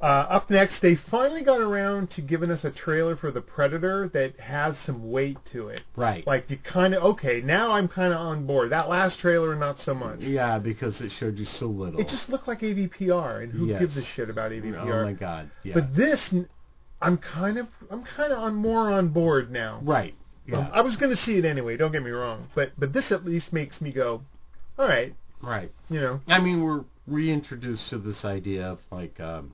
Uh, up next, they finally got around to giving us a trailer for the Predator that has some weight to it.
Right.
Like you kind of okay. Now I'm kind of on board. That last trailer, not so much.
yeah, because it showed you so little.
It just looked like AVPR, and who
Yes.
gives a shit about AVPR?
oh my god. Yeah.
But this, I'm kind of I'm kind of on more on board now.
right. Yeah.
Um, I was going to see it anyway. Don't get me wrong. But but this at least makes me go, all right.
right.
You know.
I mean, we're reintroduced to this idea of like um,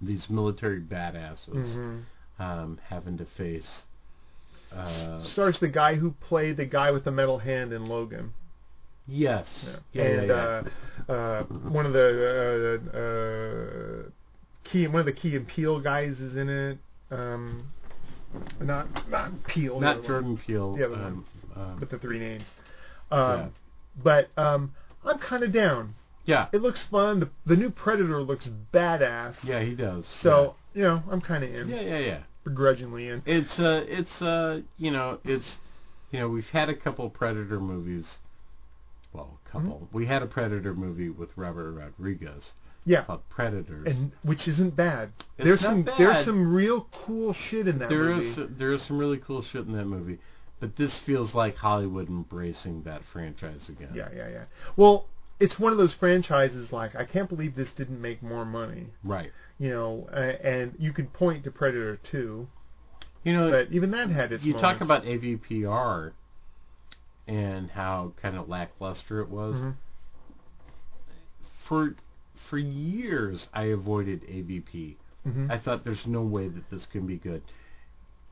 these military badasses
Mhm.
um, having to face. Uh,
Stars the guy who played the guy with the metal hand in Logan.
yes. Yeah. yeah,
and
yeah.
Uh, uh, one of the uh, uh, key one of the key and Peel guys is in it. Um, not not Peel, the
Not
other one,
Jordan Peele.
the other one.
um, um,
but the three names. Um, But um, I'm kind of down.
yeah.
It looks fun. The, the new Predator looks badass.
Yeah, he does.
So you know I'm kind of in,
yeah, yeah, yeah. yeah.
begrudgingly in.
It's uh it's uh you know, it's you know, we've had a couple Predator movies. Well, a couple.
Hmm?
We had a Predator movie with Robert Rodriguez
Yeah.
called Predators.
And which isn't bad.
It's
there's
not
some
bad.
there's some real cool shit in that
there
movie.
is there is some really cool shit in that movie, but this feels like Hollywood embracing that franchise again.
Yeah, yeah, yeah. Well, it's one of those franchises like I can't believe this didn't make more money.
Right.
You know, uh, and you can point to Predator 2,
You know,
but even that had its
you talk
moments.
about AVPR and how kind of lackluster it was.
Mhm.
For for years, I avoided AVP.
Mhm.
I thought there's no way that this can be good.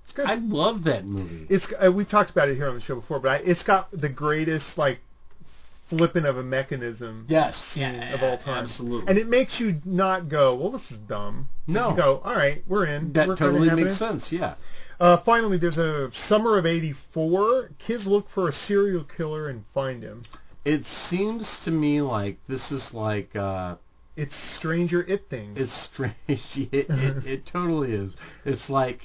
it's good.
I love that movie.
it's uh, we've talked about it here on the show before, but I, it's got the greatest like flipping of a mechanism
yes,
of all time.
absolutely.
And it makes you not go, well, this is dumb.
No.
You go, all right, we're in.
that
We're kinda
totally
having
makes
it."
sense. Yeah,
Uh, finally, there's a summer of '84. Kids look for a serial killer and find him.
it seems to me like this is like uh,
It's Stranger It Things.
it's strange. [LAUGHS] it,
Uh-huh.
it, it totally is. It's like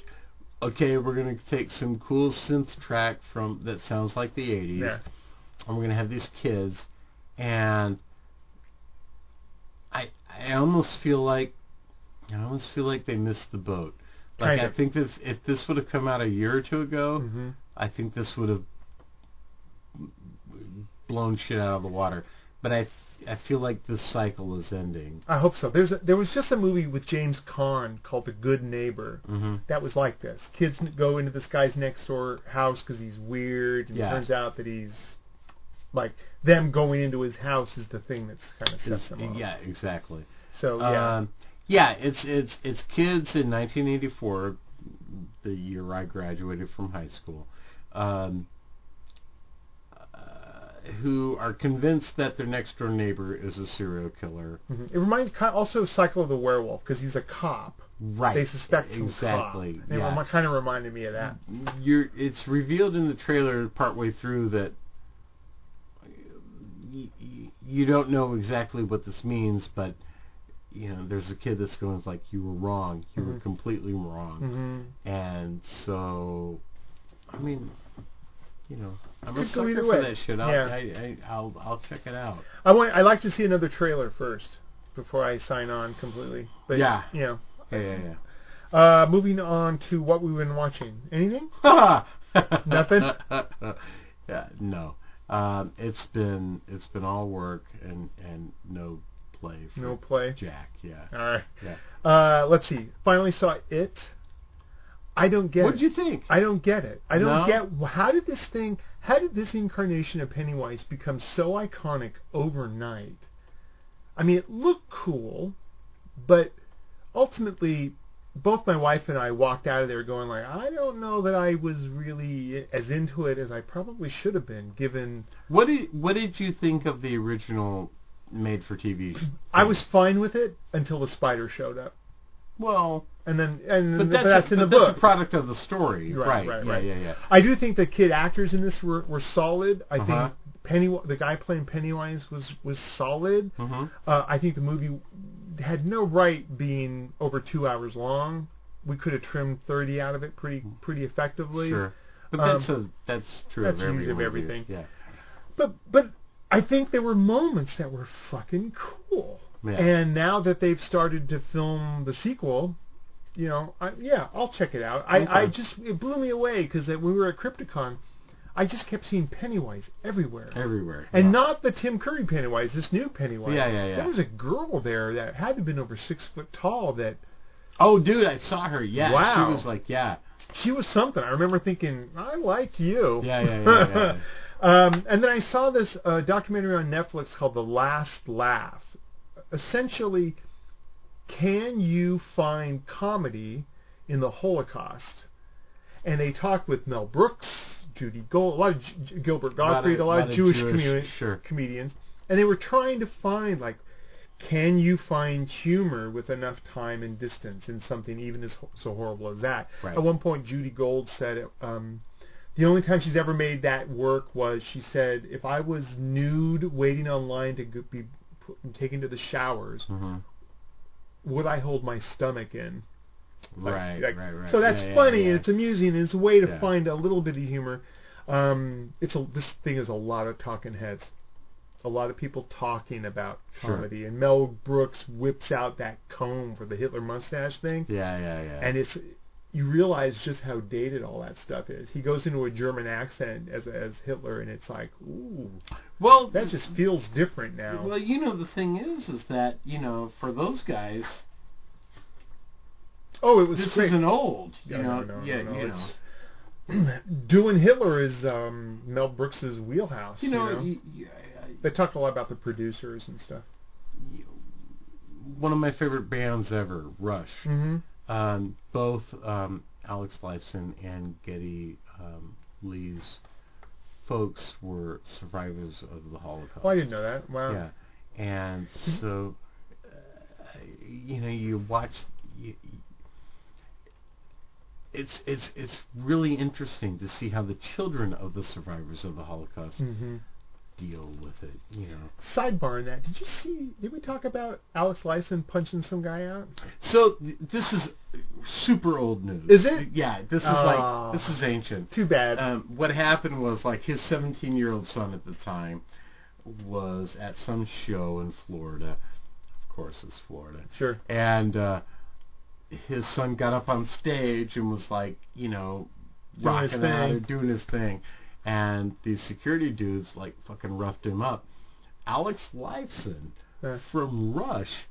okay, we're gonna take some cool synth track from that sounds like the '80s.
Yeah.
and we're gonna have these kids, and I I almost feel like I almost feel like they missed the boat. Like
Kind
I
of.
think that if this would have come out a year or two ago,
hmm
I think this would have blown shit out of the water. But I I feel like this cycle is ending.
I hope so. There's a, there was just a movie with James Caan called The Good Neighbor
Mm-hmm.
that was like this. Kids n- go into this guy's next door house because he's weird, and
Yeah.
it turns out that he's like them going into his house is the thing that's kind of sets them off.
Yeah, exactly.
So yeah,
Um, yeah, it's it's it's kids in 1984, the year I graduated from high school, um, uh, who are convinced that their next door neighbor is a serial killer.
Mhm. it reminds ki- also of Cycle of the Werewolf because he's a cop.
Right.
They suspect some
exactly.
cop.
yeah. Mm-hmm.
It kind of reminded me of that.
You're. It's revealed in the trailer partway through that. y- y- You don't know exactly what this means, but you know, there's a kid that's going like, "You were wrong. You were completely wrong."
Mm-hmm.
And so, I mean, you know, I'm a
Could go
sucker
either
for
way.
that shit. I'll,
Yeah.
I, I, I'll, I'll check it out.
I want. I like to see another trailer first before I sign on completely. But
Yeah.
you know.
Yeah, yeah,
Uh, moving on to what we've been watching. Anything? [LAUGHS]
yeah.
Nothing?
[LAUGHS] yeah, no. Um, it's been it's been all work and and no play. For
No play.
Jack. Yeah.
All right.
Yeah.
Uh, let's see. Finally saw it. I don't get.
What'd
it.
you think?
I don't get it. I don't
No?
get wh- how did this thing, how did this incarnation of Pennywise become so iconic overnight? I mean, it looked cool, but ultimately, both my wife and I walked out of there going like, I don't know that I was really as into it as I probably should have been, given
What did What did you think of the original
[CLEARS THROAT]
made-for-TV? sh-
I was fine with it until the spider showed up,
Well,
and then and
but that's,
in the
but that's
book.
a product of the story,
Right,
right?
right,
yeah,
right.
yeah, yeah.
I do think the kid actors in this were, were solid. I
Uh-huh.
think Penny, the guy playing Pennywise, was was solid.
hmm
Uh, I think the movie had no right being over two hours long. We could have trimmed thirty out of it pretty pretty effectively.
Sure. But
Um,
that's a, that's true
that's
of every
usually of
movie.
everything.
Yeah.
But but I think there were moments that were fucking cool.
Yeah.
And now that they've started to film the sequel, you know, I, yeah, I'll check it out.
Okay.
I, I just it blew me away because when we were at Crypticon, I just kept seeing Pennywise everywhere.
Everywhere.
And
yeah.
not the Tim Curry Pennywise, this new Pennywise.
Yeah, yeah, yeah.
There was a girl there that had to have been over six foot tall. That
Oh, dude, I saw her. Yeah.
Wow.
She was like, yeah,
she was something. I remember thinking, I like you.
yeah, yeah, yeah. yeah, yeah.
[LAUGHS] um, and then I saw this uh, documentary on Netflix called The Last Laugh. Essentially, can you find comedy in the Holocaust? And they talked with Mel Brooks, Judy Gold, a lot of G- G- Gilbert
lot
Gottfried, a lot, of, Jewish, commu-
sure.
comedians, and they were trying to find like, can you find humor with enough time and distance in something even as ho- so horrible as that?
Right.
At one point, Judy Gold said, um, the only time she's ever made that work was she said, if I was nude waiting online to go- be put, taken to the showers,
Mhm.
would I hold my stomach in? Like-
Right,
like-
right, right.
So that's
Yeah, yeah,
funny
yeah.
and it's amusing and it's a way to
Yeah.
find a little bit of humor. Um, it's a, this thing is a lot of talking heads, a lot of people talking about
Sure.
comedy, and Mel Brooks whips out that comb for the Hitler mustache thing,
Yeah, yeah, yeah.
and it's you realize just how dated all that stuff is. He goes into a German accent as as Hitler, and it's like, ooh,
well,
that just feels different now.
Well, you know, the thing is, is that you know, for those guys,
oh, it was
this
great. [CLEARS THROAT]
isn't old. You
Yeah,
know,
no, no,
yeah,
no, no,
you know,
it's- doing Hitler is um, Mel Brooks's wheelhouse.
you know,
you know?
you- you- uh, I- I-
They talked a lot about the producers and stuff.
one of my favorite bands ever, Rush.
Mm-hmm.
Um, both um, Alex Lifeson and Getty um, Lee's folks were survivors of the Holocaust.
Oh, I didn't know that. Wow.
Yeah, and so uh, you know, you watch. You, you- it's it's it's really interesting to see how the children of the survivors of the Holocaust
Mm-hmm.
deal with it. You know,
Sidebar in that. Did you see? Did we talk about Alex Lyson punching some guy out?
so th- this is super old news.
Is it?
Yeah, this is
Oh.
like this is ancient.
Too bad.
um, what happened was like his 17 year old son at the time was at some show in Florida. Of course, it's Florida.
sure.
And uh, his son got up on stage and was like, you know,
Doing his
rocking out
thing.
and doing his thing. And these security dudes like fucking roughed him up. Alex Lifeson
Yeah.
from
[LAUGHS]
Rush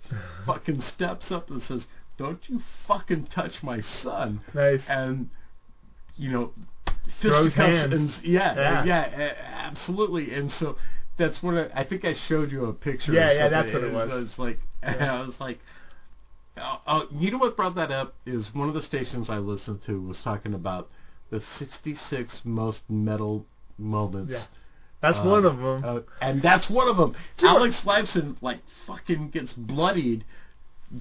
fucking steps up and says, "Don't you fucking touch my son!"
[LAUGHS] Nice.
and you know,
Throws
fisticuffs
hands.
and yeah,
Yeah.
yeah, yeah, a- absolutely. And so that's what I, I think I showed you a picture.
Yeah,
or
yeah, that's
something,
what it
and
was.
like, [LAUGHS] and
Yeah.
I was like, oh, oh, you know what brought that up is one of the stations I listened to was talking about the 66 most metal moments.
Yeah. That's
Uh,
one of them.
uh, and that's one of them.
Sure.
Alex Lifeson like fucking gets bloodied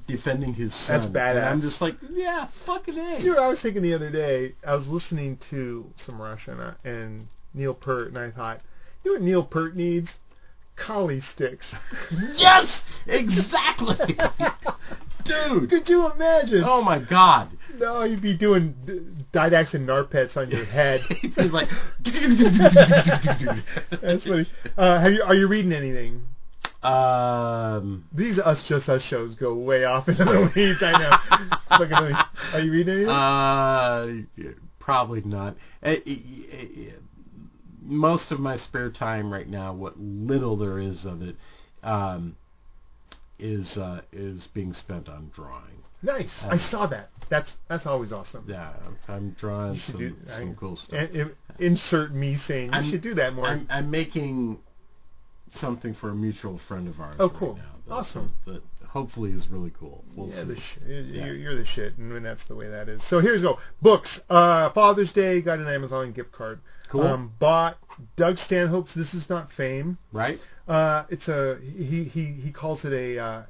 defending his son.
That's
And
badass.
I'm just like, yeah, fucking a.
You know what I was thinking the other day? I was listening uh, to some Rush and, I, and Neil Peart, and I thought, you know what Neil Peart needs? collie sticks.
Yes, exactly, [LAUGHS] dude.
[LAUGHS] Could you imagine?
Oh my god.
No, you'd be doing d- Didax and Narpets on your
[LAUGHS]
head.
He's like,
[LAUGHS] That's funny. Uh, have you, are you reading anything?
um,
These Us Just Us shows go way off in the weeds, I know.
[LAUGHS]
Fucking really. Are you reading anything?
uh, probably not. Eh, eh, eh, eh, Most of my spare time right now, what little there is of it, um, is uh, is being spent on drawing.
nice. I saw that. That's that's always awesome.
uh, Yeah, I'm- I'm drawing
should
some,
do- I-
some cool stuff.
And, and insert me saying you
I'm-
should do that more.
I'm, I'm making something for a mutual friend of ours.
Oh,
right
cool.
now
Awesome.
That hopefully is really cool. We'll
yeah,
see.
the sh- You're, you're the shit, and when that's the way that is. So here's go books. Uh, Father's Day got an Amazon gift card.
Cool.
Um, bought Doug Stanhope's This Is Not Fame.
right?
Uh, it's a he he he calls it a uh,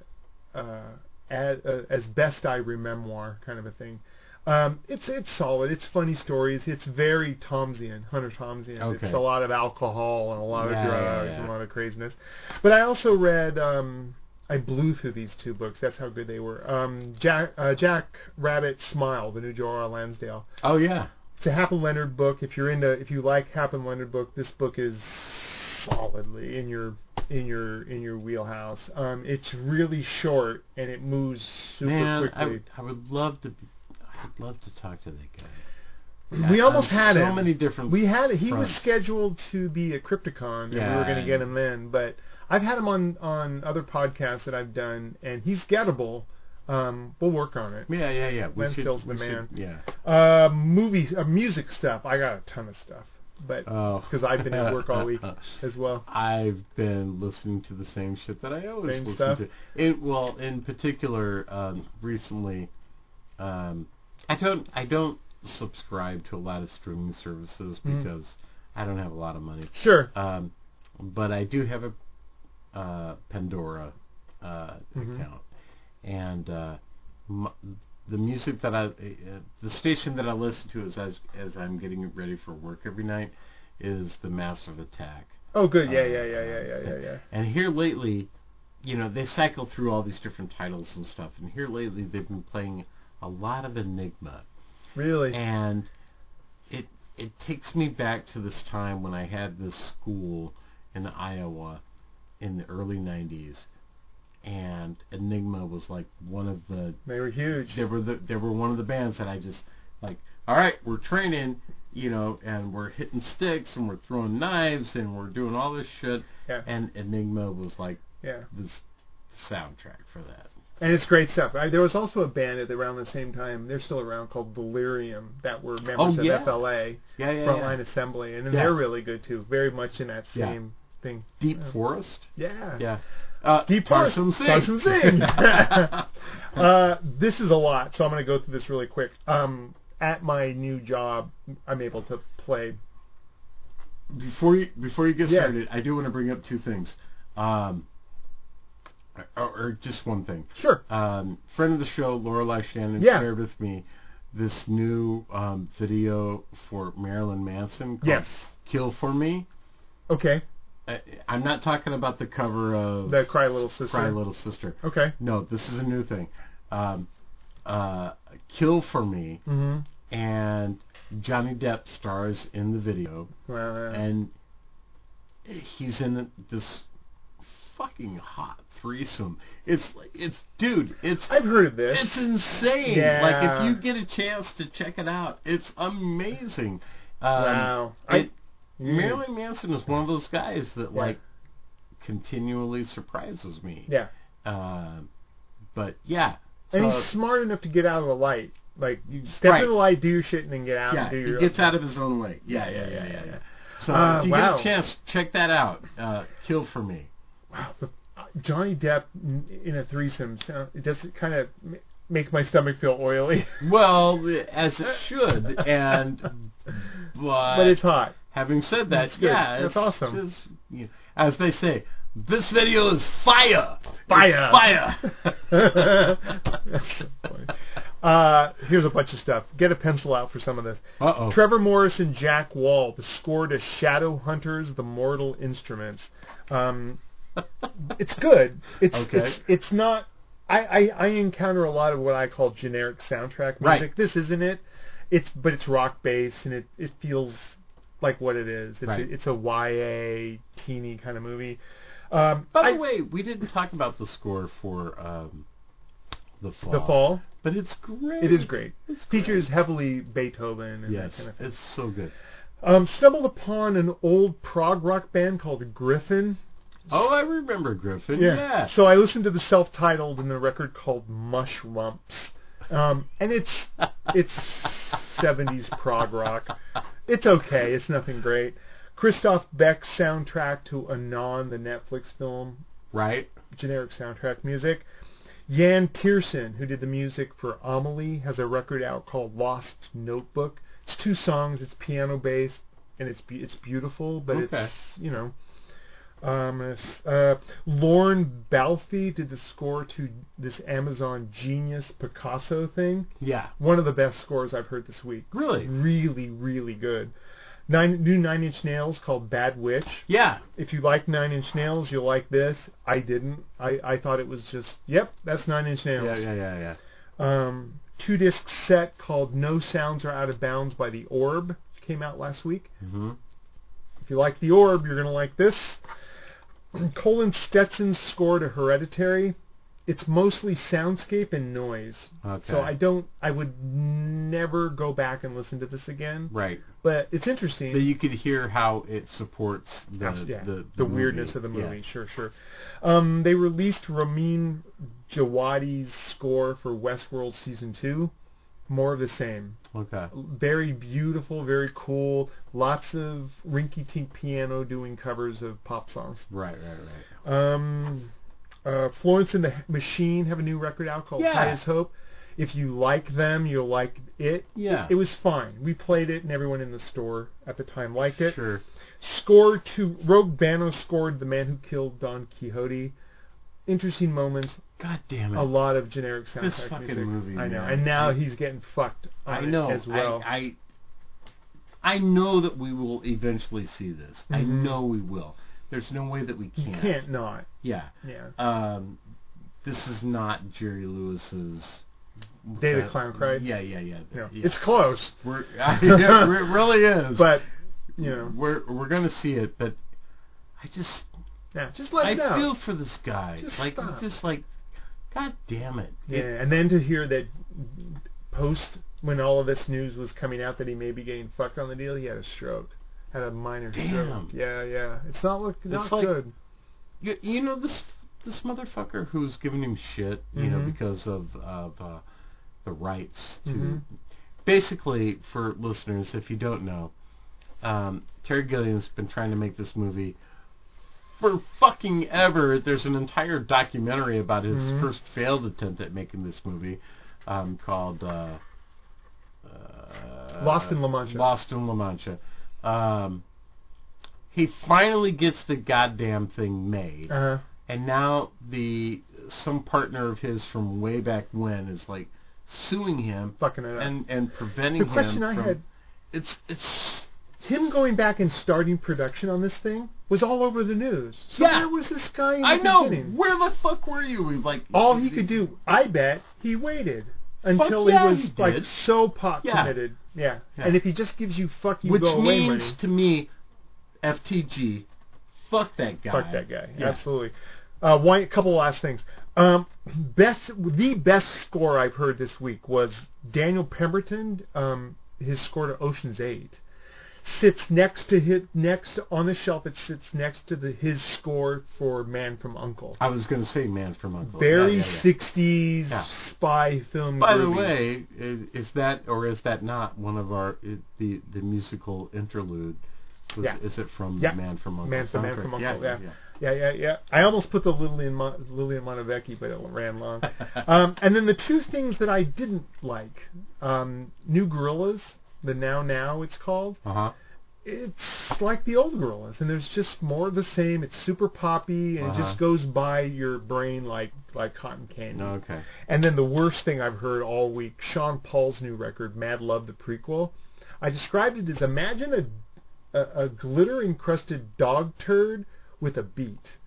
uh, as, uh, as best I rememoir kind of a thing. Um, it's it's solid. It's funny stories. It's very Tomsian, Hunter Tomsian.
Okay.
It's a lot of alcohol and a lot
Yeah,
of
yeah,
drugs and
yeah.
a lot of craziness. But I also read. Um, I blew through these two books. That's how good they were. Um, Jack uh, Jack Rabbit Smile, the new Jorah Lansdale
Oh yeah.
it's a Happen Leonard book. If you're into, if you like Happen Leonard book, this book is solidly in your in your in your wheelhouse. Um, it's really short and it moves super
Man, I,
quickly.
would- I would love to. Be, I'd love to talk to that guy.
we
Yeah,
almost
on
had
so
him.
many different.
we had he
fronts.
was scheduled to be at Crypticon and we
Yeah,
were going to
and-
get him then, but I've had him on on other podcasts that I've done and he's gettable. Um, we'll work on it.
Yeah, yeah, yeah. We
Len
should,
Still's
we
the man.
Should, yeah.
Uh, movies, uh, music stuff. I got a ton of stuff, but
Oh.
because I've been at work all
[LAUGHS]
week as well.
I've been listening to the same shit that I always
Same
listen
stuff?
to. It well, in particular, um, recently, um, I don't I don't subscribe to a lot of streaming services
Mm.
because I don't have a lot of money.
Sure.
Um, but I do have a uh, Pandora uh, account, and uh, m- the music that I, uh, the station that I listen to is as as I'm getting ready for work every night, is the Massive Attack.
Oh, good. Yeah,
Um,
yeah, yeah, yeah, yeah, yeah, yeah.
And here lately, you know, they cycle through all these different titles and stuff. And here lately, they've been playing a lot of Enigma,
Really?
and it it takes me back to this time when I had this school in Iowa in the early '90s, and Enigma was like one of the
They were huge.
they were the, they were one of the bands that I just like. All right, we're training, you know, and we're hitting sticks and we're throwing knives and we're doing all this shit.
Yeah.
And Enigma was like
Yeah.
the s- soundtrack for that.
And it's great stuff. I, there was also a band at around the same time, they're still around, called Delirium, that were members
Oh,
of
yeah.
FLA,
Yeah, yeah,
Frontline Assembly, and then
Yeah.
they're really good too. Very much in that
Yeah.
same thing.
Deep Forest.
Yeah.
Yeah. Uh,
uh, Deep
Tarsum
Forest,
Singh.
Tarsum
[LAUGHS]
Singh. [LAUGHS] uh, this is a lot, so I'm going to go through this really quick. Um, at my new job, I'm able to play.
before you before you get
Yeah.
started, I do want to bring up two things, um, or, or just one thing.
Sure.
um, friend of the show, Lorelai Shannon,
Yeah.
shared with me this new um, video for Marilyn Manson called
Yes.
Kill For Me.
Okay.
I, I'm not talking about the cover of
The Cry Little Sister.
Cry Little Sister.
Okay.
No, this is a new thing. Um, uh, Kill For Me,
Mm-hmm.
and Johnny Depp stars in the video,
Well,
and he's in this fucking hot threesome. It's like, it's, dude, it's
I've heard of this.
it's insane.
Yeah.
Like if you get a chance to check it out, it's amazing. Um,
wow.
It,
I, mm.
Marilyn Manson is one of those guys that
Yeah.
like continually surprises me.
Yeah.
Um, but yeah.
and
so-
he's smart enough to get out of the light. Like you step
Right.
in the light, do your shit, and then get out
yeah,
and do
he
your.
gets out of his own way. Yeah, yeah, yeah, yeah. yeah. So
Uh,
if you
wow.
get a chance, check that out. Uh, Kill for me.
Johnny Depp n- in a threesome. Sound, it just kind of m- makes my stomach feel oily, [LAUGHS]
Well, as it should, and but,
Uh, but it's hot. [LAUGHS]
Having said that,
That's good.
yeah,
That's
it's-
awesome.
it's, you know, as they say, this video is fire,
Fire.
It's fire.
[LAUGHS]
[LAUGHS]
uh, here's a bunch of stuff. Get a pencil out for some of this.
uh oh.
Trevor Morris and Jack Wall, the score to Shadow Hunters, The Mortal Instruments. Um, it's good. It's
Okay.
it's, it's not. I, I, I encounter a lot of what I call generic soundtrack music.
Right.
This isn't it. It's but it's rock based and it, it feels like what it is. It's
Right.
a, it's a YA teeny kind of movie. Um,
By
I-
the way, we didn't talk about the score for um, the fall.
the fall
but it's great.
it is great.
It's great.
Features heavily Beethoven and that
Yes,
kind of thing.
it's so good.
Um, stumbled upon an old prog rock band called Griffin.
Oh, I remember Griffin. yeah.
So I listened to the self-titled and the record called Mush Lumps, um, and it's it's 70s prog rock. It's okay. It's nothing great. Christoph Beck's soundtrack to Anon, the Netflix film,
[LAUGHS] Right.
generic soundtrack music. Jan Tiersen, who did the music for Amelie, has a record out called Lost Notebook. It's two songs. It's piano based, and it's be- it's beautiful, but
Okay.
it's you know. Um, it's, uh, Lauren Balfe did the score to this Amazon Genius Picasso thing.
Yeah.
One of the best scores I've heard this week.
Really.
Really, really good. Nine, new Nine Inch Nails called Bad Witch
Yeah.
if you like Nine Inch Nails, you'll like this. I didn't. I, I thought it was just, yep, that's Nine Inch
Yeah.
Nails.
Yeah. Yeah. Yeah.
Um, two disc set called No Sounds Are Out of Bounds by The Orb came out last week.
Mhm.
If you like The Orb, you're going to like this. [CLEARS THROAT] Colin Stetson's score to Hereditary. It's mostly soundscape and noise.
Okay.
So I don't, I would never go back and listen to this again.
Right.
But it's interesting.
But you could hear how it supports the
Abs- yeah,
the,
the, weirdness of the
Yeah.
movie. Sure, sure. Um, they released Ramin Djawadi's score for Westworld season two. More of the same.
Okay.
Very beautiful, very cool. Lots of rinky-tink piano doing covers of pop songs.
Right. Right. Right.
Um, uh, Florence and the Machine have a new record out called
Yeah.
High as Hope. If you like them, you'll like it.
Yeah.
It was fine. We played it, and everyone in the store at the time liked it
sure.
score to Rogue Bano scored The Man Who Killed Don Quixote. Interesting moments,
God damn it.
a lot of generic soundtrack
This fucking
music.
movie,
I know,
man.
and now he's getting fucked. On
I
it
know.
as well.
I, I I know that we will eventually see this. I
Mhm.
know we will. There's no way that we
you
can't.
can't not.
Yeah.
Yeah,
Um, this is not Jerry Lewis's.
Day the
that-
Clown Cried.
Yeah, yeah, yeah.
No,
yeah.
it's close,
we're, [LAUGHS] yeah, it really is.
but you know,
we're we're gonna see it. But I just
yeah, just let
I
it out.
feel for this guy.
Just
like
stop.
just like, God damn it.
yeah, and then to hear that post when all of this news was coming out that he may be getting fucked on the deal, he had a stroke, had a minor
Damn.
stroke. Yeah, yeah, it's not look, not
like-
good.
you, you know this this motherfucker who's giving him shit, you know,
Mhm.
because of of uh, the rights to
Mhm.
basically for listeners if you don't know, um, Terry Gilliam's been trying to make this movie for fucking ever. There's an entire documentary about his
Mhm.
first failed attempt at making this movie, um, called uh, uh,
Lost in La Mancha.
Lost in La Mancha. Um, he finally gets the goddamn thing made
Uh,
and now the some partner of his from way back when is like suing him
fucking it up.
and and preventing
the
him
question I
from-
had
it's it's
him going back and starting production on this thing was all over the news. So
Yeah.
where was this guy in the
I know
beginning?
where the fuck were you We, like
All he could do, I bet, he waited until
yeah,
he was
he
like
did.
so pop
Yeah.
committed. Yeah.
Yeah.
And if he just gives you fuck you
which
go away money,
means to me FTG fuck that guy
fuck that guy.
Yeah.
Absolutely. Uh, one, a couple last things. Um, best, the best score I've heard this week was Daniel Pemberton. Um, his score to Ocean's Eight sits next to his next on the shelf. It sits next to the his score for Man from Uncle.
I was gonna say Man from Uncle
Very
Oh, Yeah, yeah, yeah.
'60s
Yeah.
spy film.
By the
groovy.
way, i- is that or is that not one of our i the the musical interlude? Was,
Yeah.
Is it from
Yeah.
Man from Uncle?
Man from- Man
soundtrack?
from
Yeah,
Uncle,
yeah,
yeah.
yeah.
Yeah, yeah, yeah. I almost put the Lillian, Mon- Lillian Montevecchi, but it ran
[LAUGHS]
long. um, and then the two things that I didn't like: um, New Gorillas, the Now Now it's called.
Uh huh.
It's like the old Gorillas, and there's just more of the same. It's super poppy, and it
Uh-huh.
just goes by your brain like like cotton candy.
Okay.
And then the worst thing I've heard all week: Sean Paul's new record, Mad Love, the prequel. I described it as imagine a a, a glitter encrusted dog turd with a beat.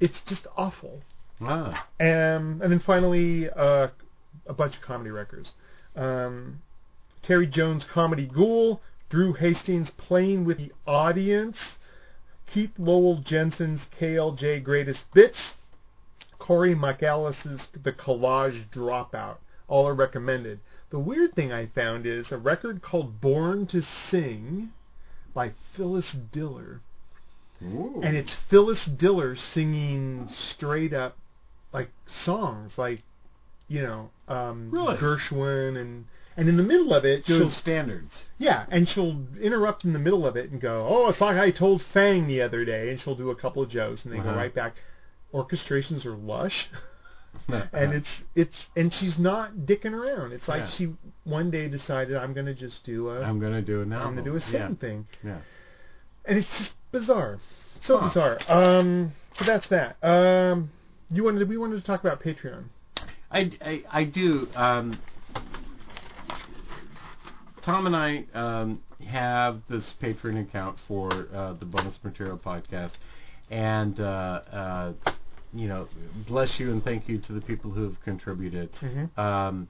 it's just awful.
Ah.
Um, and then finally, uh, a bunch of comedy records. Um, Terry Jones comedy Ghoul, Drew Hastings playing with the audience, Keith Lowell Jensen's KLJ Greatest Bits, Corey McAllis's The Collage Dropout. All are recommended. The weird thing I found is a record called Born to Sing by Phyllis Diller
Ooh.
and it's Phyllis Diller singing straight up like songs like you know um
Really?
Gershwin and and in the middle of it
Those
she'll
standards. [LAUGHS]
yeah and she'll interrupt in the middle of it and go oh it's like I told Fang the other day and she'll do a couple of jokes and they go
Uh-huh.
right back orchestrations are lush and it's it's and she's not dicking around it's like
Yeah.
she one day decided I'm gonna just do a
I'm gonna do it now.
I'm gonna do a sing
yeah.
thing
Yeah.
and it's just bizarre, so
Huh.
bizarre. Um, so that's that. Um, you wanted we wanted to talk about Patreon.
I, I, I do. Um, Tom and I um, have this Patreon account for uh, the Bonus Material Podcast, and uh, uh, you know, bless you and thank you to the people who have contributed.
Mhm.
Um,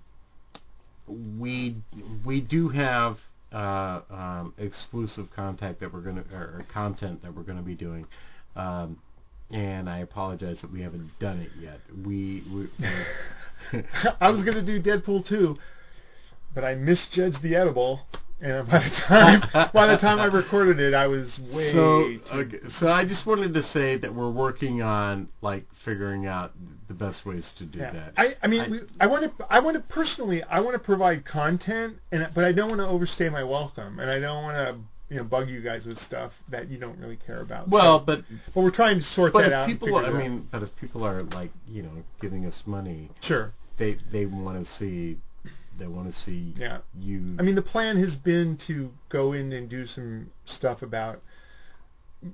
we we do have uh, um, exclusive contact that we're gonna or or content that we're gonna be doing. Um, and I apologize that we haven't done it yet. We, we we're- [LAUGHS]
[LAUGHS] I was gonna do Deadpool two, but I misjudged the edible, and
[LAUGHS]
by the time by the time I recorded it, I was way
so
too-
okay, so I just wanted to say that we're working on like figuring out the best ways to do
Yeah.
that.
I, I mean,
I-
we- I want to. I want to personally. I want to provide content, and but I don't want to overstay my welcome, and I don't want to, you know, bug you guys with stuff that you don't really care about.
well,
So-
but
but we're trying to sort
but
that
if
out. and
people,
figure
I
it out.
mean, but if people are like you know giving us money,
sure,
they they want to see they want to see
yeah.
you.
I mean, the plan has been to go in and do some stuff about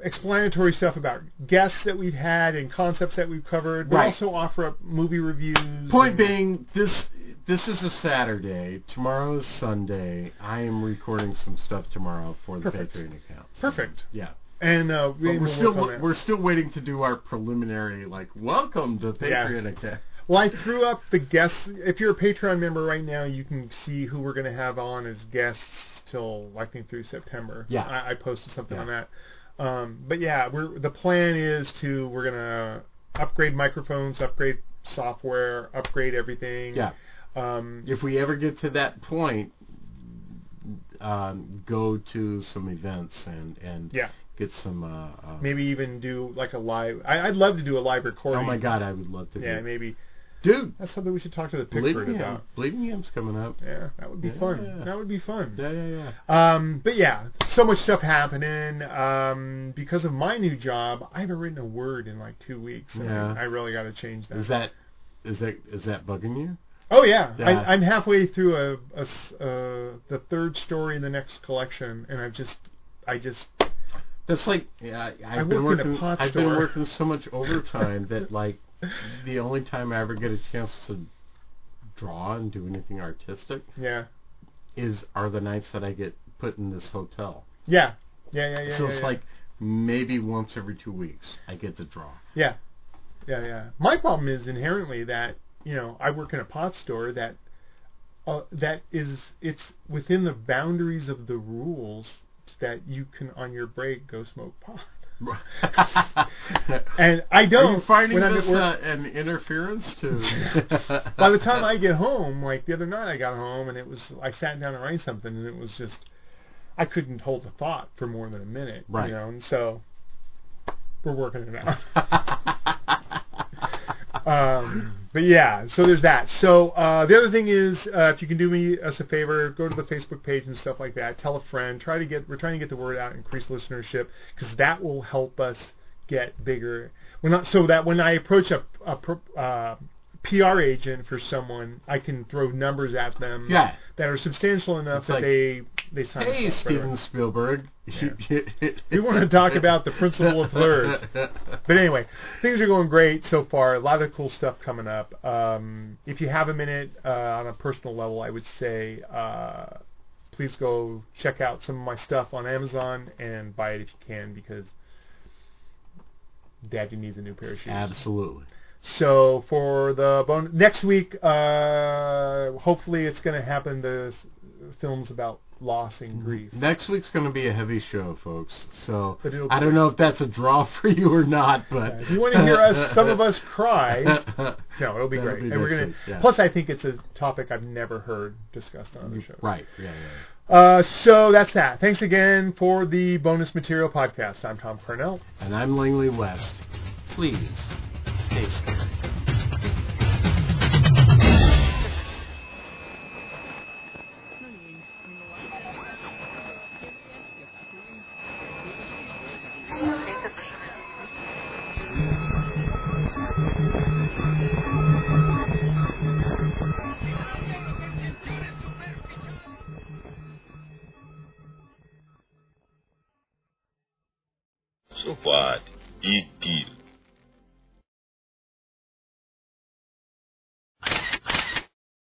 explanatory stuff about guests that we've had and concepts that we've covered, but
Right.
also offer up movie reviews.
Point
and-
being, this this is a Saturday. Tomorrow is Sunday. I am recording some stuff tomorrow for the
Perfect.
Patreon account. So,
perfect,
Yeah.
and uh,
But
we,
we're
will
still
work on that.
we're still waiting to do our preliminary like welcome to
Yeah.
Patreon account.
Well, I threw up the guests. If you're a Patreon member right now, you can see who we're going to have on as guests till I think through September.
Yeah.
I, I posted something
Yeah.
on that. Um, but yeah, we're the plan is to we're going to upgrade microphones, upgrade software, upgrade everything.
Yeah.
Um,
If we ever get to that point, um, go to some events and and
Yeah.
get some. Uh, uh,
Maybe even do like a live. I, I'd love to do a live recording.
Oh my God, I would love to.
Yeah,
do.
maybe
dude,
that's something we should talk to the Pickford
Bleedingham,
about.
Bleedingham's coming up.
Yeah, that would be
Yeah.
fun. That would be fun.
Yeah, yeah, yeah.
Um, but yeah, so much stuff happening. Um, because of my new job, I haven't written a word in like two weeks. and
Yeah.
I, I really got to change that.
Is that is that is that bugging you?
Oh yeah,
Yeah.
I, I'm halfway through a, a s- uh, the third story in the next collection, and I've just, I just,
That's like yeah, I- I've
I
been
work in a
working.
pot
I've been
store.
working so much
[LAUGHS]
overtime that like the only time I ever get a chance to draw and do anything artistic
yeah,
is are the nights that I get put in this hotel.
yeah, yeah, yeah, yeah.
so
yeah,
it's
yeah.
like maybe once every two weeks I get to draw.
Yeah, yeah. My problem is inherently that you know I work in a pot store that uh, that is it's within the boundaries of the rules that you can on your break go smoke pot. [LAUGHS] And I
Are
don't.
you finding
when I'm at
this
work-
uh, an interference to?
[LAUGHS] by
[LAUGHS]
the time I get home, like the other night, I got home and it was I sat down to write something and it was just I couldn't hold the thought for more than a minute,
Right.
You know, and so we're working it out.
[LAUGHS]
Um, but yeah, so there's that. So uh, the other thing is, uh, if you can do me us a favor, go to the Facebook page and stuff like that. Tell a friend. Try to get we're trying to get the word out, increase listenership, because that will help us get bigger. We're not so that when I approach a, a pro- uh, PR agent for someone, I can throw numbers at them
yeah.
that are substantial enough
It's
that
like,
they they sign. us
Hey,
up for it.
Steven Spielberg.
We want to
[LAUGHS]
talk about the principle of blurs. But anyway, things are going great so far. A lot of cool stuff coming up. Um, if you have a minute uh, on a personal level, I would say uh, please go check out some of my stuff on Amazon and buy it if you can because Daddy needs a new pair of shoes.
Absolutely.
So for the bon- next week, uh, hopefully it's going to happen. The s- films about loss and grief.
Next week's going to be a heavy show, folks. So
But it'll
I
be-
don't know if that's a draw [LAUGHS] for you or not, but
If you want to hear us, some of us
[LAUGHS]
cry. No, it'll be
That'll
great.
be
and we're
next
gonna.
week, yeah.
Plus, I think it's a topic I've never heard discussed on other shows.
right? Yeah, yeah.
Uh, so that's that. Thanks again for the bonus material podcast. I'm Tom Cornell.
yeah. And I'm Langley West. Please stay scary.
So what? Eat deal.